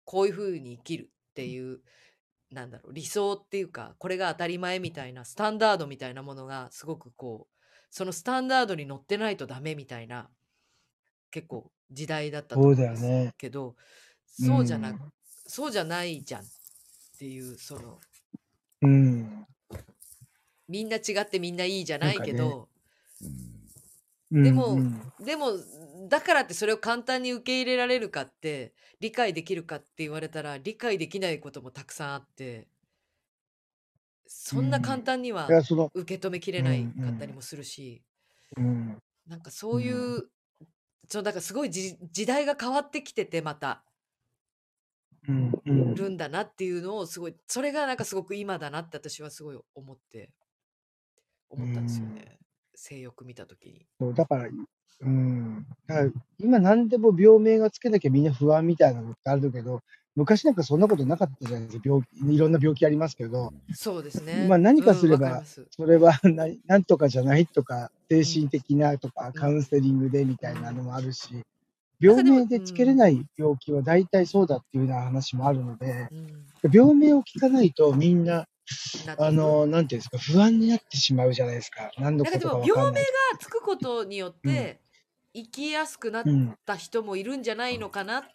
Speaker 1: こういうふうに生きるっていうなんだろう理想っていうかこれが当たり前みたいなスタンダードみたいなものがすごくこうそのスタンダードに乗ってないとダメみたいな結構時代だったと思うんです
Speaker 4: そうだよね
Speaker 1: けどそうじゃな
Speaker 4: うん
Speaker 1: そうじゃないじゃんっていうその
Speaker 4: うん。
Speaker 1: みんな違ってみんないいじゃないけ
Speaker 4: なん
Speaker 1: ど、
Speaker 4: で
Speaker 1: も
Speaker 4: うん
Speaker 1: でもだからってそれを簡単に受け入れられるかって理解できるかって言われたら理解できないこともたくさんあってそんな簡単には
Speaker 4: だからその、
Speaker 1: 受け止めきれない
Speaker 4: うんう
Speaker 1: か
Speaker 4: ん
Speaker 1: ったりもするし、
Speaker 4: うん。
Speaker 1: なんかそういう、そうだからすごいじ時代が変わってきててまた
Speaker 4: うん。うん
Speaker 1: るんだなっていうのをすごいそれがなんかすごく今だなって私はすごい思って思ったんですよね、性欲見た時に。
Speaker 4: そうだから、うん。だから今何でも病名がつけなきゃみんな不安みたいなのってあるけど、昔なんかそんなことなかったじゃないですか。病気、いろんな病気ありますけど、
Speaker 1: そうですね。
Speaker 4: まあ何かすれ
Speaker 1: う
Speaker 4: ば
Speaker 1: んわかります
Speaker 4: それは [laughs] 何なんとかじゃないとか、精神的なとか、
Speaker 1: ん
Speaker 4: カウンセリングでみたいなのもあるし、病名でつけれない病気は大体そうだっていうような話もあるので、
Speaker 1: うん
Speaker 4: 病名を聞かないとみんな、
Speaker 1: 納得
Speaker 4: あの、なんていうんですか、不安になってしまうじゃないですか。何の
Speaker 1: なん
Speaker 4: こ
Speaker 1: かで
Speaker 4: とか
Speaker 1: も
Speaker 4: わか
Speaker 1: 病
Speaker 4: ん
Speaker 1: 名
Speaker 4: な
Speaker 1: が
Speaker 4: い。
Speaker 1: つくことによって生きやすくなっ
Speaker 4: うん。
Speaker 1: た人もいるんじゃないのかな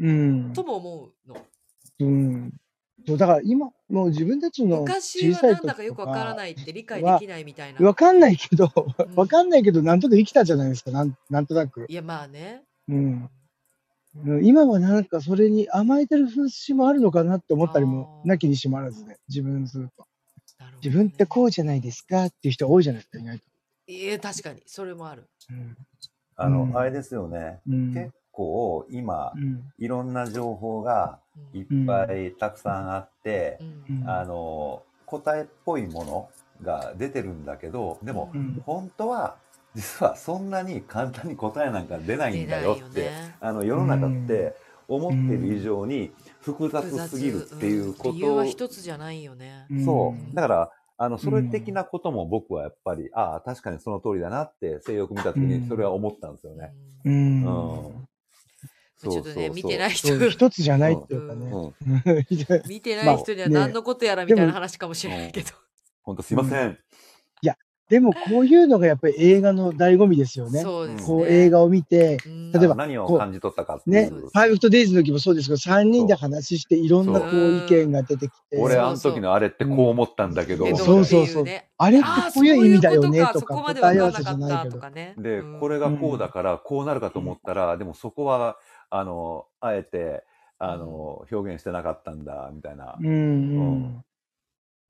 Speaker 4: うん。
Speaker 1: とも思うの。
Speaker 4: うん。そうだから今、もう自分たちの
Speaker 1: 昔
Speaker 4: 小
Speaker 1: は
Speaker 4: さい
Speaker 1: なん
Speaker 4: 時
Speaker 1: だかよ
Speaker 4: と
Speaker 1: くわから
Speaker 4: か、
Speaker 1: ないって理解で
Speaker 4: は
Speaker 1: きないみたいな。
Speaker 4: わかんないけど
Speaker 1: う、ん
Speaker 4: わかんないけど、なんとか生きたじゃないですか、なんなんとなく。
Speaker 1: いやまあね。
Speaker 4: うん、うん今はなんかそれに甘えてる節もあるのかなって思ったりも
Speaker 1: あー
Speaker 4: なきにしもあらずで、自分すると。
Speaker 1: なるほどね
Speaker 4: 自分ってこうじゃないですかっていう人多いじゃないですか、意外と。
Speaker 1: いや確かにそれもある。
Speaker 4: うん
Speaker 2: あの、
Speaker 4: うん
Speaker 2: あれですよね。
Speaker 4: うん
Speaker 2: 結構今、
Speaker 4: うん
Speaker 2: いろんな情報が
Speaker 1: うん
Speaker 2: いっぱいたくさんあって、
Speaker 1: うん
Speaker 2: あの、答えっぽいものが出てるんだけど、でも
Speaker 1: う
Speaker 4: うんん
Speaker 2: 本当は、実はそんなに簡単に答えなんか出ない
Speaker 1: 出
Speaker 2: んだ
Speaker 1: ない
Speaker 2: よ
Speaker 1: よ
Speaker 2: って、
Speaker 1: ね。
Speaker 2: あの世の中って思ってる以上に複雑すぎるっていうこ
Speaker 1: うん理由は
Speaker 2: と
Speaker 1: 一つじゃないよね。
Speaker 2: そう。だから、あの、
Speaker 4: ん
Speaker 2: それ的なことも僕はやっぱり、ああ、確かにその通りだなって、性欲見た時
Speaker 4: う
Speaker 2: に
Speaker 4: ん
Speaker 2: それは思ったんですよ
Speaker 1: うんま
Speaker 2: ね。
Speaker 4: う
Speaker 2: うんん。
Speaker 1: あちょっとね見てない人
Speaker 4: そう一つじゃないっていう
Speaker 2: [laughs]
Speaker 4: か
Speaker 2: う
Speaker 4: ね。
Speaker 2: ん。
Speaker 4: い
Speaker 1: 見てな
Speaker 4: ま
Speaker 1: い
Speaker 4: あ
Speaker 1: 人には
Speaker 4: ね
Speaker 1: 何のことやらみたい
Speaker 4: で
Speaker 1: な
Speaker 4: も
Speaker 1: 話かもしれないけど。
Speaker 2: 本当すいません。
Speaker 4: [laughs] でもこういうのがやっぱり映画の醍醐味ですよね。
Speaker 1: そうですね。
Speaker 4: こう映画を見て、
Speaker 1: うん
Speaker 4: 例えば
Speaker 2: 何を感じ取ったかってい
Speaker 4: ね
Speaker 2: う。
Speaker 1: そう
Speaker 4: ファイブトデイズの時もそうですけど、三人で話していろんなこう
Speaker 1: そう
Speaker 4: 意見が出てきて。
Speaker 2: 俺、
Speaker 1: は
Speaker 2: あの時のあれってこう思ったんだけど、
Speaker 1: けど
Speaker 4: そうそうそう
Speaker 1: っていね
Speaker 4: あれって
Speaker 1: ああ
Speaker 4: こういう意味だよね
Speaker 1: そうい
Speaker 4: と
Speaker 1: うことそ
Speaker 4: か
Speaker 1: こまで
Speaker 4: 答
Speaker 1: 分
Speaker 4: え合
Speaker 1: かんな
Speaker 4: わせじ
Speaker 1: か
Speaker 4: ゃ
Speaker 1: っ
Speaker 4: ない
Speaker 1: た
Speaker 4: け
Speaker 1: と
Speaker 4: ど。
Speaker 1: かね。
Speaker 2: で、
Speaker 1: うん
Speaker 2: これがこうだから、こうなるかと思ったら、でもそこは、あの、あえて、あの、表現してなかったんだ、みたいな、
Speaker 4: うんうん。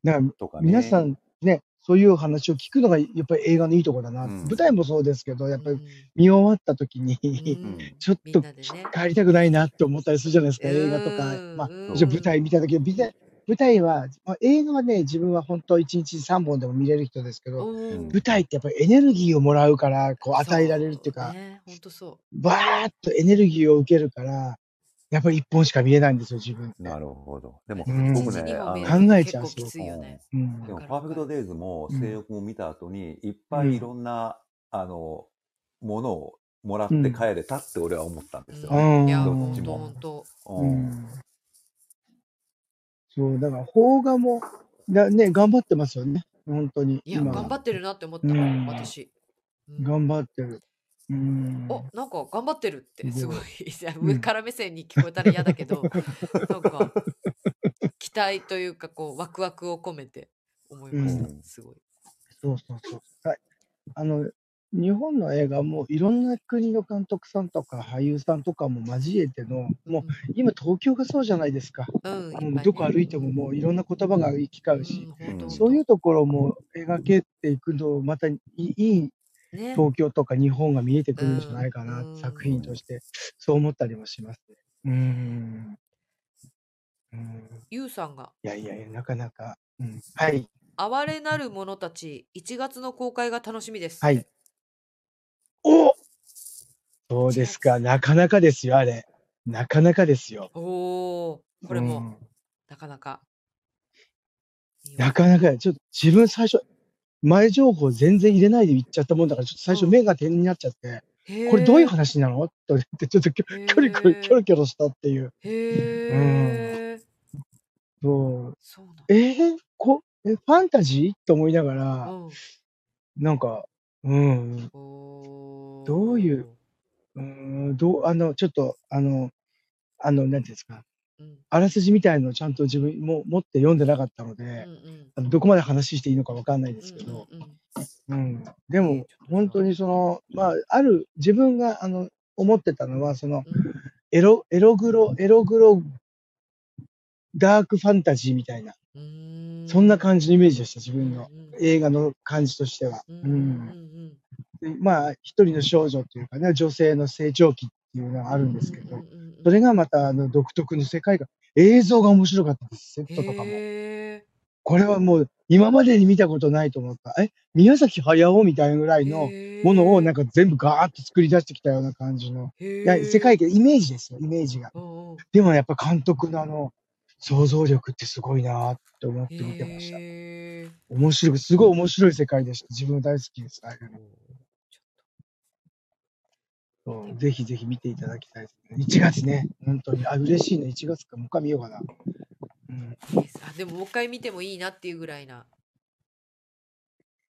Speaker 4: だから
Speaker 2: とかね。
Speaker 4: 皆さ、んね、そういう話を聞くのがやっぱり映画のいいとこだな、
Speaker 2: うん
Speaker 4: 舞台もそうですけど、やっぱ
Speaker 1: う
Speaker 4: り
Speaker 1: ん
Speaker 4: 見終わった時に、
Speaker 1: う
Speaker 2: うんん。
Speaker 4: ちょっと
Speaker 1: みんなでね
Speaker 4: 帰りたくないなって思ったりするじゃないですか、
Speaker 1: うん
Speaker 4: 映画とか、まあ、
Speaker 1: うん
Speaker 4: もちろん舞台見た時は、舞台舞台は、まあ映画はね、自分は本当1日3本でも見れる人ですけど、
Speaker 1: うん
Speaker 4: 舞台ってやっぱりエネルギーをもらうから、こう与えられるっていうか、
Speaker 1: そうね本当そ
Speaker 4: バーッとエネルギーを受けるから、やっぱり1本しか見れないんですよ、自分って。
Speaker 2: なるほど。でも、
Speaker 4: うん
Speaker 2: 僕
Speaker 1: 一日
Speaker 2: ね、
Speaker 1: にも
Speaker 2: あ
Speaker 1: 見
Speaker 2: の
Speaker 1: える
Speaker 4: 考えちゃう
Speaker 1: 結構きついよね。
Speaker 4: うん
Speaker 2: で
Speaker 1: わ
Speaker 2: も、
Speaker 1: かる
Speaker 2: パーフェクトデイズも
Speaker 4: うん
Speaker 2: 性欲も見た後に、いっぱ
Speaker 4: うん
Speaker 2: いいろんな、あの、ものをもらって
Speaker 4: うん
Speaker 2: 帰れたって俺は思ったんですよ
Speaker 1: う
Speaker 2: ね。
Speaker 1: んいや、
Speaker 4: うん
Speaker 1: 本当本当。
Speaker 2: う
Speaker 4: うんんそう、だから、邦画も、だね、頑張ってますよね。本当に。
Speaker 1: いや、
Speaker 4: 今
Speaker 1: 頑張ってるなって思った、
Speaker 4: うん
Speaker 1: 私。うん
Speaker 4: 頑張ってる。うん。
Speaker 1: おなんか頑張ってるってすごいじゃあ
Speaker 4: うん
Speaker 1: 上から目線に聞こえたら嫌だ
Speaker 4: [laughs]
Speaker 1: けどなんか期待というかこうワクワクを込めて思いました、
Speaker 2: うん
Speaker 1: すごい。
Speaker 4: そうそうそう。はい。あの、日本の映画もいろんな国の監督さんとか俳優さんとかも交えての、もう今東京がそうじゃないですか。
Speaker 1: うん、うんいっぱい
Speaker 4: もう
Speaker 1: ね
Speaker 4: どこ歩いてももういろんな言葉が行き交うし、
Speaker 1: うんほんと
Speaker 2: う
Speaker 1: ほ
Speaker 2: ん
Speaker 4: そ
Speaker 1: ん
Speaker 4: ういうところも描けていくと、またいいい
Speaker 1: とね
Speaker 4: 東京とか日本が見えてくるんじゃないかな、
Speaker 1: うん
Speaker 4: 作品として、そう思ったりもしますね。うん。うん、
Speaker 1: ゆうさんが
Speaker 4: いやいやいや、なかなか。うん、はい。
Speaker 1: 「哀れなる者たち1月の公開が楽しみです」
Speaker 4: はい。おそうですか。なかなかですよ、あれ。なかなかですよ。
Speaker 1: おーこれ
Speaker 4: う
Speaker 1: も
Speaker 4: ん
Speaker 1: なかなか。いいわ
Speaker 4: なかなか、ちょっと自分最初、前情報全然入れないで行っちゃったもんだから、ちょっと最初
Speaker 1: うん
Speaker 4: 目が点になっちゃって、
Speaker 1: へー
Speaker 4: これどういう話なのと思って、ちょっときょ
Speaker 1: へー
Speaker 4: キョロキョロ、キョロキョロしたっていう。
Speaker 1: へえ、
Speaker 4: そう
Speaker 1: そうなんだ。
Speaker 4: えーこえ、ファンタジーと思いながら、
Speaker 1: うん
Speaker 4: なんか、うん、
Speaker 1: おー
Speaker 4: どういう、うん、どう、あの、ちょっと、あの、あの、なんていうんですか、
Speaker 1: うん
Speaker 4: あらすじみたいのをちゃんと自分も持って読んでなかったの
Speaker 1: うん
Speaker 4: で、
Speaker 1: うん
Speaker 4: あのどこまで話していいのかわかんないです
Speaker 1: う
Speaker 4: け
Speaker 1: ん
Speaker 4: ど、
Speaker 1: うんうん
Speaker 4: うん、で
Speaker 1: ええちょ
Speaker 4: も
Speaker 1: っと
Speaker 4: 本当にその、まあ、ある自分があの思ってたのは、その
Speaker 1: うん
Speaker 4: エロ、エログロ、エログロ、ダークファンタジーみたいな、
Speaker 1: うー
Speaker 4: そんな感じのイメージでした、自分の
Speaker 1: うんうん
Speaker 4: 映画の感じとしては。
Speaker 1: うん
Speaker 4: う
Speaker 1: うん
Speaker 4: ん
Speaker 1: うん
Speaker 4: でまあ、一人の少女というかね、女性の成長期っていうのはあるんですけ
Speaker 1: う
Speaker 4: ど
Speaker 1: ん、うんうん
Speaker 4: それがまたあの独特の世界観、映像が面白かったです、セットとかも。
Speaker 1: へ
Speaker 4: これはもう今までに見たことないと思った。え、宮崎駿みたいなぐらいのものをなん
Speaker 1: か、
Speaker 4: か全部ガーッと作り出してきたような感じの。いや、世界
Speaker 1: 観。
Speaker 4: 観、イメージですよ、イメージが。
Speaker 1: うんうん
Speaker 4: でもやっぱ監督のあの、想像力ってすごいなーって思って見てました。
Speaker 1: へー
Speaker 4: 面白い、すごい面白い世界でした。自分大好きです。あれ
Speaker 1: おーちょ
Speaker 4: そうぜひぜひ見ていただきたいですね。1月ね、本当に。あ、嬉しいね。1月か、もう一回見ようかな。うん
Speaker 1: っといいですあでももう一回見てもいいなっていうぐらいな。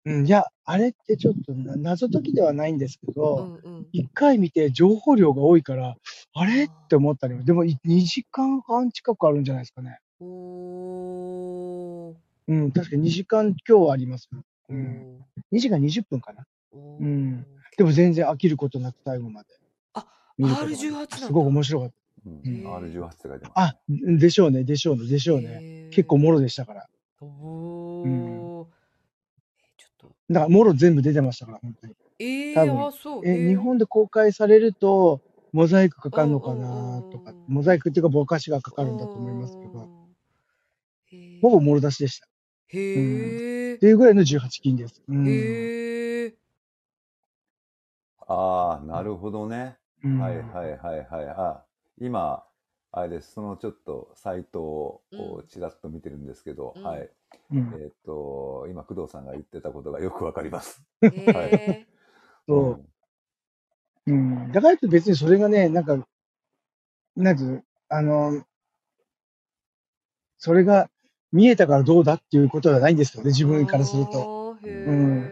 Speaker 4: うん。いや、あれってちょっとな謎解きではないんですけど、
Speaker 1: うんうん
Speaker 4: 一回見て情報量が多いから、あれって思ったりも、でもい2時間半近くあるんじゃないですかね。
Speaker 1: おー
Speaker 4: うん、確かに2時間今日あります。
Speaker 1: お
Speaker 4: うん、
Speaker 1: ー
Speaker 4: 2時間20分かな。
Speaker 1: お
Speaker 4: う
Speaker 1: ー
Speaker 4: んでも全然飽きることなく最後まで。
Speaker 1: あ
Speaker 4: 見ることができ
Speaker 1: R18
Speaker 4: た
Speaker 1: なんだ
Speaker 4: すごく面白かっ
Speaker 2: うん
Speaker 1: うん
Speaker 2: R18 って書いてます。
Speaker 4: た。あ、でしょうね、でしょうね、でしょうね。
Speaker 1: へー
Speaker 4: 結構もろでしたから。
Speaker 1: お
Speaker 4: ん
Speaker 1: お、えちょっと
Speaker 4: だからもろ全部出てましたから、本当に。
Speaker 1: ええ
Speaker 4: 多分
Speaker 1: あそう
Speaker 4: え、
Speaker 1: ー
Speaker 4: 日本で公開されると、モザイクかかるのかなとか
Speaker 1: うんうんうん、
Speaker 4: モザイクっていうか、ぼかしがかかるんだと思いますけど、
Speaker 1: うんへえ
Speaker 4: ほぼもろ出しでした。っ
Speaker 1: へえ、
Speaker 4: ていうぐらいの18金です。うん
Speaker 1: へえ
Speaker 2: ああ、なるほどね。
Speaker 4: うん
Speaker 2: はいはいはいはい。あ今、あれです。そのちょっとサイトをこ
Speaker 1: うん
Speaker 2: うちらっと見てるんですけど、
Speaker 1: うん
Speaker 2: はい。
Speaker 4: うん
Speaker 2: えっと、今、工藤さんが言ってたことがよくわかります。
Speaker 4: [laughs]
Speaker 1: へえ
Speaker 4: そう
Speaker 2: うん
Speaker 4: うん、だからといって別にそれがね、なんか、なんつう、あの、それが見えたからどうだっていうことではないんですよね、自分からすると。
Speaker 1: と
Speaker 4: う
Speaker 1: へ
Speaker 4: ん、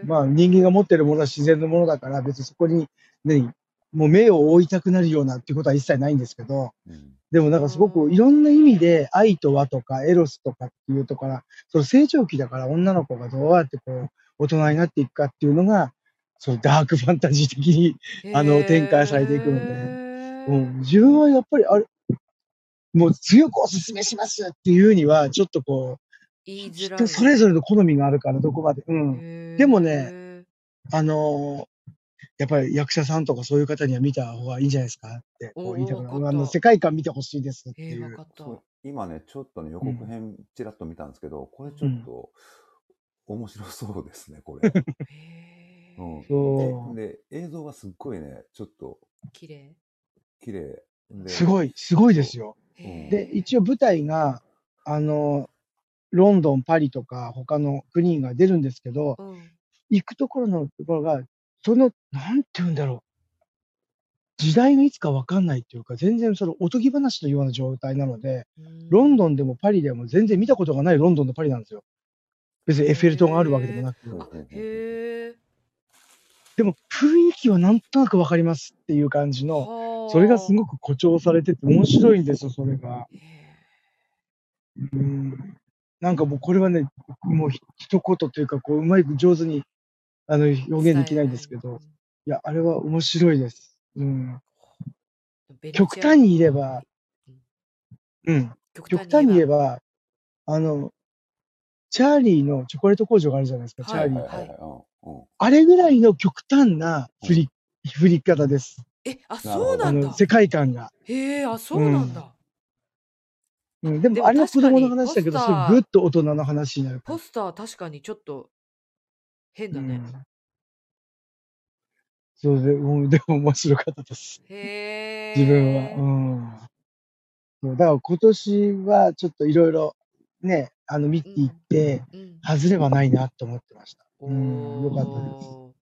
Speaker 1: え、
Speaker 4: まあ人間が持ってるものは自然のものだから、別にそこに、何、もう目を覆いたくなるようなっていうことは一切ないんですけど、
Speaker 2: うん
Speaker 4: でもなんかすごくいろんな意味で愛と和とかエロスとかっていうとこから、その成長期だから女の子がどうやってこう大人になっていくかっていうのが、そのダークファンタジー的にあの展開されていくのでう
Speaker 1: ね
Speaker 4: ん、自分はやっぱりあれ、もう強くおすすめしますっていうには、ちょっとこ、
Speaker 1: 言いうづらい
Speaker 4: 人それぞれの好みがあるから、どこまで。うん。
Speaker 1: れ
Speaker 4: でもねあのーやっぱり役者さんとかそういう方には見た方がいいんじゃないですかってこう言いたくな
Speaker 1: おーわ
Speaker 4: る。
Speaker 1: かった
Speaker 4: あの世界観見てほしいですって
Speaker 1: え
Speaker 4: い
Speaker 1: わ
Speaker 4: う
Speaker 1: か。った
Speaker 2: そう今ね、ちょっとね、予告編ちらっと見たんですけど、これちょっと、面白そうですね、これ。
Speaker 1: へ
Speaker 2: うん
Speaker 1: ー
Speaker 4: そう。
Speaker 2: で、映像がすっごいね、ちょっと
Speaker 1: 綺麗。
Speaker 2: 綺麗で。
Speaker 4: すごい、すごいですよ。
Speaker 1: へー
Speaker 4: で、一応舞台が、あの、ロンドン、パリとか、他の国が出るんですけど、
Speaker 1: うん
Speaker 4: 行くところのところが、その、なんて言うんだろう。時代がいつかわかんないっていうか、全然そのおとぎ話のような状態なので、ロンドンでもパリでも全然見たことがないロンドンとパリなんですよ。別にエッフェル塔があるわけでもなく。
Speaker 1: あへえ。
Speaker 4: でも雰囲気はなんとなくわかりますっていう感じの、それがす
Speaker 1: く。
Speaker 4: ごく誇張されてて面白いんですよ、それが。
Speaker 1: へ
Speaker 4: うんなんかもうこれはね、もうひ一言というか、こう、うまいく上手に、あの、
Speaker 1: ー
Speaker 4: 表現できないんですけど、。いや、あれは面白いです。うん。
Speaker 1: 伝えられない
Speaker 4: 極端に言えば、うん。極端に言え。ば、あの、チャーリーのチョコレート工場があるじゃないですか、チ
Speaker 1: は
Speaker 4: ャー
Speaker 1: い
Speaker 4: リ
Speaker 1: は
Speaker 4: ー
Speaker 1: い。
Speaker 4: あれぐらいの極端な振り、振り方です。
Speaker 1: え、あ、
Speaker 2: なる
Speaker 1: そ
Speaker 2: ほ
Speaker 1: う
Speaker 2: ど
Speaker 1: な
Speaker 4: あ
Speaker 1: ん
Speaker 4: の、
Speaker 1: だ。
Speaker 4: 世界観が。
Speaker 1: へえ、あ、そうなん
Speaker 4: うん
Speaker 1: だ。
Speaker 4: うん、で
Speaker 1: で
Speaker 4: も
Speaker 1: も
Speaker 4: あれは子供の話だ
Speaker 1: 確
Speaker 4: けど、
Speaker 1: かにポスター
Speaker 4: すごいぐっと大人の話になるか
Speaker 1: ポ
Speaker 4: ら
Speaker 1: スター確かにちょっと変だ
Speaker 4: う
Speaker 1: ね。
Speaker 4: んそうで、うんでも面白かったです。
Speaker 1: へえ。
Speaker 4: 自分は。うんそう。だから今年はちょっといろいろね、あの見ていって、
Speaker 1: うん。
Speaker 4: 外れはないなと思ってました。
Speaker 1: お
Speaker 4: うんよかったです
Speaker 1: お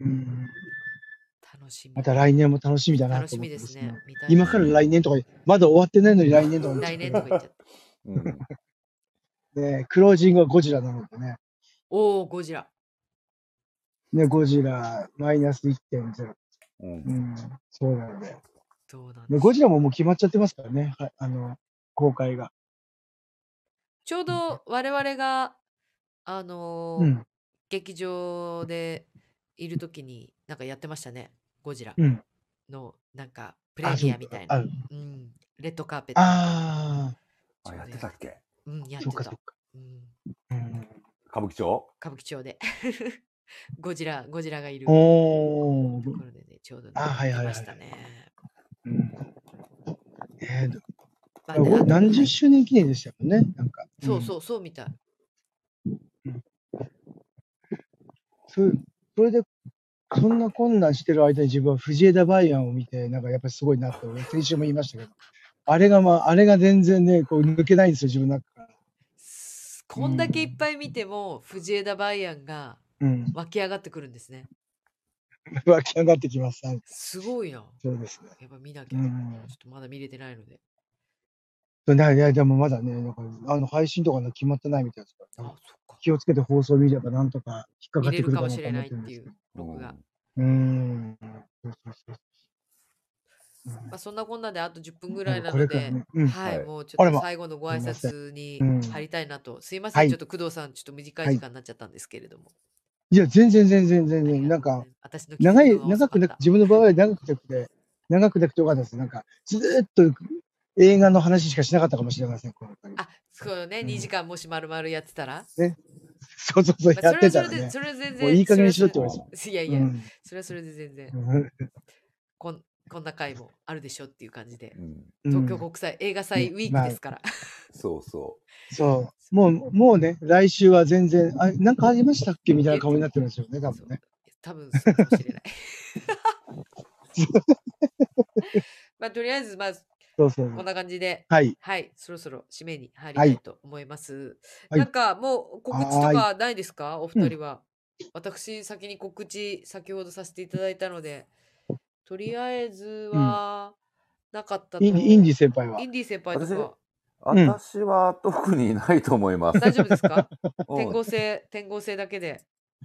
Speaker 4: うん。
Speaker 1: ー楽しみ。
Speaker 4: また来年も楽しみだな
Speaker 1: 楽
Speaker 4: と
Speaker 1: し
Speaker 4: 思
Speaker 1: み
Speaker 4: って
Speaker 1: で
Speaker 4: ますす
Speaker 1: ね
Speaker 4: ね。。
Speaker 1: 見たい
Speaker 4: 今から来年とか、まだ終わってないのに来年とか
Speaker 1: 来年とか言っちゃった。
Speaker 2: うん
Speaker 4: ね、クロージングはゴジラなのでね。
Speaker 1: おお、ゴジラ。
Speaker 4: ね、ゴジラマイナス1.0。
Speaker 2: うんう
Speaker 4: うんん。そうなので。
Speaker 1: どうなん
Speaker 4: ね
Speaker 1: だ
Speaker 4: ゴジラももう決まっちゃってますからね。はい、あの、公開が。
Speaker 1: ちょうど我々が、あのー
Speaker 4: うん。
Speaker 1: 劇場でいるときに、なんかやってましたね。ゴジラ
Speaker 4: うん。
Speaker 1: の、なんか、プレ
Speaker 4: あそう
Speaker 1: ミ
Speaker 4: か
Speaker 1: アみたい
Speaker 4: あ
Speaker 1: な。
Speaker 4: る
Speaker 1: うん。レッドカーペット。
Speaker 4: あ
Speaker 2: あ、やってたっけ
Speaker 1: うん、や
Speaker 4: あ、
Speaker 1: っ
Speaker 4: そ
Speaker 1: て
Speaker 4: うか
Speaker 1: た
Speaker 4: そう。か。
Speaker 1: うん、
Speaker 4: うん、
Speaker 2: 歌舞伎町
Speaker 1: 歌舞伎町で。 [laughs] ゴジラ、ゴジラがいる。
Speaker 4: お
Speaker 1: と
Speaker 4: ー
Speaker 1: ころでね、ちょうど、ね、
Speaker 4: あはいはいはい
Speaker 1: やってましたね。
Speaker 4: うんえ
Speaker 1: まあね
Speaker 4: ーだから
Speaker 1: あと
Speaker 4: 何十周年記念でしたもんね、なんか。
Speaker 1: そう
Speaker 4: うん
Speaker 1: そうそうみたい。
Speaker 4: それそれで、そんな困難してる間に自分は藤枝梅安を見て、なんかやっぱりすごいなって、俺先週も言いましたけど、あれがまあ、あれが全然ね、こう抜けないんですよ、自分の中から。
Speaker 1: すこんだけいっぱい見ても、藤枝梅安が
Speaker 4: うん。
Speaker 1: 湧き上がってくるんですね。
Speaker 4: [laughs] 湧き上がってきます。はい
Speaker 1: すごいな。
Speaker 4: そうですね。
Speaker 1: やっぱ見なきゃ、
Speaker 4: うん
Speaker 1: ちょっとまだ見れてないので。
Speaker 4: そうだいや、でもまだね、なんか、あの、配信とかね、決まってないみたいですから、
Speaker 1: あ、そっか。
Speaker 4: 気をつけて放送見ればなんとか引っかかっ
Speaker 1: 見れ
Speaker 4: てく
Speaker 1: る
Speaker 4: る
Speaker 1: かも
Speaker 4: かなと
Speaker 1: し
Speaker 4: 思
Speaker 1: れ
Speaker 4: っ
Speaker 1: ない
Speaker 4: て
Speaker 1: っ
Speaker 4: るん
Speaker 1: てい
Speaker 4: ですけど
Speaker 1: う。録画。
Speaker 4: うーん。そうそうそう
Speaker 1: まあ、そんなこんなであと10分ぐ
Speaker 4: な
Speaker 1: ら
Speaker 4: ん
Speaker 1: い
Speaker 4: か
Speaker 1: な
Speaker 4: こ
Speaker 1: の
Speaker 4: れから
Speaker 1: で、
Speaker 4: ね。うん。
Speaker 1: は、
Speaker 2: はいい
Speaker 1: もうち
Speaker 4: あ
Speaker 1: ょっ
Speaker 4: ら
Speaker 1: と
Speaker 4: ま
Speaker 1: 最後のご挨拶に
Speaker 4: うん
Speaker 1: 入りたいなと。すいま
Speaker 4: は
Speaker 1: せん、
Speaker 4: い
Speaker 1: ちょっと工藤さん、ちょっと短い
Speaker 4: はい
Speaker 1: 時間になっちゃったんですけれども。
Speaker 4: いや、全然全然全
Speaker 1: あり
Speaker 4: 然、
Speaker 1: が
Speaker 4: な
Speaker 1: と
Speaker 4: ん
Speaker 1: うござい
Speaker 4: か、
Speaker 1: ます、私の聞く
Speaker 4: 長い、
Speaker 1: のが遅
Speaker 4: 長く
Speaker 1: か
Speaker 4: な
Speaker 1: っ
Speaker 4: く
Speaker 1: た、
Speaker 4: 自分の場合は長くなくて、長くなくてよかったです。なんか、ずーっと映画の話しかしなかったかもしれません、この回
Speaker 1: あ、そうね、
Speaker 4: うん
Speaker 1: 2時間もし丸々やってたら。
Speaker 4: そうそうそう、
Speaker 1: まあ
Speaker 4: [laughs] やってたら
Speaker 1: それは
Speaker 4: ね。
Speaker 1: それで、それは全
Speaker 4: もう
Speaker 1: 然。
Speaker 4: いい加減にしろって
Speaker 1: それ
Speaker 4: 言わ
Speaker 1: は
Speaker 4: れて
Speaker 1: それいやいや、
Speaker 4: た。
Speaker 1: それはそれで全然、こん、こんな回もあるでしょっていう感じで
Speaker 2: う。ん
Speaker 4: うん
Speaker 1: 東京
Speaker 4: うん
Speaker 1: 国際映画祭
Speaker 4: うん
Speaker 1: ウィー
Speaker 4: ま
Speaker 1: ク
Speaker 4: あ
Speaker 1: ですから。
Speaker 2: そうそ
Speaker 4: そう。もう、もうね、来週は全然、あ、なんかありましたっけみたいな顔になってるんですよね、多
Speaker 1: そ
Speaker 4: 分
Speaker 1: う
Speaker 4: ね。
Speaker 1: 多分そうかもしれ
Speaker 4: [laughs]
Speaker 1: ない。まあ、とりあえず、まあ、
Speaker 4: そうそうそ
Speaker 1: こん
Speaker 4: う。
Speaker 1: な感じで、
Speaker 4: はい。
Speaker 1: はい、そろそろ締めに入り
Speaker 4: は
Speaker 1: た
Speaker 4: い
Speaker 1: いと思います。
Speaker 4: はい
Speaker 1: なんかもう告知とかないですか、お二人は。私、先に告知、先ほどさせていただいたので、とりあえずは、なかったと、
Speaker 4: インディ、インディ先輩は
Speaker 1: イ。ンディ先輩とか、
Speaker 2: う。
Speaker 4: うん
Speaker 2: 私は特にないと思います。
Speaker 1: 大丈夫です
Speaker 4: [laughs]
Speaker 1: か
Speaker 2: うん
Speaker 1: 天候性、天候性だけで。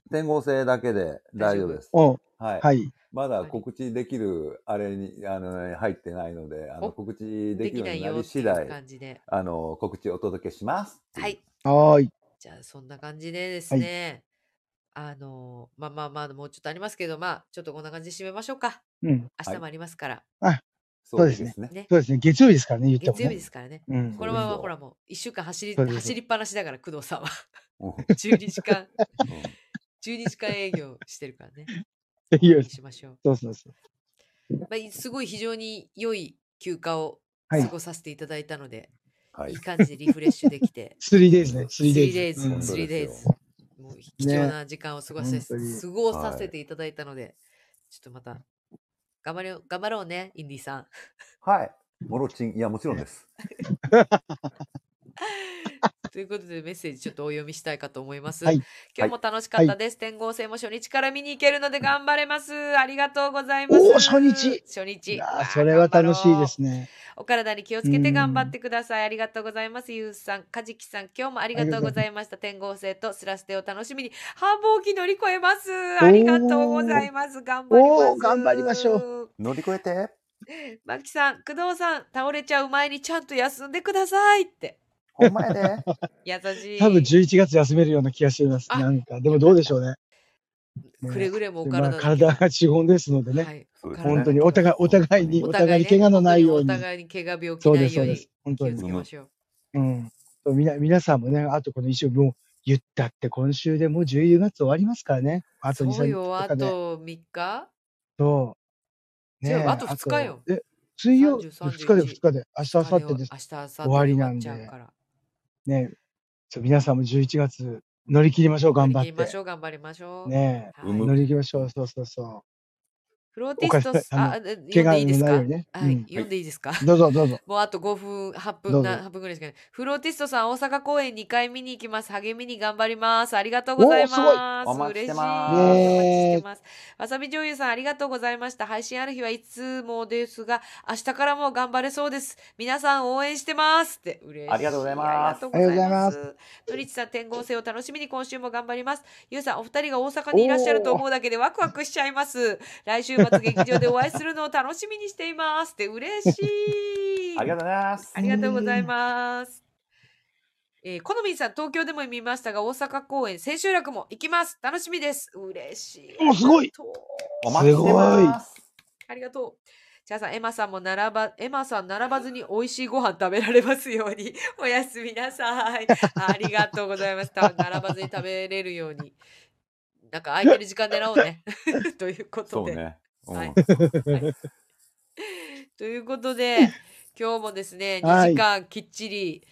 Speaker 2: 天候性だけで大丈夫です。
Speaker 4: お
Speaker 2: はい。
Speaker 4: はい。
Speaker 2: まだ告知できるあれに、あの、ね、入ってないので、あ
Speaker 1: お
Speaker 2: の告知で
Speaker 1: で
Speaker 2: きる
Speaker 1: き
Speaker 2: よう
Speaker 1: ない
Speaker 2: にな
Speaker 1: よ
Speaker 2: り
Speaker 1: ってい
Speaker 2: 次
Speaker 1: う
Speaker 2: 第、
Speaker 1: 感じで。
Speaker 2: あの、告知をお届けします。
Speaker 1: はい。
Speaker 4: はーい。
Speaker 1: じゃあそんな感じでですね、あのまあまあまあもうちょっとありますけどまあちょっとこんな感じで締めましょうか
Speaker 4: う
Speaker 1: 明
Speaker 4: ん。
Speaker 2: は
Speaker 1: 日
Speaker 2: い
Speaker 1: もありますから、
Speaker 2: そうで
Speaker 4: そうです
Speaker 2: すね。
Speaker 1: ね
Speaker 4: そうですね、月曜日ですからね、言っても
Speaker 1: 月曜日
Speaker 4: ね
Speaker 1: で。すからね
Speaker 4: うん
Speaker 1: こ。のままほらもう1週間走り
Speaker 4: そうです
Speaker 1: 走りっぱなしだから工藤さんは [laughs]
Speaker 2: うんうん
Speaker 1: 12時間12時間営業してるからね
Speaker 4: [laughs] [laughs] いや
Speaker 1: にしましょう、
Speaker 4: そうそうそう。
Speaker 1: まあ、いすごい非常に良い休暇を
Speaker 4: はい。
Speaker 1: 過ごさせていただいたので、
Speaker 2: はい
Speaker 1: いい。感じでリフレッシュできて
Speaker 4: 3 [laughs] days ね、
Speaker 1: 3
Speaker 4: 3
Speaker 1: days、
Speaker 4: days。
Speaker 2: うん
Speaker 4: うん
Speaker 1: 3 days
Speaker 2: 本。
Speaker 1: もう貴重な時間を過ごさせ,、
Speaker 4: 本当に
Speaker 1: 過ごさせていただいたので、ちょっとまた頑張れ頑張ろうね、インディさん。
Speaker 2: はい。モロチン、いや、もちろんです。
Speaker 1: ということでメッセージちょっとお読みしたいかと思います。
Speaker 4: はい
Speaker 1: 今日も楽しかったです。天号星も初日から見に行けるので頑張れます。ありがとうございます。
Speaker 4: おー初日
Speaker 1: 初
Speaker 4: い
Speaker 1: 日。
Speaker 4: や
Speaker 1: わ
Speaker 4: ー
Speaker 1: あ
Speaker 4: それは楽しい
Speaker 1: 頑
Speaker 4: で。
Speaker 1: 張ろう
Speaker 4: すね。
Speaker 1: お体に気をつけて頑張ってください。ありがとうございます。ゆうさん、かじきさん、今日もありがとうございました。天候星とスラステを楽しみに繁忙期乗り越えます。ありがとうございます。頑張ります。
Speaker 4: おー頑張りましょ
Speaker 1: う。
Speaker 2: 乗り越えて。
Speaker 1: まきさん、工藤さん、倒れちゃう前にちゃんと休んでくださいって。
Speaker 2: ほん
Speaker 1: [laughs]
Speaker 2: まやで。
Speaker 1: 優しい。
Speaker 4: 多分11月休めるような気がしています。
Speaker 1: あ
Speaker 4: なんか、でもどうでしょうね。
Speaker 1: くれぐれもお
Speaker 4: ま
Speaker 1: 体だ
Speaker 4: あ
Speaker 1: けは、
Speaker 4: 体が資本ですのでね。
Speaker 1: はい
Speaker 2: そうですね
Speaker 4: 本当にお互い、お互いに、
Speaker 1: お
Speaker 4: お
Speaker 1: 互
Speaker 4: 互
Speaker 1: い
Speaker 4: い
Speaker 1: ね
Speaker 4: に怪我のないように
Speaker 1: お。互いに怪我病気
Speaker 4: そう
Speaker 1: な
Speaker 4: で
Speaker 1: い
Speaker 4: す、そ
Speaker 1: よう
Speaker 4: うで
Speaker 1: に
Speaker 4: す。本
Speaker 1: 気
Speaker 4: 当
Speaker 1: を
Speaker 4: に
Speaker 1: つ。けましょう。
Speaker 4: うん。みな皆さんもね、あとこの一週もう言ったって今週でもう10月終わりますからね。あと2、
Speaker 1: そう
Speaker 4: 3日
Speaker 1: よ、
Speaker 4: と
Speaker 1: あ
Speaker 4: かで。
Speaker 1: と3日
Speaker 4: そう。
Speaker 1: 違う
Speaker 4: え
Speaker 1: あと二日よ
Speaker 4: あとえ、水曜、
Speaker 1: 30
Speaker 4: 2日で
Speaker 1: 31
Speaker 4: 2日で、明日、明後日です。
Speaker 1: 明日、明後日
Speaker 4: 終わりなんで
Speaker 1: 終わっちゃうから
Speaker 4: ねそう皆さんも11月乗り切りましょう、頑張
Speaker 1: 乗
Speaker 4: っ。
Speaker 1: り切りましてょう、頑張りましょう。
Speaker 4: ね
Speaker 1: はい
Speaker 2: うん
Speaker 4: 乗り切りましょう、そうそうそ
Speaker 1: フローティストス、
Speaker 4: お金
Speaker 1: あ、え
Speaker 4: う。怪
Speaker 1: 読ん
Speaker 4: 我
Speaker 1: でいいで
Speaker 4: の
Speaker 1: す
Speaker 4: な
Speaker 1: か
Speaker 4: いようにね。
Speaker 1: は
Speaker 4: う
Speaker 1: い、
Speaker 4: ん
Speaker 1: 読んでいいですか
Speaker 4: どう
Speaker 1: [laughs]
Speaker 4: ぞ、どうぞ。
Speaker 1: もうあと5分、8
Speaker 4: ど
Speaker 1: 分、
Speaker 4: うぞ
Speaker 1: な8分ぐらいしかない。フローティストさん、大阪公演2回見に行きます。励みに頑張ります。ありがとうございます。
Speaker 4: おーすご
Speaker 2: お
Speaker 4: い
Speaker 2: 待ちしてます
Speaker 1: 嬉しい。お
Speaker 4: イエー
Speaker 1: 待ちして
Speaker 4: イ
Speaker 1: ます。わさび女優さん、ありがとうございました。配信ある日はいつもですが、明日からも頑張れそうです。皆さん応援してますって。嬉しい。
Speaker 2: ありがとうございます
Speaker 1: ありがとうございま
Speaker 4: ありがとう
Speaker 1: す。のりちさん、天候星を楽しみに今週も頑張ります。ゆうさん、お二人が大阪にいらっしゃると思うだけでワクワクしちゃいます。来週末劇場でお会いするのを楽しみにしていますって。嬉しい。
Speaker 2: ありがとうございます
Speaker 1: あ。りがとうございます。えー、コノミンさん、東京でも見ましたが、大阪公演、千秋楽も行きます。楽しみです。嬉しい。
Speaker 4: おすごい
Speaker 1: ありがとう
Speaker 2: お待ちしてます。
Speaker 1: ありがとう。じゃあさん、エマさんも並ば、エマさん並ばずに美味しいご飯食べられますように。 [laughs] おやすみなさい。ありがとうございます。た並ばずに食べれるように。なんか空いてる時間狙おうね。
Speaker 2: [laughs]
Speaker 1: ということ
Speaker 2: そう
Speaker 1: で。
Speaker 2: ね。うん
Speaker 1: はい [laughs]
Speaker 2: は
Speaker 1: ということ
Speaker 4: [laughs]
Speaker 1: で、今日もですね、
Speaker 4: は
Speaker 1: 2
Speaker 4: い
Speaker 1: 時間きっちり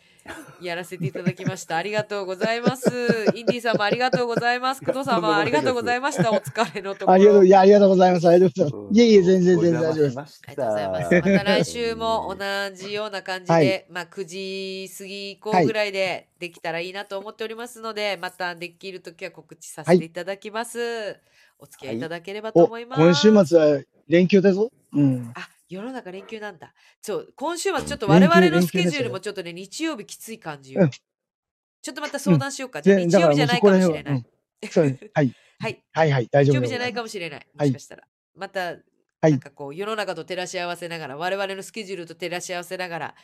Speaker 1: やらせていただきました。ありがとうござい
Speaker 4: [laughs]
Speaker 1: ます。インディーさんもありがとうございます。工藤さんもありがとうございました。お疲れのところ。
Speaker 4: ありがとう、いや、ありがとうございます。ありがとうございま
Speaker 2: い
Speaker 4: す。いえいえ、全然全然大丈夫です。
Speaker 2: あ
Speaker 1: ありがとうございます。また来週も同じような感じで、
Speaker 4: はい
Speaker 1: まあ9時過ぎ以降
Speaker 4: はい
Speaker 1: ぐらいでできたらいいなと思っておりますので、またできるときは告知させていただきます。お付き合いいただければと
Speaker 4: お、
Speaker 1: 思います。
Speaker 4: 今週末は連休だぞ。うん。
Speaker 1: あ、世の中連休なんだ。そう、今週末ちょっと我
Speaker 4: 連休
Speaker 1: 々の
Speaker 4: 連
Speaker 1: ス
Speaker 4: 休
Speaker 1: ケ
Speaker 4: ですよ
Speaker 1: ジュールもちょっとね、日曜日きつい感じよ。
Speaker 4: うん
Speaker 1: ちょっとまた相談しようか。じゃあ
Speaker 4: で
Speaker 1: 日曜日じゃないかもしれな
Speaker 4: だら
Speaker 1: い。
Speaker 4: もうそこら辺はうんそうですはい。
Speaker 1: はい。
Speaker 4: はいはい、大丈
Speaker 1: 日曜
Speaker 4: 夫
Speaker 1: 日
Speaker 4: でご
Speaker 1: じゃ
Speaker 4: ざ
Speaker 1: ないい
Speaker 4: ま
Speaker 1: かもしれない。も
Speaker 4: はい
Speaker 1: しかしたら。また、
Speaker 4: い
Speaker 1: なんかこう、世の中と照らし合わせながら、我々のスケジュールと照らし合わせながら、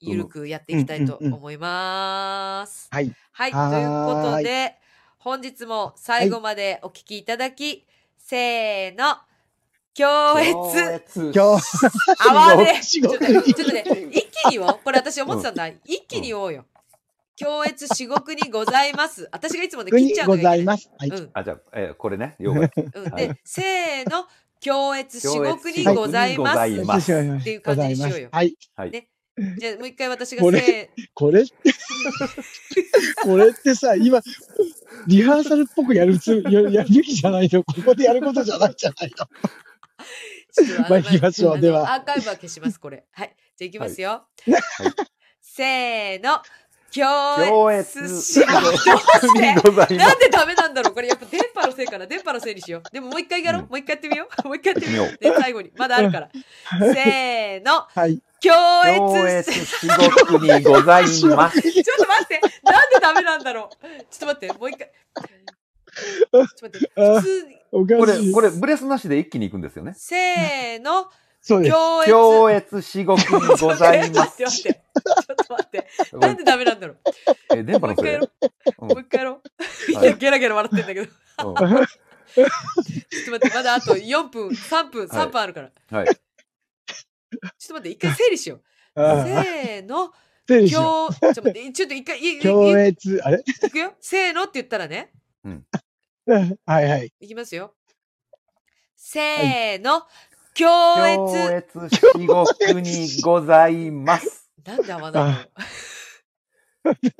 Speaker 1: ゆるくやっていきたいと
Speaker 4: うんうんうん
Speaker 1: 思います。
Speaker 4: はい。
Speaker 1: はい。
Speaker 4: は
Speaker 1: ということ
Speaker 4: ーい
Speaker 1: で、本日も最後までお聞きいただき、せーの、共越
Speaker 2: 今
Speaker 4: 今日、
Speaker 1: 泡で
Speaker 4: 至
Speaker 1: ちょっと
Speaker 4: 極至極
Speaker 1: ねちょっとね、一気に言お
Speaker 4: [laughs]
Speaker 1: う。これ私思ってたんだ。一気に言おうよ。強越至極にございます。私がいつもね、切っ
Speaker 4: 国
Speaker 1: ちゃう
Speaker 4: ご
Speaker 1: んだ
Speaker 4: ざ
Speaker 1: よ、
Speaker 4: い
Speaker 1: ね。
Speaker 4: ます。はい。
Speaker 1: うん、
Speaker 2: あ、じゃあ、えーこれね、要は。
Speaker 1: [laughs] うん。
Speaker 2: はい
Speaker 1: で、せーの、強越至極に
Speaker 4: 強越至極に
Speaker 1: ございま
Speaker 2: ござ
Speaker 1: す
Speaker 2: い。ま
Speaker 4: ご
Speaker 2: す
Speaker 4: ざいます
Speaker 1: っていう感じにしようよ
Speaker 4: はい。
Speaker 1: じゃあもう一回私が
Speaker 4: これ
Speaker 1: せー
Speaker 4: これ、 [laughs] これってさ、今、リハーサルっぽくやるつ、ややるべきじゃないの。ここでやることじゃないじゃないの。
Speaker 1: ちょっとあの
Speaker 4: まあ行きましょう
Speaker 1: あの
Speaker 4: では
Speaker 1: アーカイブは消します、これ。はい。じゃあ行きますよ。
Speaker 2: い
Speaker 1: せーの、強
Speaker 2: 強
Speaker 1: 越
Speaker 2: 越
Speaker 1: 至
Speaker 2: 至
Speaker 1: 極。
Speaker 2: 極にございま
Speaker 1: なん
Speaker 2: す。
Speaker 1: でダメなんだろうこれやっぱ電波のせいかな電波のせいにしよう。でももう一回やろう、
Speaker 2: うん
Speaker 1: もう一回やってみよう [laughs] もう一回やってみよう
Speaker 2: やっ
Speaker 1: で、最後に。まだあるから。せーの
Speaker 4: はい。
Speaker 1: 強
Speaker 2: 超
Speaker 1: 越
Speaker 2: 越至極にございます。
Speaker 1: [laughs] ちょっと待ってなんでダメなんだろうちょっと待って、もう一回。ちょっと待って、普通に。
Speaker 4: おか
Speaker 2: こ
Speaker 4: し
Speaker 2: れ、
Speaker 4: い。
Speaker 2: これ、ブレスなしで一気に行くんですよね。
Speaker 1: せーの
Speaker 4: そうです。
Speaker 1: 強
Speaker 2: 超越至極にございます。
Speaker 1: ちょっと待って、ちょっと待って。 [laughs] なんでダメなんだろう
Speaker 2: えー電波
Speaker 1: もう
Speaker 2: の
Speaker 1: 一回
Speaker 2: せい
Speaker 1: やろ。う。
Speaker 2: うん
Speaker 1: もう一回やろう。
Speaker 2: はい
Speaker 1: ゲラゲラ笑ってんだけど。ちょ
Speaker 2: う
Speaker 1: っ
Speaker 2: ん
Speaker 1: と待って、まだあと4分、3分、3分あるから。
Speaker 2: はい。
Speaker 1: ちょっと待って、一回整理しよう。
Speaker 4: ああ、
Speaker 1: せーの、
Speaker 4: 失礼しよ
Speaker 1: 今日、ちょっと待って、ちょっと一回、い、い、い、
Speaker 4: う。共
Speaker 1: い
Speaker 4: 越、あれ
Speaker 1: くよ。せーのって言ったらね、
Speaker 4: はいはい。
Speaker 1: いきますよ。せーの、共越。
Speaker 2: 超越至極にございます。
Speaker 1: なんで合わないの [laughs] なん
Speaker 2: え
Speaker 1: で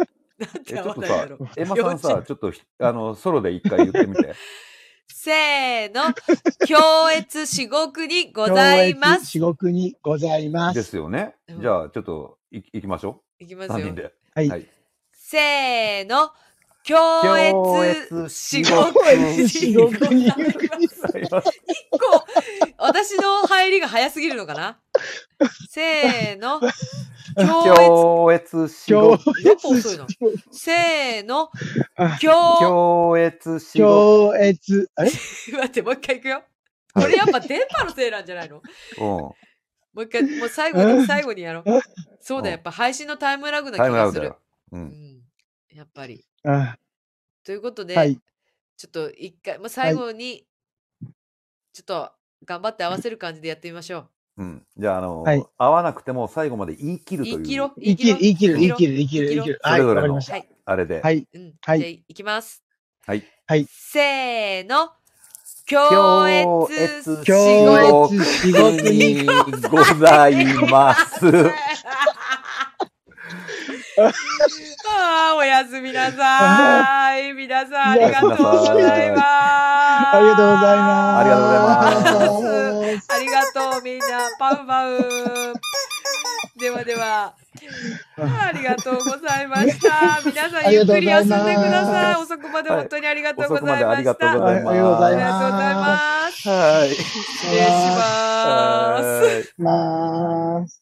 Speaker 2: ち
Speaker 1: 合
Speaker 2: ょっ
Speaker 1: わ
Speaker 2: と
Speaker 1: ない
Speaker 2: さ
Speaker 1: [laughs] だろう。
Speaker 2: エマさんさちょっとひあのソロで一回言ってみて
Speaker 1: せーの、共越至極にございま
Speaker 4: 共栄
Speaker 1: す。
Speaker 4: 至極にございま。
Speaker 2: ですすよね
Speaker 1: うん
Speaker 2: じゃあちょっといいきましょ
Speaker 1: いき
Speaker 2: う
Speaker 1: ます
Speaker 2: 3
Speaker 1: よ [laughs]
Speaker 2: 人。で [laughs]
Speaker 4: はい。
Speaker 2: はい
Speaker 1: せーの、共越至極に
Speaker 4: 至
Speaker 1: ご
Speaker 4: 極
Speaker 1: ざい
Speaker 4: に
Speaker 1: ます。こう、私の入りが早すぎるのかなせーの、共
Speaker 2: 強越至
Speaker 4: 共
Speaker 2: 極
Speaker 1: 越、やっぱ遅いの。
Speaker 4: 越
Speaker 1: せーの
Speaker 4: あ、
Speaker 1: 共、
Speaker 2: 強越至極
Speaker 4: 共越、あ
Speaker 1: [laughs]
Speaker 4: れ
Speaker 1: 待って、もう一回いくよ。これやっぱ電波のせいなんじゃないの
Speaker 2: う
Speaker 1: もう一回、もう最後
Speaker 4: う
Speaker 1: に、
Speaker 4: ん
Speaker 1: 最後にやろう。そうだ、やっぱ配信のタイムラグ
Speaker 2: ん
Speaker 1: な気
Speaker 2: タイムラ
Speaker 1: が
Speaker 2: グ
Speaker 1: す
Speaker 2: だ
Speaker 1: る
Speaker 2: よ。う
Speaker 1: うんん。やっぱり。
Speaker 4: あ
Speaker 1: ということで、
Speaker 4: はい。
Speaker 1: ちょっと一回、もう最後に、ちょっと頑張って合わせる感じでやってみましょう。
Speaker 2: うんじゃああの
Speaker 4: はい
Speaker 2: 合わなくても最後まで言い切ると
Speaker 1: 言い
Speaker 2: い
Speaker 1: 切
Speaker 2: う
Speaker 1: ろ、
Speaker 4: 生きる、生きる、生きる、生きる、
Speaker 1: 生きろ
Speaker 4: 生きる。
Speaker 2: そ
Speaker 4: はい、
Speaker 2: れぞれ
Speaker 4: わかり
Speaker 2: の
Speaker 4: ました。
Speaker 1: はい。
Speaker 2: あれで
Speaker 4: はい。
Speaker 1: うん。
Speaker 4: はい
Speaker 1: じゃあ、いきます。
Speaker 2: はい
Speaker 4: はい
Speaker 1: せーの。強越
Speaker 2: 強越
Speaker 1: 至極
Speaker 4: 共
Speaker 2: 極
Speaker 4: 越至極に。
Speaker 2: にござい
Speaker 1: [laughs]
Speaker 2: ます。
Speaker 1: ああ、おやすみなさい。皆さん、ありがとうございます。
Speaker 4: ありがとうご
Speaker 2: ありがと
Speaker 4: ざいます。
Speaker 2: うございます
Speaker 4: ざいます。
Speaker 1: ありがとうみんなパウパウではではありがとうございました皆さ
Speaker 4: あ
Speaker 1: ん
Speaker 4: り
Speaker 1: ゆ
Speaker 4: が
Speaker 1: っ
Speaker 4: とう
Speaker 1: く
Speaker 4: ご
Speaker 1: り
Speaker 4: ざ
Speaker 1: 休
Speaker 4: い
Speaker 1: ん
Speaker 4: ます
Speaker 1: でください遅くまで本当にありがとう
Speaker 2: 遅
Speaker 1: ご
Speaker 2: くま
Speaker 1: ざ
Speaker 2: で
Speaker 1: いま
Speaker 2: ありが
Speaker 1: し
Speaker 2: とう
Speaker 1: た、
Speaker 2: ございます。
Speaker 4: ありがとうござ
Speaker 1: あ
Speaker 4: い
Speaker 1: り
Speaker 4: ます
Speaker 1: がとうございます
Speaker 2: はい。
Speaker 1: 失礼します
Speaker 2: はい。
Speaker 4: ます。